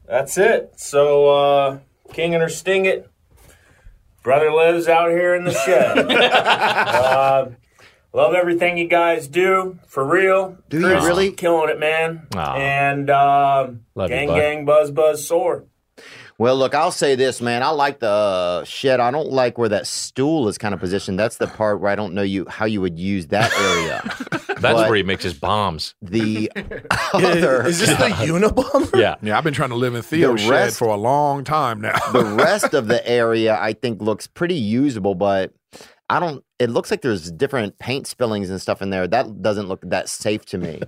Speaker 13: that's it. So uh, King and her sting it. Brother lives out here in the shed. uh, love everything you guys do for real.
Speaker 4: Do you
Speaker 13: Chris,
Speaker 4: really?
Speaker 13: killing it, man?
Speaker 4: Aw.
Speaker 13: And um,
Speaker 4: Love you,
Speaker 13: gang,
Speaker 4: bud.
Speaker 13: gang, buzz, buzz, soar.
Speaker 4: Well, look, I'll say this, man. I like the uh, shed. I don't like where that stool is kind of positioned. That's the part where I don't know you how you would use that area.
Speaker 1: That's
Speaker 4: But
Speaker 1: where he makes his bombs.
Speaker 4: The other
Speaker 3: Is this the Unabomber?
Speaker 1: Yeah.
Speaker 2: Yeah, I've been trying to live in Theo's
Speaker 4: The
Speaker 2: shed
Speaker 4: rest-
Speaker 2: for a long time now.
Speaker 4: the rest of the area I think looks pretty usable, but I don't. It looks like there's different paint spillings and stuff in there. That doesn't look that safe to me.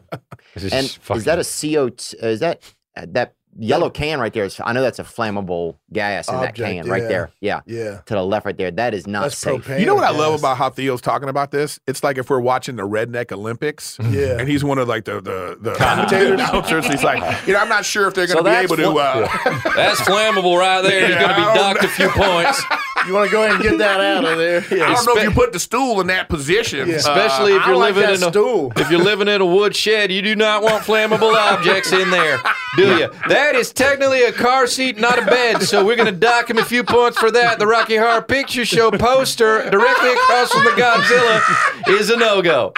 Speaker 1: This is
Speaker 4: and
Speaker 1: fucking-
Speaker 4: is that a CO2? Is that uh, that yellow can right there? Is, I know that's a flammable gas in that
Speaker 2: Object,
Speaker 4: can right
Speaker 2: yeah.
Speaker 4: there. Yeah,
Speaker 3: yeah.
Speaker 4: To the left, right there. That is not safe.
Speaker 2: You know what I love about how Theo's talking about this? It's like if we're watching the Redneck Olympics,
Speaker 3: yeah,
Speaker 2: and he's one of like the the, the commentators. announcers. He's like, you know, I'm not sure if they're going to be able to. Uh,
Speaker 5: That's flammable right there. He's going to be docked a few points.
Speaker 3: You want to go ahead and get that out of there?
Speaker 2: I don't know if you put the stool in that position, Uh,
Speaker 5: Especially if
Speaker 2: I
Speaker 5: you're
Speaker 2: like
Speaker 5: living
Speaker 2: that
Speaker 5: in a
Speaker 3: stool.
Speaker 5: if you're living in a woodshed, you do not want flammable objects in there, do you? That is technically a car seat, not a bed. So we're gonna dock him a few points for that. The Rocky Horror Picture Show poster directly across from the Godzilla is a no go.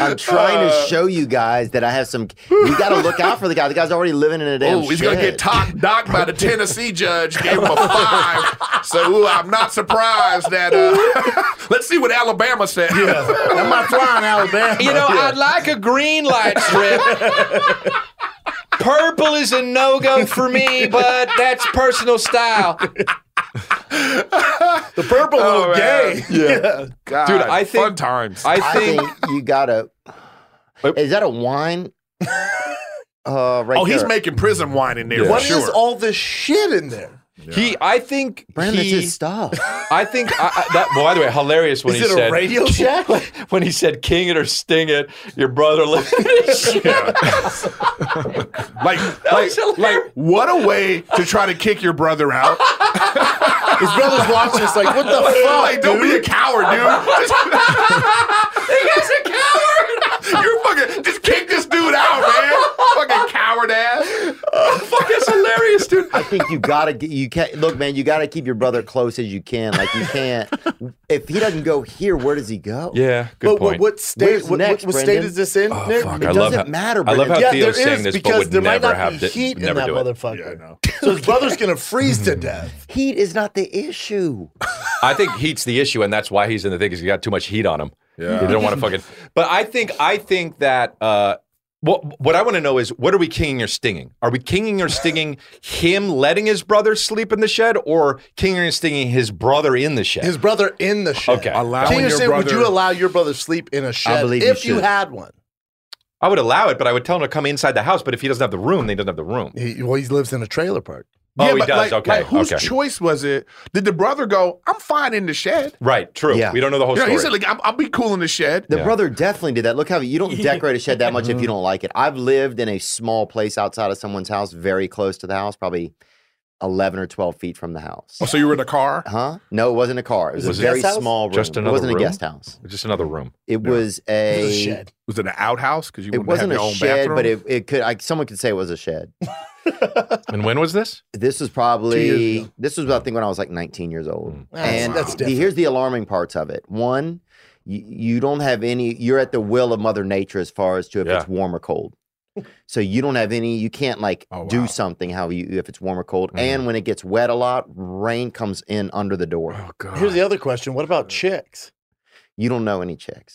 Speaker 4: I'm trying
Speaker 5: Uh.
Speaker 4: to show you guys that I have some. You got to look out for the guy. The guy's already living in a damn.
Speaker 2: Oh, he's gonna
Speaker 4: shed.
Speaker 2: get talk, docked by the Tennessee judge. Gave him a five, so ooh, I'm not surprised that. Uh, let's see what Alabama said.
Speaker 3: Am I flying Alabama?
Speaker 5: You know, I'd like a green light strip. Purple is a no go for me, but that's personal style.
Speaker 3: The purple
Speaker 2: little
Speaker 3: gay.
Speaker 2: Yeah. God,
Speaker 5: Dude, I think-
Speaker 2: fun times.
Speaker 5: I think-
Speaker 4: you gotta. Is that a wine? Uh, right
Speaker 2: oh, he's
Speaker 4: there.
Speaker 2: making prison wine in there.
Speaker 4: Yeah.
Speaker 2: For
Speaker 4: What is
Speaker 2: sure.
Speaker 3: all this shit in there?
Speaker 5: He, I think
Speaker 4: Brandon,
Speaker 5: he,
Speaker 4: that's his stuff.
Speaker 5: I think I, I, that. By the way, hilarious when
Speaker 3: Is
Speaker 5: he
Speaker 3: it a
Speaker 5: said
Speaker 3: Radio Shack?
Speaker 5: when he said "king it or sting it." Your brother lived in his shit.
Speaker 2: like, like, like, what a way to try to kick your brother out.
Speaker 3: His brother's watching us like, what the fuck?
Speaker 2: Like, don't be a coward, dude. Just-
Speaker 5: guy's a coward.
Speaker 2: You're fucking just kick this dude out, man. fucking coward ass.
Speaker 5: fuck, that's hilarious, dude.
Speaker 4: I think you gotta get you can't look, man. You gotta keep your brother close as you can. Like you can't. if he doesn't go here, where does he go?
Speaker 5: Yeah,
Speaker 3: But what- what state?
Speaker 4: Where's
Speaker 3: What, what-
Speaker 4: next,
Speaker 3: what state
Speaker 4: Brendan?
Speaker 3: is this in? Nick?
Speaker 4: It
Speaker 1: Oh, I love
Speaker 4: doesn't
Speaker 1: how-
Speaker 4: matter.
Speaker 1: I love
Speaker 4: Brendan.
Speaker 1: how
Speaker 3: yeah,
Speaker 1: Theo's
Speaker 3: there
Speaker 1: saying
Speaker 3: is,
Speaker 1: this, but
Speaker 3: because
Speaker 1: would
Speaker 3: there might
Speaker 1: never
Speaker 3: not
Speaker 1: have thi-
Speaker 3: be heat in
Speaker 1: never
Speaker 3: that
Speaker 1: do it.
Speaker 3: motherfucker. So his brother's gonna freeze to
Speaker 1: Mm-hmm.
Speaker 3: death.
Speaker 4: Heat is not the issue.
Speaker 1: I think heat's the issue, and that's why he's in the thing. Because he got too much heat on him.
Speaker 2: Yeah.
Speaker 1: They don't want to fucking. But I think I think that. Uh, what, what I want to know is what are we kinging or stinging? Are we kinging or stinging him letting his brother sleep in the shed, or kinging or stinging his brother in the shed?
Speaker 3: His brother in the shed.
Speaker 1: Okay.
Speaker 2: Allowing
Speaker 3: King
Speaker 2: your
Speaker 3: Hussein, would
Speaker 2: brother-
Speaker 3: you allow your brother to sleep in a shed
Speaker 1: believe you
Speaker 3: if you,
Speaker 1: should.
Speaker 3: had one?
Speaker 1: I would allow it, but I would tell him to come inside the house. But if he doesn't have the room, then he doesn't have the room.
Speaker 3: He, well, he lives in a trailer park.
Speaker 1: Oh, he
Speaker 2: but Like,
Speaker 1: does. Okay,
Speaker 2: like, whose
Speaker 1: okay.
Speaker 2: choice was it? Did the brother go? I'm fine in the shed.
Speaker 1: Right. True.
Speaker 4: Yeah.
Speaker 1: We don't know the whole
Speaker 2: You know,
Speaker 1: story.
Speaker 2: he said, like, I'm, I'll be cool in the shed.
Speaker 4: The brother definitely did that. Look how you don't decorate a shed that much if you don't like it. I've lived in a small place outside of someone's house, very close to the house, probably eleven or twelve feet from the house.
Speaker 2: Oh, so you were in a car?
Speaker 4: Huh? No, it wasn't a car. It was,
Speaker 1: Was
Speaker 4: a
Speaker 1: it
Speaker 4: very
Speaker 1: guest house?
Speaker 4: small room.
Speaker 1: Just another
Speaker 4: it wasn't
Speaker 1: room?
Speaker 4: a guest house.
Speaker 1: Just another room.
Speaker 4: It was a,
Speaker 2: Was it an outhouse? Because you
Speaker 4: It
Speaker 2: wouldn't have
Speaker 4: wasn't a
Speaker 2: your own
Speaker 4: shed,
Speaker 2: bathroom?
Speaker 4: but it, it could. I, someone could say it was a shed.
Speaker 1: and when was this?
Speaker 4: This was probably this was I think when I was like 19 years old.
Speaker 1: Mm.
Speaker 3: That's-
Speaker 4: and
Speaker 3: that's
Speaker 4: the- here's the alarming parts of it. One, you, you don't have any. You're at the will of Mother Nature as far as to if it's warm or cold. So you don't have any. You can't like
Speaker 1: Oh,
Speaker 4: do something how you if it's warm or cold.
Speaker 1: Mm.
Speaker 4: And when it gets wet a lot, rain comes in under the door. Oh
Speaker 3: God. Here's the other question. What about chicks?
Speaker 4: You don't know any chicks.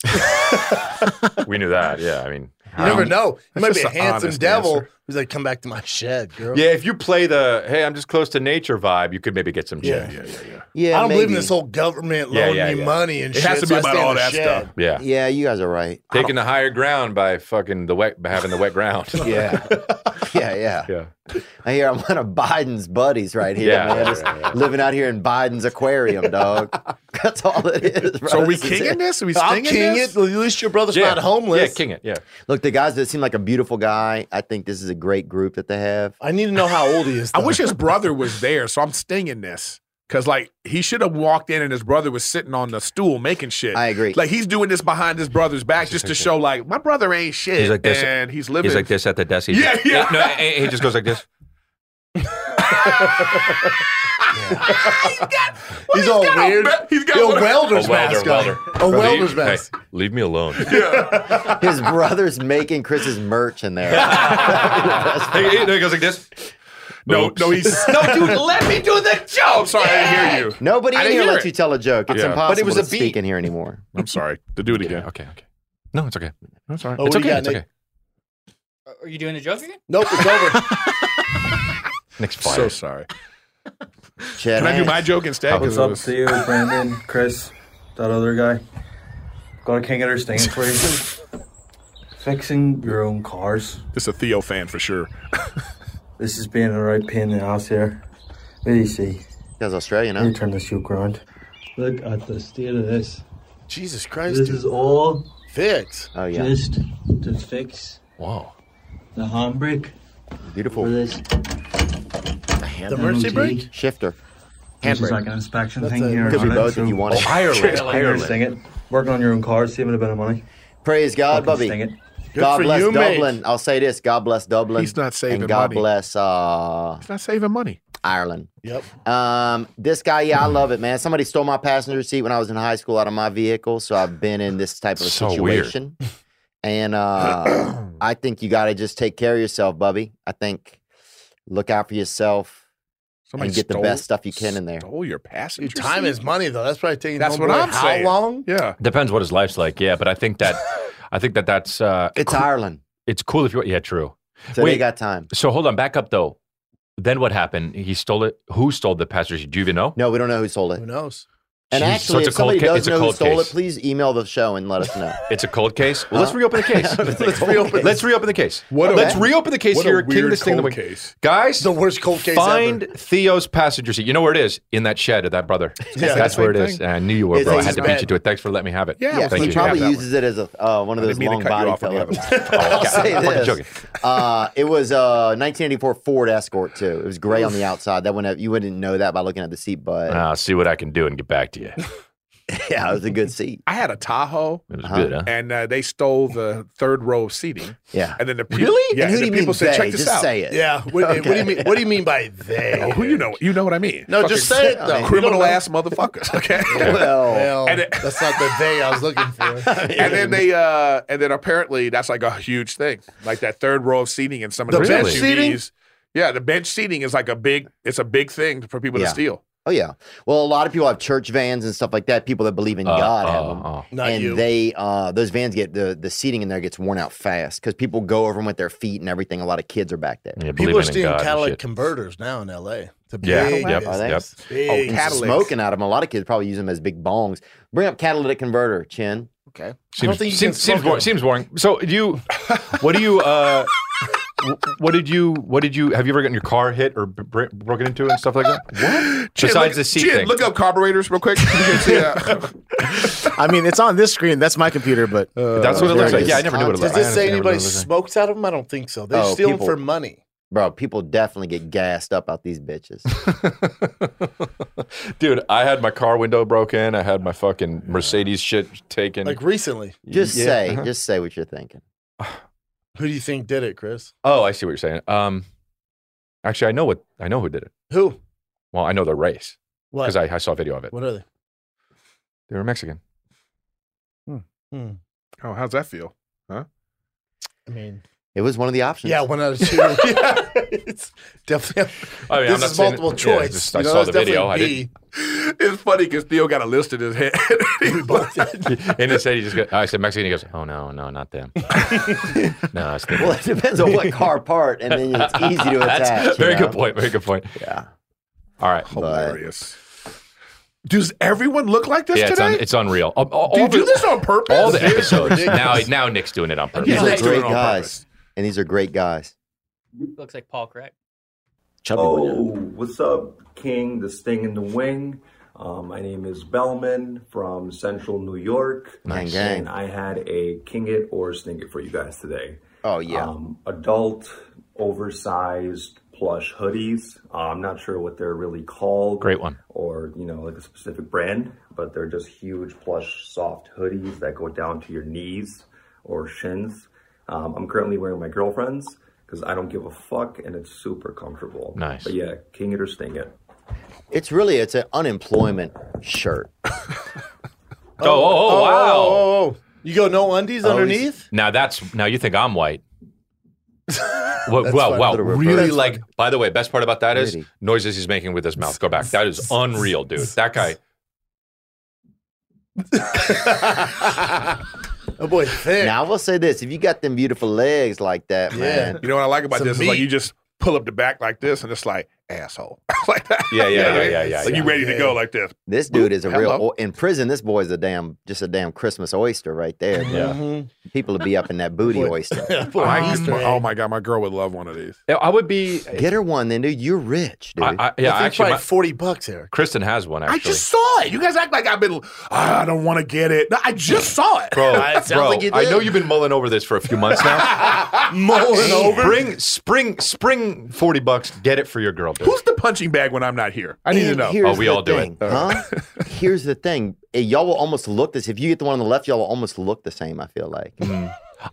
Speaker 1: we knew that. Yeah. I mean,
Speaker 4: You
Speaker 3: never know. He
Speaker 1: That's
Speaker 3: might be
Speaker 1: just
Speaker 3: a
Speaker 1: an
Speaker 3: handsome
Speaker 1: honest
Speaker 3: devil
Speaker 1: answer.
Speaker 3: who's like, come back to my shed, girl.
Speaker 1: Yeah. If you play the hey, I'm just close to nature vibe, you could maybe get some
Speaker 3: Yeah.
Speaker 1: chicks.
Speaker 4: Yeah,
Speaker 3: I don't believe in
Speaker 4: maybe.
Speaker 3: this whole government
Speaker 1: Yeah,
Speaker 3: loaning
Speaker 1: yeah,
Speaker 3: me
Speaker 1: yeah.
Speaker 3: money and
Speaker 1: It
Speaker 3: shit.
Speaker 1: has to be
Speaker 3: so I
Speaker 1: about
Speaker 3: stay in
Speaker 1: all
Speaker 3: the
Speaker 1: that
Speaker 3: shed.
Speaker 1: stuff. Yeah.
Speaker 4: Yeah, you guys are right.
Speaker 1: Taking the higher ground by fucking the wet, by having the wet ground.
Speaker 4: Yeah. Yeah, yeah.
Speaker 1: Yeah.
Speaker 4: I hear I'm one of Biden's buddies right here,
Speaker 1: Yeah,
Speaker 4: man.
Speaker 1: yeah,
Speaker 4: Just living out here in Biden's aquarium, dog. That's all it is. bro. This is it.
Speaker 3: I'll king it. At least your brother's not homeless.
Speaker 1: it. Yeah.
Speaker 4: Look, the guys that seem like a beautiful guy. I think this is a great group that they have.
Speaker 3: I need to know how old he is.
Speaker 2: I wish his brother was there, so I'm stinging this. Cause like he should have walked in and his brother was sitting on the stool making shit. I
Speaker 4: agree.
Speaker 2: Like he's doing this behind his brother's back just to show like my brother ain't shit.
Speaker 1: He's like this.
Speaker 2: and he's living.
Speaker 1: He's like this at the desk. He
Speaker 2: Yeah,
Speaker 1: just-
Speaker 2: yeah.
Speaker 1: no, he he just goes like this.
Speaker 3: He's all weird.
Speaker 2: he's
Speaker 3: got a welder's
Speaker 1: A welder,
Speaker 3: mask
Speaker 1: welder.
Speaker 3: on. A
Speaker 1: Leave-
Speaker 3: welder's
Speaker 1: hey,
Speaker 3: mask.
Speaker 1: leave me alone.
Speaker 4: His brother's making Chris's merch in there.
Speaker 1: He- he- no, he goes like this.
Speaker 2: No, no, he's
Speaker 5: no, dude, let me do the
Speaker 1: Oh,
Speaker 5: joke.
Speaker 2: I'm sorry, I didn't hear you.
Speaker 4: Nobody
Speaker 2: I
Speaker 4: in
Speaker 2: didn't
Speaker 4: here
Speaker 2: hear
Speaker 4: lets
Speaker 2: it.
Speaker 4: you tell a joke. It's
Speaker 2: Yeah.
Speaker 4: impossible
Speaker 2: But it was
Speaker 4: to
Speaker 2: a beat.
Speaker 4: speak in here anymore.
Speaker 2: I'm sorry. To do it again.
Speaker 1: Okay, okay. No, it's okay. That's all right.
Speaker 3: Oh,
Speaker 1: it's
Speaker 3: what
Speaker 1: okay.
Speaker 3: do you got,
Speaker 1: it's
Speaker 3: Nick?
Speaker 1: okay.
Speaker 7: Are you doing the joke again?
Speaker 3: Nope, it's over.
Speaker 1: Nick's fired.
Speaker 2: So sorry.
Speaker 4: Chad
Speaker 2: Can I do
Speaker 4: Hanks.
Speaker 2: my joke instead?
Speaker 14: What's up to you, Brandon, Chris, that other guy? Got a King of Earth stand for you. Fixing your own cars.
Speaker 2: This is a Theo fan for sure.
Speaker 14: this is being a right pain in the ass here. What do you see?
Speaker 4: That's Australian, huh?
Speaker 14: Let me turn this yoke around. Look
Speaker 3: uh,
Speaker 14: at the state of this.
Speaker 3: Jesus Christ.
Speaker 14: this
Speaker 3: dude.
Speaker 14: is all
Speaker 3: fixed.
Speaker 4: Oh yeah.
Speaker 14: just to fix
Speaker 1: Wow.
Speaker 14: the handbrake.
Speaker 4: Beautiful.
Speaker 14: For this
Speaker 3: The mercy
Speaker 14: MOT.
Speaker 3: break?
Speaker 4: Shifter.
Speaker 14: This is
Speaker 4: Handbrake.
Speaker 14: like an inspection
Speaker 4: That's
Speaker 14: thing
Speaker 4: a-
Speaker 14: here.
Speaker 4: could be
Speaker 14: on it,
Speaker 4: both if you want it. Oh, Ireland,
Speaker 14: Sure, I'm gonna
Speaker 4: Ireland.
Speaker 14: Sing it. Working on your own car, saving a bit of money.
Speaker 4: Praise
Speaker 14: Fucking
Speaker 4: God, Bubby.
Speaker 14: sing it. Good
Speaker 4: God
Speaker 14: for
Speaker 4: bless
Speaker 14: you, mate.
Speaker 4: Dublin. I'll say this: God bless Dublin.
Speaker 2: He's not saving
Speaker 4: And God
Speaker 2: money.
Speaker 4: bless uh,
Speaker 2: He's not saving money.
Speaker 4: Ireland.
Speaker 3: Yep.
Speaker 4: Um, this guy, yeah,
Speaker 1: Hmm.
Speaker 4: I love it, man. Somebody stole my passenger seat when I was in high school out of my vehicle, so I've been in this type of
Speaker 1: So weird.
Speaker 4: situation. And uh, I think you got to just take care of yourself, Bubby. I think look out for yourself and get the best stuff you can in there.
Speaker 2: Stole your passenger.
Speaker 3: Dude, time
Speaker 2: seat?
Speaker 3: is money, though. That's probably taking
Speaker 2: That's
Speaker 3: home
Speaker 2: what
Speaker 3: boy
Speaker 2: I'm
Speaker 3: how
Speaker 2: saying.
Speaker 3: long?
Speaker 2: Yeah.
Speaker 1: Depends what his life's like. Yeah, but I think that, I think that that's. Uh,
Speaker 4: It's
Speaker 1: cool-
Speaker 4: Ireland,
Speaker 1: It's cool if you. Yeah, true.
Speaker 4: so
Speaker 1: Wait,
Speaker 4: they got time.
Speaker 1: so hold on, back up though. Then what happened? He stole it. Who stole the passenger seat? Do you even know?
Speaker 4: No, we don't know who stole it.
Speaker 3: Who knows?
Speaker 4: And
Speaker 1: Jeez, so
Speaker 4: actually,
Speaker 1: it's
Speaker 4: if
Speaker 1: a cold
Speaker 4: somebody
Speaker 1: ca-
Speaker 4: does
Speaker 1: it's a
Speaker 4: know who
Speaker 1: cold
Speaker 4: stole
Speaker 1: case.
Speaker 4: it, please email the show and let us know.
Speaker 1: It's a cold case. Well, let's
Speaker 4: Huh?
Speaker 1: reopen the case.
Speaker 4: It's a
Speaker 1: let's
Speaker 4: cold
Speaker 1: reopen.
Speaker 4: case.
Speaker 1: Let's reopen the case.
Speaker 2: What a-
Speaker 1: let's reopen the case
Speaker 2: what a
Speaker 1: here. King
Speaker 2: weird
Speaker 1: this thing. in The
Speaker 2: cold
Speaker 1: wing.
Speaker 2: case.
Speaker 1: Guys,
Speaker 3: The worst cold case
Speaker 1: find
Speaker 3: ever.
Speaker 1: Theo's passenger seat. You know where it is in that shed of that brother.
Speaker 3: Yeah.
Speaker 1: that's where it
Speaker 2: Same
Speaker 1: is.
Speaker 2: thing.
Speaker 1: I knew you were,
Speaker 4: It's
Speaker 1: bro. I
Speaker 4: in
Speaker 1: had to
Speaker 4: his
Speaker 1: beat
Speaker 4: bed.
Speaker 1: you to it. Thanks for letting me have it.
Speaker 2: Yeah,
Speaker 4: Yeah,
Speaker 1: thank
Speaker 4: he
Speaker 1: you.
Speaker 4: probably
Speaker 1: Have that
Speaker 4: uses it as a uh, one of those
Speaker 2: didn't mean to cut
Speaker 4: long
Speaker 2: you
Speaker 4: body
Speaker 2: off on the
Speaker 4: pillows.
Speaker 2: other
Speaker 4: I'll say
Speaker 1: Oh, I'm fucking joking.
Speaker 4: this. Uh, it was a 1984 Ford Escort too. It was gray on the outside. That one uh, you wouldn't know that by looking at the seat, but
Speaker 1: one. I'll Uh, see what I can do and get back to you.
Speaker 4: yeah, it was a good seat.
Speaker 2: I had a Tahoe.
Speaker 1: It was good, huh?
Speaker 2: and uh, they stole the third row of seating.
Speaker 4: Yeah.
Speaker 2: And then the people,
Speaker 4: Really?
Speaker 2: yeah,
Speaker 4: and who do
Speaker 2: the
Speaker 4: you
Speaker 2: people
Speaker 4: mean
Speaker 2: said,
Speaker 4: they?
Speaker 2: "Check this
Speaker 4: Just
Speaker 2: out."
Speaker 4: say it.
Speaker 3: Yeah. What, what do you mean? What do you mean by
Speaker 2: Oh,
Speaker 3: they?
Speaker 2: who you know? You know what I mean?
Speaker 3: No, just
Speaker 2: Fucking
Speaker 3: say it, though. You
Speaker 2: Criminal
Speaker 3: don't know.
Speaker 2: ass motherfuckers. Okay.
Speaker 4: Well,
Speaker 3: Well,
Speaker 2: And it-
Speaker 3: that's not the they I was looking for.
Speaker 2: and then they, uh, and then apparently that's like a huge thing, like that third row of seating in some of
Speaker 3: The
Speaker 2: the,
Speaker 3: bench
Speaker 2: SUVs.
Speaker 3: seating?
Speaker 2: Yeah, the bench seating is like a big. It's a big thing for people
Speaker 4: Yeah.
Speaker 2: to steal.
Speaker 4: oh yeah. Well, a lot of people have church vans and stuff like that. People that believe in
Speaker 1: Uh,
Speaker 4: God have
Speaker 1: uh,
Speaker 4: them,
Speaker 1: uh.
Speaker 3: Not
Speaker 4: and
Speaker 3: you.
Speaker 4: they uh, those vans get the the seating in there gets worn out fast because people go over them with their feet and everything. A lot of kids are back there.
Speaker 1: Yeah,
Speaker 3: People
Speaker 1: believing
Speaker 3: are
Speaker 1: in
Speaker 3: stealing
Speaker 1: God and
Speaker 3: catalytic
Speaker 1: shit.
Speaker 3: converters now in L.A. It's a
Speaker 1: Yeah,
Speaker 3: big
Speaker 1: yep,
Speaker 3: business.
Speaker 4: Oh,
Speaker 3: Big.
Speaker 4: and
Speaker 2: catalytics.
Speaker 4: smoking out of them. A lot of kids probably use them as big bongs. Bring up catalytic converter, Chin.
Speaker 3: okay. I don't
Speaker 1: Seems
Speaker 3: think you can
Speaker 1: seems,
Speaker 3: smoke
Speaker 1: seems, boring,
Speaker 3: it.
Speaker 1: seems boring. So do you? What do you? uh wh- what did you? What did you? Have you ever gotten your car hit or b- br- broken into and stuff like that? What?
Speaker 2: Chin,
Speaker 1: Besides
Speaker 2: look-
Speaker 1: the seat
Speaker 2: Chin,
Speaker 1: thing.
Speaker 2: look up carburetors real quick. You can see that.
Speaker 6: I mean, it's on this screen. That's my computer, but
Speaker 1: That's what it looks like. Yeah, I never knew what
Speaker 6: Does
Speaker 1: it looked
Speaker 6: this
Speaker 1: like.
Speaker 3: Does it say
Speaker 1: never
Speaker 3: anybody
Speaker 1: noticed that.
Speaker 3: smokes out of them? I don't think so. They
Speaker 4: Oh,
Speaker 3: steal
Speaker 4: people-
Speaker 3: them for money.
Speaker 4: Bro, people definitely get gassed up out these bitches.
Speaker 1: Dude, I had my car window broken. I had my fucking Mercedes shit taken.
Speaker 3: Like recently.
Speaker 4: Just
Speaker 1: Yeah,
Speaker 4: say,
Speaker 1: uh-huh.
Speaker 4: just say what you're thinking.
Speaker 3: Who do you think did it, Chris?
Speaker 1: oh, I see what you're saying. Um, actually, I know what I know who did it.
Speaker 3: Who?
Speaker 1: Well, I know the race
Speaker 3: What?
Speaker 1: because I, I saw a video of it.
Speaker 3: What are they?
Speaker 1: They were Mexican.
Speaker 2: Oh, how's that feel? Huh?
Speaker 3: Hmm. I mean,
Speaker 4: It was one of the options.
Speaker 3: yeah, one out of two. yeah, it's definitely.
Speaker 2: Oh,
Speaker 1: I mean,
Speaker 3: this
Speaker 1: I'm not
Speaker 3: is
Speaker 1: saying-
Speaker 3: multiple
Speaker 1: yeah,
Speaker 3: choice.
Speaker 1: just-
Speaker 3: You
Speaker 1: I
Speaker 3: know,
Speaker 1: saw
Speaker 3: that's
Speaker 1: the video. I
Speaker 3: definitely B.
Speaker 1: didn't.
Speaker 2: It's funny because Theo got a list in his head.
Speaker 1: And instead, he just goes, I said Mexican. He goes, oh no, no, not them. no, it's them.
Speaker 4: Well, it depends on what car part, and then it's easy to
Speaker 1: That's-
Speaker 4: attach. you
Speaker 1: Very
Speaker 4: know?
Speaker 1: good point. Very good point.
Speaker 4: Yeah.
Speaker 1: All right.
Speaker 2: Hilarious. Does everyone look like this
Speaker 1: yeah, it's,
Speaker 2: today?
Speaker 1: un- it's unreal. All, all,
Speaker 2: do you
Speaker 1: all
Speaker 2: do
Speaker 1: the,
Speaker 2: this on purpose?
Speaker 1: all the
Speaker 2: This is
Speaker 1: episodes. now,
Speaker 2: ridiculous.
Speaker 1: now Nick's doing it on purpose.
Speaker 4: These
Speaker 2: Yeah,
Speaker 4: are
Speaker 2: they do it
Speaker 4: great
Speaker 2: on
Speaker 4: guys, and these are great guys.
Speaker 7: Looks like Paul Craig.
Speaker 6: Chubby
Speaker 15: oh, what's up, King? This thing in the wing. Uh, my name is Bellman from Central New York.
Speaker 4: Nice. Gang, gang.
Speaker 15: And I had a King It or Sting It for you guys today.
Speaker 4: Oh yeah.
Speaker 15: Um, adult, oversized plush hoodies. Uh, I'm not sure what they're really called.
Speaker 1: Great one.
Speaker 15: Or, you know, like a specific brand, but they're just huge plush soft hoodies that go down to your knees or shins. Um, I'm currently wearing my girlfriend's because I don't give a fuck and it's super comfortable.
Speaker 1: Nice.
Speaker 15: But yeah, king it or sting it.
Speaker 4: it's really it's an unemployment shirt.
Speaker 1: Oh, oh, oh, wow.
Speaker 3: oh, oh. You go no undies underneath?
Speaker 1: Now that's now you think I'm white. well,
Speaker 3: That's
Speaker 1: well,
Speaker 3: funny.
Speaker 1: wow,
Speaker 3: Little reverse.
Speaker 1: really
Speaker 3: That's
Speaker 1: like. By the way, best part about that is
Speaker 4: Really.
Speaker 1: noises he's making with his mouth. Go back. That is unreal, dude. That guy.
Speaker 3: Oh boy, thick.
Speaker 4: Now I will say this: if you got them beautiful legs like that, man,
Speaker 2: You know what I like about
Speaker 3: Some
Speaker 2: this is like
Speaker 3: meat.
Speaker 2: you just pull up the back like this, and it's like asshole, like that.
Speaker 1: Yeah, yeah,
Speaker 2: You know what I
Speaker 1: yeah,
Speaker 2: mean?
Speaker 1: yeah, yeah,
Speaker 2: Like
Speaker 1: yeah.
Speaker 2: you ready to
Speaker 3: Yeah.
Speaker 2: go like this?
Speaker 4: this dude is a real.
Speaker 2: Hello.
Speaker 4: in prison, this boy's a damn, just a damn Christmas oyster right there. bro.
Speaker 2: Mm-hmm.
Speaker 1: Yeah.
Speaker 3: Mhm.
Speaker 4: People would be up in that booty oyster.
Speaker 3: Yeah, boy,
Speaker 2: I-
Speaker 3: Easter egg.
Speaker 2: oh my god, my girl would love one of these.
Speaker 1: Yeah, I would be.
Speaker 4: Get her one, then, dude. You're rich, dude.
Speaker 1: I, I,
Speaker 3: I
Speaker 1: yeah,
Speaker 3: think
Speaker 1: actually,
Speaker 3: probably
Speaker 1: my,
Speaker 3: forty bucks, Eric.
Speaker 1: Kristen has one. Actually,
Speaker 2: I just saw it. You guys act like I've been. "Ah, I don't want to get it. No, I just saw it.
Speaker 1: bro,
Speaker 4: It sounds
Speaker 1: bro.
Speaker 4: like you
Speaker 1: I
Speaker 4: did.
Speaker 1: know you've been mulling over this for a few months now.
Speaker 3: Mulling over.
Speaker 1: Spring, spring, spring. Forty bucks. Get it for your girl, dude.
Speaker 2: Who's the punching bag when I'm not here? I need
Speaker 4: And
Speaker 2: to know.
Speaker 4: Here's
Speaker 1: Oh, we
Speaker 4: the
Speaker 1: all do it.
Speaker 4: thing, Huh? here's the thing. Eh, Y'all will almost look this. If you get the one on the left, y'all will almost look the same, I feel like.
Speaker 1: Mm-hmm.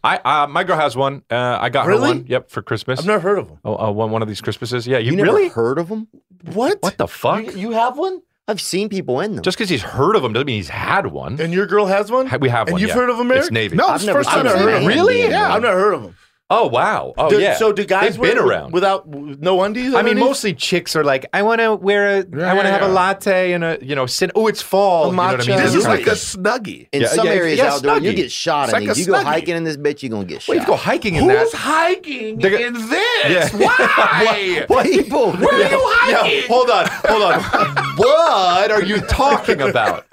Speaker 1: I, uh, my girl has one. Uh, I got her
Speaker 3: Really?
Speaker 1: one. Yep, for Christmas.
Speaker 3: I've never heard of them.
Speaker 1: Oh, uh, one one of these Christmases. Yeah, you,
Speaker 4: You never
Speaker 1: really?
Speaker 4: heard of them?
Speaker 3: What?
Speaker 1: What the fuck?
Speaker 3: You, you have one?
Speaker 4: I've seen people in them.
Speaker 1: just because he's heard of them doesn't mean he's had one.
Speaker 3: And your girl has one?
Speaker 1: Ha- we have
Speaker 3: and
Speaker 1: one.
Speaker 3: you've
Speaker 1: yeah.
Speaker 3: heard of them, Eric?
Speaker 1: It's Navy.
Speaker 2: No, it's
Speaker 1: No.
Speaker 4: I've
Speaker 2: the
Speaker 4: never
Speaker 2: first
Speaker 4: seen
Speaker 2: time I've heard
Speaker 4: a
Speaker 2: of
Speaker 4: man
Speaker 2: it.
Speaker 1: Really?
Speaker 4: being
Speaker 1: Yeah,
Speaker 4: one.
Speaker 3: I've never heard of them.
Speaker 1: Oh wow. Oh
Speaker 3: do,
Speaker 1: yeah.
Speaker 3: So do guys
Speaker 1: They've been
Speaker 3: wear it with-
Speaker 1: around.
Speaker 3: without no undies?
Speaker 1: I mean,
Speaker 3: underneath?
Speaker 1: mostly chicks are like, I want to wear a, I want to have a
Speaker 2: Yeah.
Speaker 1: latte and a, you know, sin. Oh, it's fall. You know what I mean?
Speaker 4: matcha.
Speaker 2: This
Speaker 1: Those
Speaker 2: is
Speaker 1: kind
Speaker 2: like
Speaker 1: of
Speaker 2: a
Speaker 1: things.
Speaker 2: snuggie.
Speaker 4: In
Speaker 1: Yeah,
Speaker 4: some
Speaker 1: yeah,
Speaker 4: areas
Speaker 1: yeah,
Speaker 4: outdoor, you
Speaker 1: Snuggie.
Speaker 4: get shot
Speaker 2: It's
Speaker 4: in
Speaker 2: like a
Speaker 4: these. You go
Speaker 2: Snuggie.
Speaker 4: hiking in this bitch, you're gonna get shot.
Speaker 1: Well, you go hiking in
Speaker 2: Who's
Speaker 1: that.
Speaker 2: hiking
Speaker 1: They're go-
Speaker 2: in this?
Speaker 1: Yeah.
Speaker 2: Why?
Speaker 4: People,
Speaker 2: Where are you
Speaker 1: No,
Speaker 2: hiking?
Speaker 1: hold on, hold on. what are you talking about?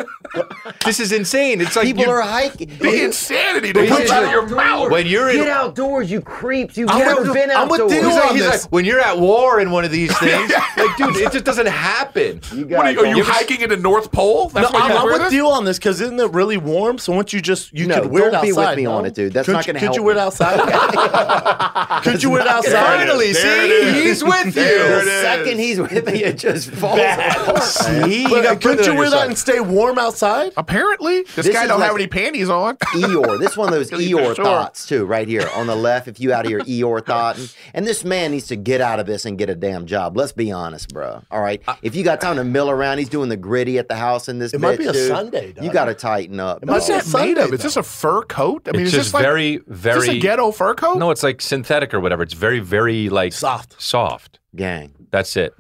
Speaker 1: This is insane. It's like
Speaker 4: people
Speaker 1: you-
Speaker 4: are hiking.
Speaker 2: The insanity that
Speaker 1: These
Speaker 2: comes out of your
Speaker 1: are-
Speaker 2: mouth.
Speaker 1: when you're in.
Speaker 4: Get outdoors, you creeps. You've
Speaker 3: I'm
Speaker 4: never
Speaker 3: with-
Speaker 4: been
Speaker 3: I'm with
Speaker 4: outdoors.
Speaker 3: Dino
Speaker 1: He's like,
Speaker 3: on
Speaker 1: he's
Speaker 3: this.
Speaker 1: like, when you're at war in one of these things, like, dude, it just doesn't happen.
Speaker 4: You
Speaker 2: What are
Speaker 4: guys
Speaker 2: you, are you
Speaker 4: don't-
Speaker 2: hiking in the North Pole?
Speaker 3: No,
Speaker 2: That's why
Speaker 3: I'm,
Speaker 2: you
Speaker 3: I'm
Speaker 2: wear
Speaker 3: with
Speaker 2: this?
Speaker 3: you on this because isn't it really warm? So once you just you
Speaker 4: No,
Speaker 3: could wear
Speaker 4: don't
Speaker 3: it
Speaker 4: be with
Speaker 3: outside.
Speaker 4: me
Speaker 3: no?
Speaker 4: on it, dude. That's
Speaker 3: could,
Speaker 4: not gonna
Speaker 3: Could you
Speaker 4: help
Speaker 3: wear it
Speaker 4: me.
Speaker 3: outside? could you wear it outside?
Speaker 1: Finally, see, he's with
Speaker 4: The
Speaker 1: you.
Speaker 4: second he's with me, it just falls. apart.
Speaker 1: See, you
Speaker 3: But
Speaker 1: got
Speaker 3: could
Speaker 1: printed
Speaker 3: you
Speaker 1: on
Speaker 3: wear
Speaker 1: your
Speaker 3: that and stay warm outside?
Speaker 2: Apparently, this,
Speaker 4: This
Speaker 2: guy
Speaker 4: is
Speaker 2: don't have
Speaker 4: like-
Speaker 2: any panties on.
Speaker 4: Eeyore. This one of those
Speaker 2: Because he's too
Speaker 4: Eeyore
Speaker 2: short.
Speaker 4: thoughts too, right here on the left. If you out of your Eeyore thought, and, and this man needs to get out of this and get a damn job. Let's be honest, bro. All right, if you got time to mill around, he's doing the gritty at the house in this.
Speaker 3: It might be
Speaker 4: bitch,
Speaker 3: a
Speaker 4: dude.
Speaker 3: Sunday, dog.
Speaker 4: You got to tighten up.
Speaker 3: might
Speaker 2: What's
Speaker 4: dog.
Speaker 3: be a
Speaker 2: that made
Speaker 3: Sunday,
Speaker 2: of? Is this a fur coat? I mean,
Speaker 1: it's
Speaker 2: is
Speaker 1: just
Speaker 2: this like
Speaker 1: very, very.
Speaker 2: Is this a ghetto fur coat?
Speaker 1: No, it's like synthetic or whatever. It's very, very like
Speaker 3: Soft.
Speaker 1: Soft.
Speaker 4: Gang.
Speaker 1: That's it.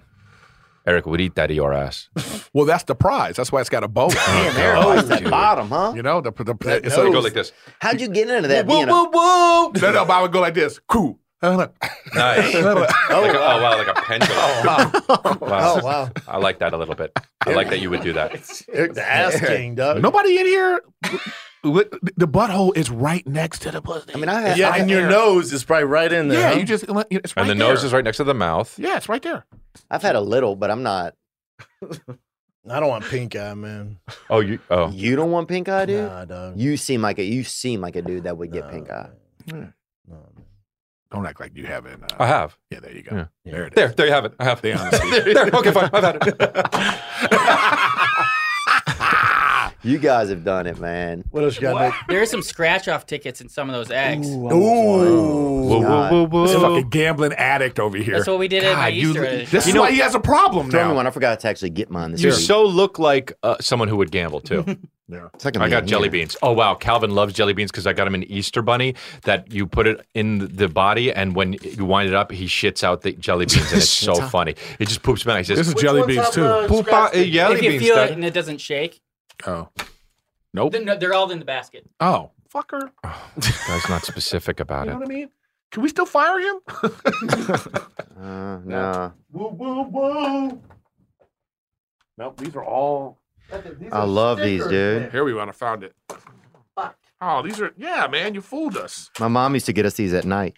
Speaker 1: Eric would eat that Eeyore ass.
Speaker 2: Well, that's the prize. That's why it's got a bow.
Speaker 4: Damn, there it is, that bottom, huh?
Speaker 2: you know, the, the, the
Speaker 1: So it goes like this.
Speaker 4: How'd you get into that?
Speaker 2: Whoa,
Speaker 4: being a-
Speaker 2: whoa, whoa! No, no, but I would go like this. Cool. Like
Speaker 1: Nice. Like a- oh, wow, like a pendulum. Wow.
Speaker 3: Oh wow,
Speaker 1: I like that a little bit. I like that you would do that.
Speaker 3: Eric, the ass king, dog.
Speaker 2: Nobody in here li- the butthole is right next to the pussy. I mean, I
Speaker 3: yeah, and your nose is probably right in there.
Speaker 2: Yeah,
Speaker 3: huh?
Speaker 2: you just it's right
Speaker 1: and the
Speaker 2: there.
Speaker 1: nose is right next to the mouth.
Speaker 2: Yeah, it's right there.
Speaker 4: I've had a little, but I'm not.
Speaker 3: I don't want pink eye, man.
Speaker 1: Oh, you oh
Speaker 4: you don't want pink eye, dude.
Speaker 3: Nah, dog.
Speaker 4: You seem like a you seem like a dude that would get pink eye.
Speaker 2: Don't act like you haven't. Uh,
Speaker 1: I have.
Speaker 2: Yeah, there you go.
Speaker 1: Yeah.
Speaker 2: There it is.
Speaker 1: There, there you have it. I have
Speaker 2: They
Speaker 1: it.
Speaker 2: honestly-
Speaker 1: there, okay, fine. I've had it.
Speaker 4: You guys have done it, man.
Speaker 3: What else you got, Nick?
Speaker 7: There is some scratch off tickets in some of those eggs.
Speaker 2: Whoa,
Speaker 4: God.
Speaker 2: whoa, whoa, This fucking gambling addict over here.
Speaker 7: That's what we did at my
Speaker 2: you-
Speaker 7: Easter edition.
Speaker 2: This
Speaker 7: You
Speaker 2: is
Speaker 7: know-
Speaker 2: why he has a problem
Speaker 4: Throw me
Speaker 2: now.
Speaker 4: one. I forgot to actually get mine this
Speaker 1: You
Speaker 4: week.
Speaker 1: so look like uh, someone who would gamble too.
Speaker 2: Yeah.
Speaker 4: It's not gonna
Speaker 1: I
Speaker 4: be
Speaker 1: got
Speaker 4: in
Speaker 1: jelly
Speaker 4: here.
Speaker 1: beans. Oh wow, Calvin loves jelly beans because I got him an Easter bunny that you put it in the body, and when you wind it up, he shits out the jelly beans, and it's so
Speaker 4: Shits out.
Speaker 1: funny. It just poops him out. He says,
Speaker 2: This is jelly beans too.
Speaker 1: "Poop out uh, jelly
Speaker 7: if you
Speaker 1: beans."
Speaker 7: feel it
Speaker 1: Dad."
Speaker 7: and it doesn't shake,
Speaker 2: Oh, nope.
Speaker 7: then they're all in the basket.
Speaker 2: Oh, fucker.
Speaker 1: That's not specific about
Speaker 2: You know
Speaker 1: it.
Speaker 2: what I mean? Can we still fire him?
Speaker 4: Uh, nah.
Speaker 2: woo, woo, woo. Nope. These are all.
Speaker 4: I love these, dude.
Speaker 2: Here we went. I found it. Oh, these are. Yeah, man, you fooled us.
Speaker 4: My mom used to get us these at night.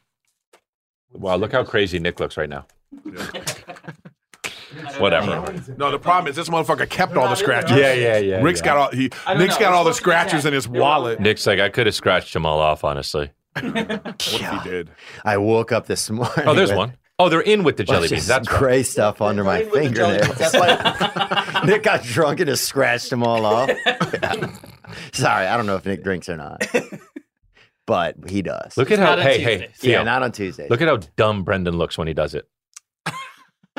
Speaker 1: Wow, look how crazy Nick looks right now. Whatever.
Speaker 2: No, the problem is this motherfucker kept all the scratches.
Speaker 1: Yeah, yeah, yeah.
Speaker 2: Rick's
Speaker 1: yeah.
Speaker 2: got all he
Speaker 7: I don't
Speaker 2: Nick's
Speaker 7: know.
Speaker 2: got
Speaker 7: We're
Speaker 2: all the
Speaker 7: supposed to be
Speaker 2: scratches
Speaker 7: dead.
Speaker 2: in his wallet.
Speaker 1: Nick's like, I could have scratched them all off, honestly.
Speaker 2: What if he did?
Speaker 4: I woke up this morning.
Speaker 1: Oh, there's
Speaker 4: with
Speaker 1: one. Oh, they're in with the jelly
Speaker 4: bunch of
Speaker 1: beans. That's right.
Speaker 4: gray stuff under my fingernails. Nick got drunk and just scratched them all off. Sorry, I don't know if Nick drinks or not, but he does.
Speaker 1: Look at
Speaker 7: It's
Speaker 1: how.
Speaker 7: not on
Speaker 1: Hey, hey,
Speaker 7: Tuesdays.
Speaker 4: yeah,
Speaker 1: Theo.
Speaker 4: not on Tuesday.
Speaker 1: Look at how dumb Brendan looks when he does it.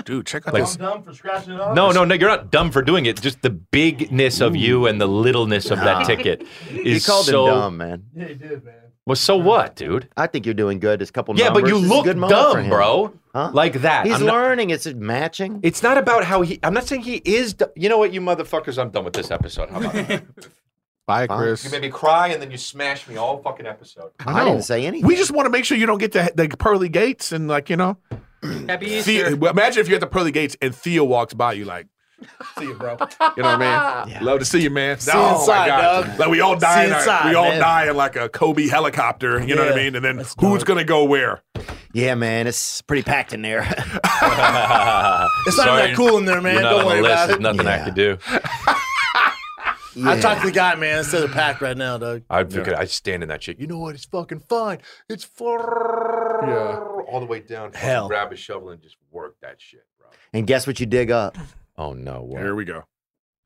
Speaker 2: Dude, check out
Speaker 1: Like-
Speaker 2: those.
Speaker 3: Dumb for scratching it off.
Speaker 1: No, no, no. You're not dumb for doing it. Just the bigness of you and the littleness of that ticket
Speaker 4: you
Speaker 1: is
Speaker 4: called
Speaker 1: so.
Speaker 4: him dumb, man.
Speaker 3: Yeah, he did, man.
Speaker 1: Well, so what, dude?
Speaker 4: I think you're doing good. This couple.
Speaker 1: Yeah, but
Speaker 4: numbers
Speaker 1: you
Speaker 4: is a
Speaker 1: look
Speaker 4: good moment for
Speaker 1: dumb,
Speaker 4: him.
Speaker 1: bro.
Speaker 4: Huh?
Speaker 1: Like that.
Speaker 4: He's
Speaker 1: I'm not-
Speaker 4: learning. it's matching.
Speaker 1: it's not about how he. I'm not saying he is. Du- you know what, you motherfuckers? I'm done with this episode. How about that?
Speaker 2: Bye,
Speaker 4: Fine.
Speaker 1: you
Speaker 2: Chris.
Speaker 1: made me cry and then you smash me all fucking episode.
Speaker 4: I
Speaker 2: know.
Speaker 4: didn't say anything.
Speaker 2: We just want to make sure you don't get the, the pearly gates and like you know.
Speaker 7: Happy
Speaker 2: Theo,
Speaker 7: Easter.
Speaker 2: well, imagine if you're at the pearly gates and Theo walks by you like, see you, bro. You know what I mean? Love to see you, man. Oh,
Speaker 3: you inside, dog.
Speaker 2: Like we all die,
Speaker 3: See
Speaker 2: in our-
Speaker 3: inside,
Speaker 2: we all
Speaker 3: man.
Speaker 2: die in like a Kobe helicopter. You know what I
Speaker 3: Yeah,
Speaker 2: mean? And then
Speaker 3: that's
Speaker 2: who's
Speaker 3: dope.
Speaker 2: gonna go where?
Speaker 4: yeah, man, it's pretty packed in there.
Speaker 3: It's not
Speaker 1: Sorry,
Speaker 3: that cool in there, man.
Speaker 1: You're not
Speaker 3: Don't
Speaker 1: on
Speaker 3: worry
Speaker 1: the list.
Speaker 3: about
Speaker 1: There's
Speaker 3: it.
Speaker 1: nothing I
Speaker 4: Yeah.
Speaker 1: could do.
Speaker 4: yeah.
Speaker 3: I talked to the guy, man. Instead of pack right now, dog.
Speaker 1: I figured I stand in that shit. You know what? It's fucking fine. It's far all the way down. Fucking
Speaker 3: Hell.
Speaker 1: Grab a shovel and just work that shit, bro.
Speaker 4: and guess what you dig up?
Speaker 1: Oh no! What?
Speaker 2: Here we go.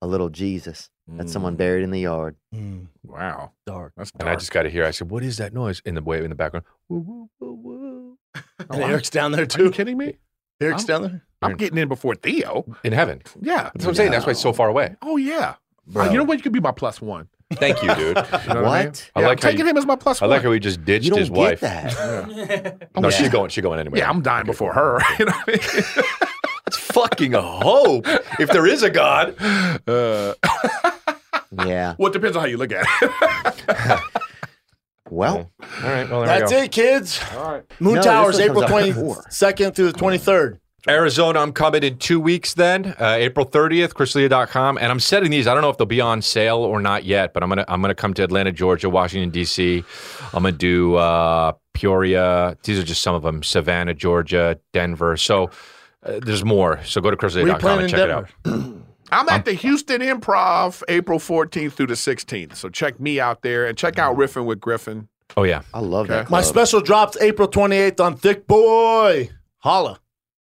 Speaker 4: A little Jesus that someone buried in the yard.
Speaker 3: Mm,
Speaker 2: Wow,
Speaker 3: dark.
Speaker 2: that's dark.
Speaker 1: And I just got to hear. I said, "What is that noise in the way in the background?" Woo, woo, woo, woo.
Speaker 3: And Eric's down there
Speaker 2: Are you
Speaker 3: too.
Speaker 2: kidding me?
Speaker 3: Eric's down there.
Speaker 2: I'm getting in before Theo.
Speaker 1: In heaven.
Speaker 2: Yeah.
Speaker 1: That's what I'm saying. That's why it's so far away. Ah,
Speaker 2: Oh yeah.
Speaker 4: Bro.
Speaker 2: You know what? You could be my plus one.
Speaker 1: Thank you, dude.
Speaker 2: You know what? I mean? Yeah,
Speaker 1: I
Speaker 4: What?
Speaker 1: like
Speaker 2: I'm
Speaker 1: how
Speaker 2: taking
Speaker 1: you-
Speaker 2: him as my plus
Speaker 1: I
Speaker 2: one.
Speaker 1: like how he just ditched
Speaker 4: You don't
Speaker 1: his wife.
Speaker 4: get that.
Speaker 1: No,
Speaker 4: Yeah.
Speaker 1: she's going. She's going anyway.
Speaker 2: yeah, I'm dying before her. You know what I mean?
Speaker 1: That's fucking hope. If there is a God, Uh.
Speaker 4: yeah.
Speaker 2: Well, it depends on how you look at it.
Speaker 4: Well,
Speaker 1: all right. Well, there
Speaker 3: That's
Speaker 1: we go.
Speaker 3: it, kids. All right. Moon
Speaker 4: No, this
Speaker 3: Towers,
Speaker 4: one
Speaker 3: April
Speaker 4: comes out
Speaker 3: twenty
Speaker 4: at four.
Speaker 3: second through the twenty third.
Speaker 1: Arizona, I'm coming in two weeks then, uh, April 30th, chrislea.com. And I'm setting these. I don't know if they'll be on sale or not yet, but I'm gonna I'm gonna come to Atlanta, Georgia, Washington, DC. I'm gonna do uh, Peoria. These are just some of them. Savannah, Georgia, Denver. So uh, there's more. So go to
Speaker 3: Where you
Speaker 1: chrislea.com
Speaker 3: playing
Speaker 1: and
Speaker 3: in
Speaker 1: check it out.
Speaker 2: I'm at the Houston Improv April 14th through the 16th. So check me out there and check out Riffin with Griffin.
Speaker 1: Oh yeah.
Speaker 4: I love that.
Speaker 2: Okay.
Speaker 3: My
Speaker 4: club.
Speaker 3: special drops April twenty eighth on Thick Boy. Holla.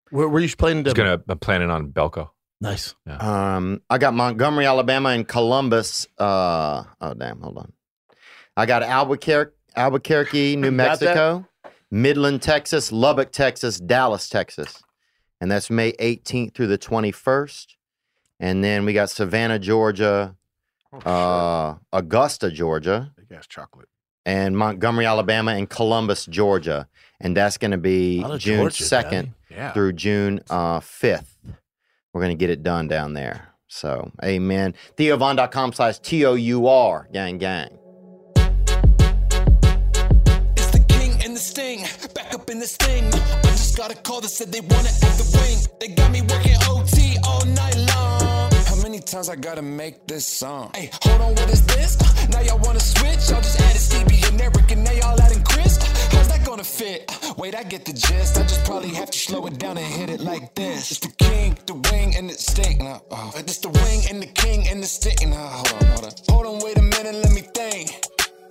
Speaker 3: Where, where you playing in
Speaker 1: It's
Speaker 3: Denver?
Speaker 1: gonna I'm planning on Belco.
Speaker 3: Nice.
Speaker 4: Um, I got Montgomery, Alabama, and Columbus. Uh, oh damn, hold on. I got Albuquerque, Albuquerque, New
Speaker 3: Got that?
Speaker 4: Mexico, Midland, Texas, Lubbock, Texas, Dallas, Texas, and that's May 18th through the 21st. And then we got Savannah, Georgia,
Speaker 1: Oh,
Speaker 4: uh, Augusta, Georgia,
Speaker 2: Big ass chocolate.
Speaker 4: and Montgomery, Alabama, and Columbus, Georgia, and that's going to be
Speaker 3: A lot of
Speaker 4: June
Speaker 3: Georgia,
Speaker 4: 2nd
Speaker 3: Daddy.
Speaker 2: Yeah.
Speaker 4: through June uh, 5th. We're going to get it done down there. So, amen. TheoVon.com slash T O U R, gang, gang.
Speaker 16: It's the king and the sting. Back up in this thing. I just got a call that said they wanna add the wing. They got me working OT all night long. How many many times I gotta make this song. Hey, hold on, what is this? Uh, Now y'all wanna switch? Y'all just added Stevie and Eric, and now y'all adding Chris. Uh, How's that gonna fit? Uh, Wait, I get the gist. I just probably have to slow it down and hit it like this. It's the king, the wing, and the stick. Nah, oh. It's the wing and the king and the stick. Nah, hold on, hold on. Hold on, wait a minute, let me think.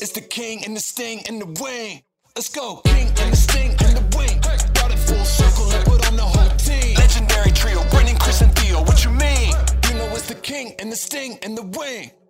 Speaker 16: It's the king and the sting and the wing. Let's go. King and the sting and the wing. Brought it full circle and put on the whole team. Legendary trio, Brendan, Chris, and Theo. What you mean? You know it's the king and the sting and the wing.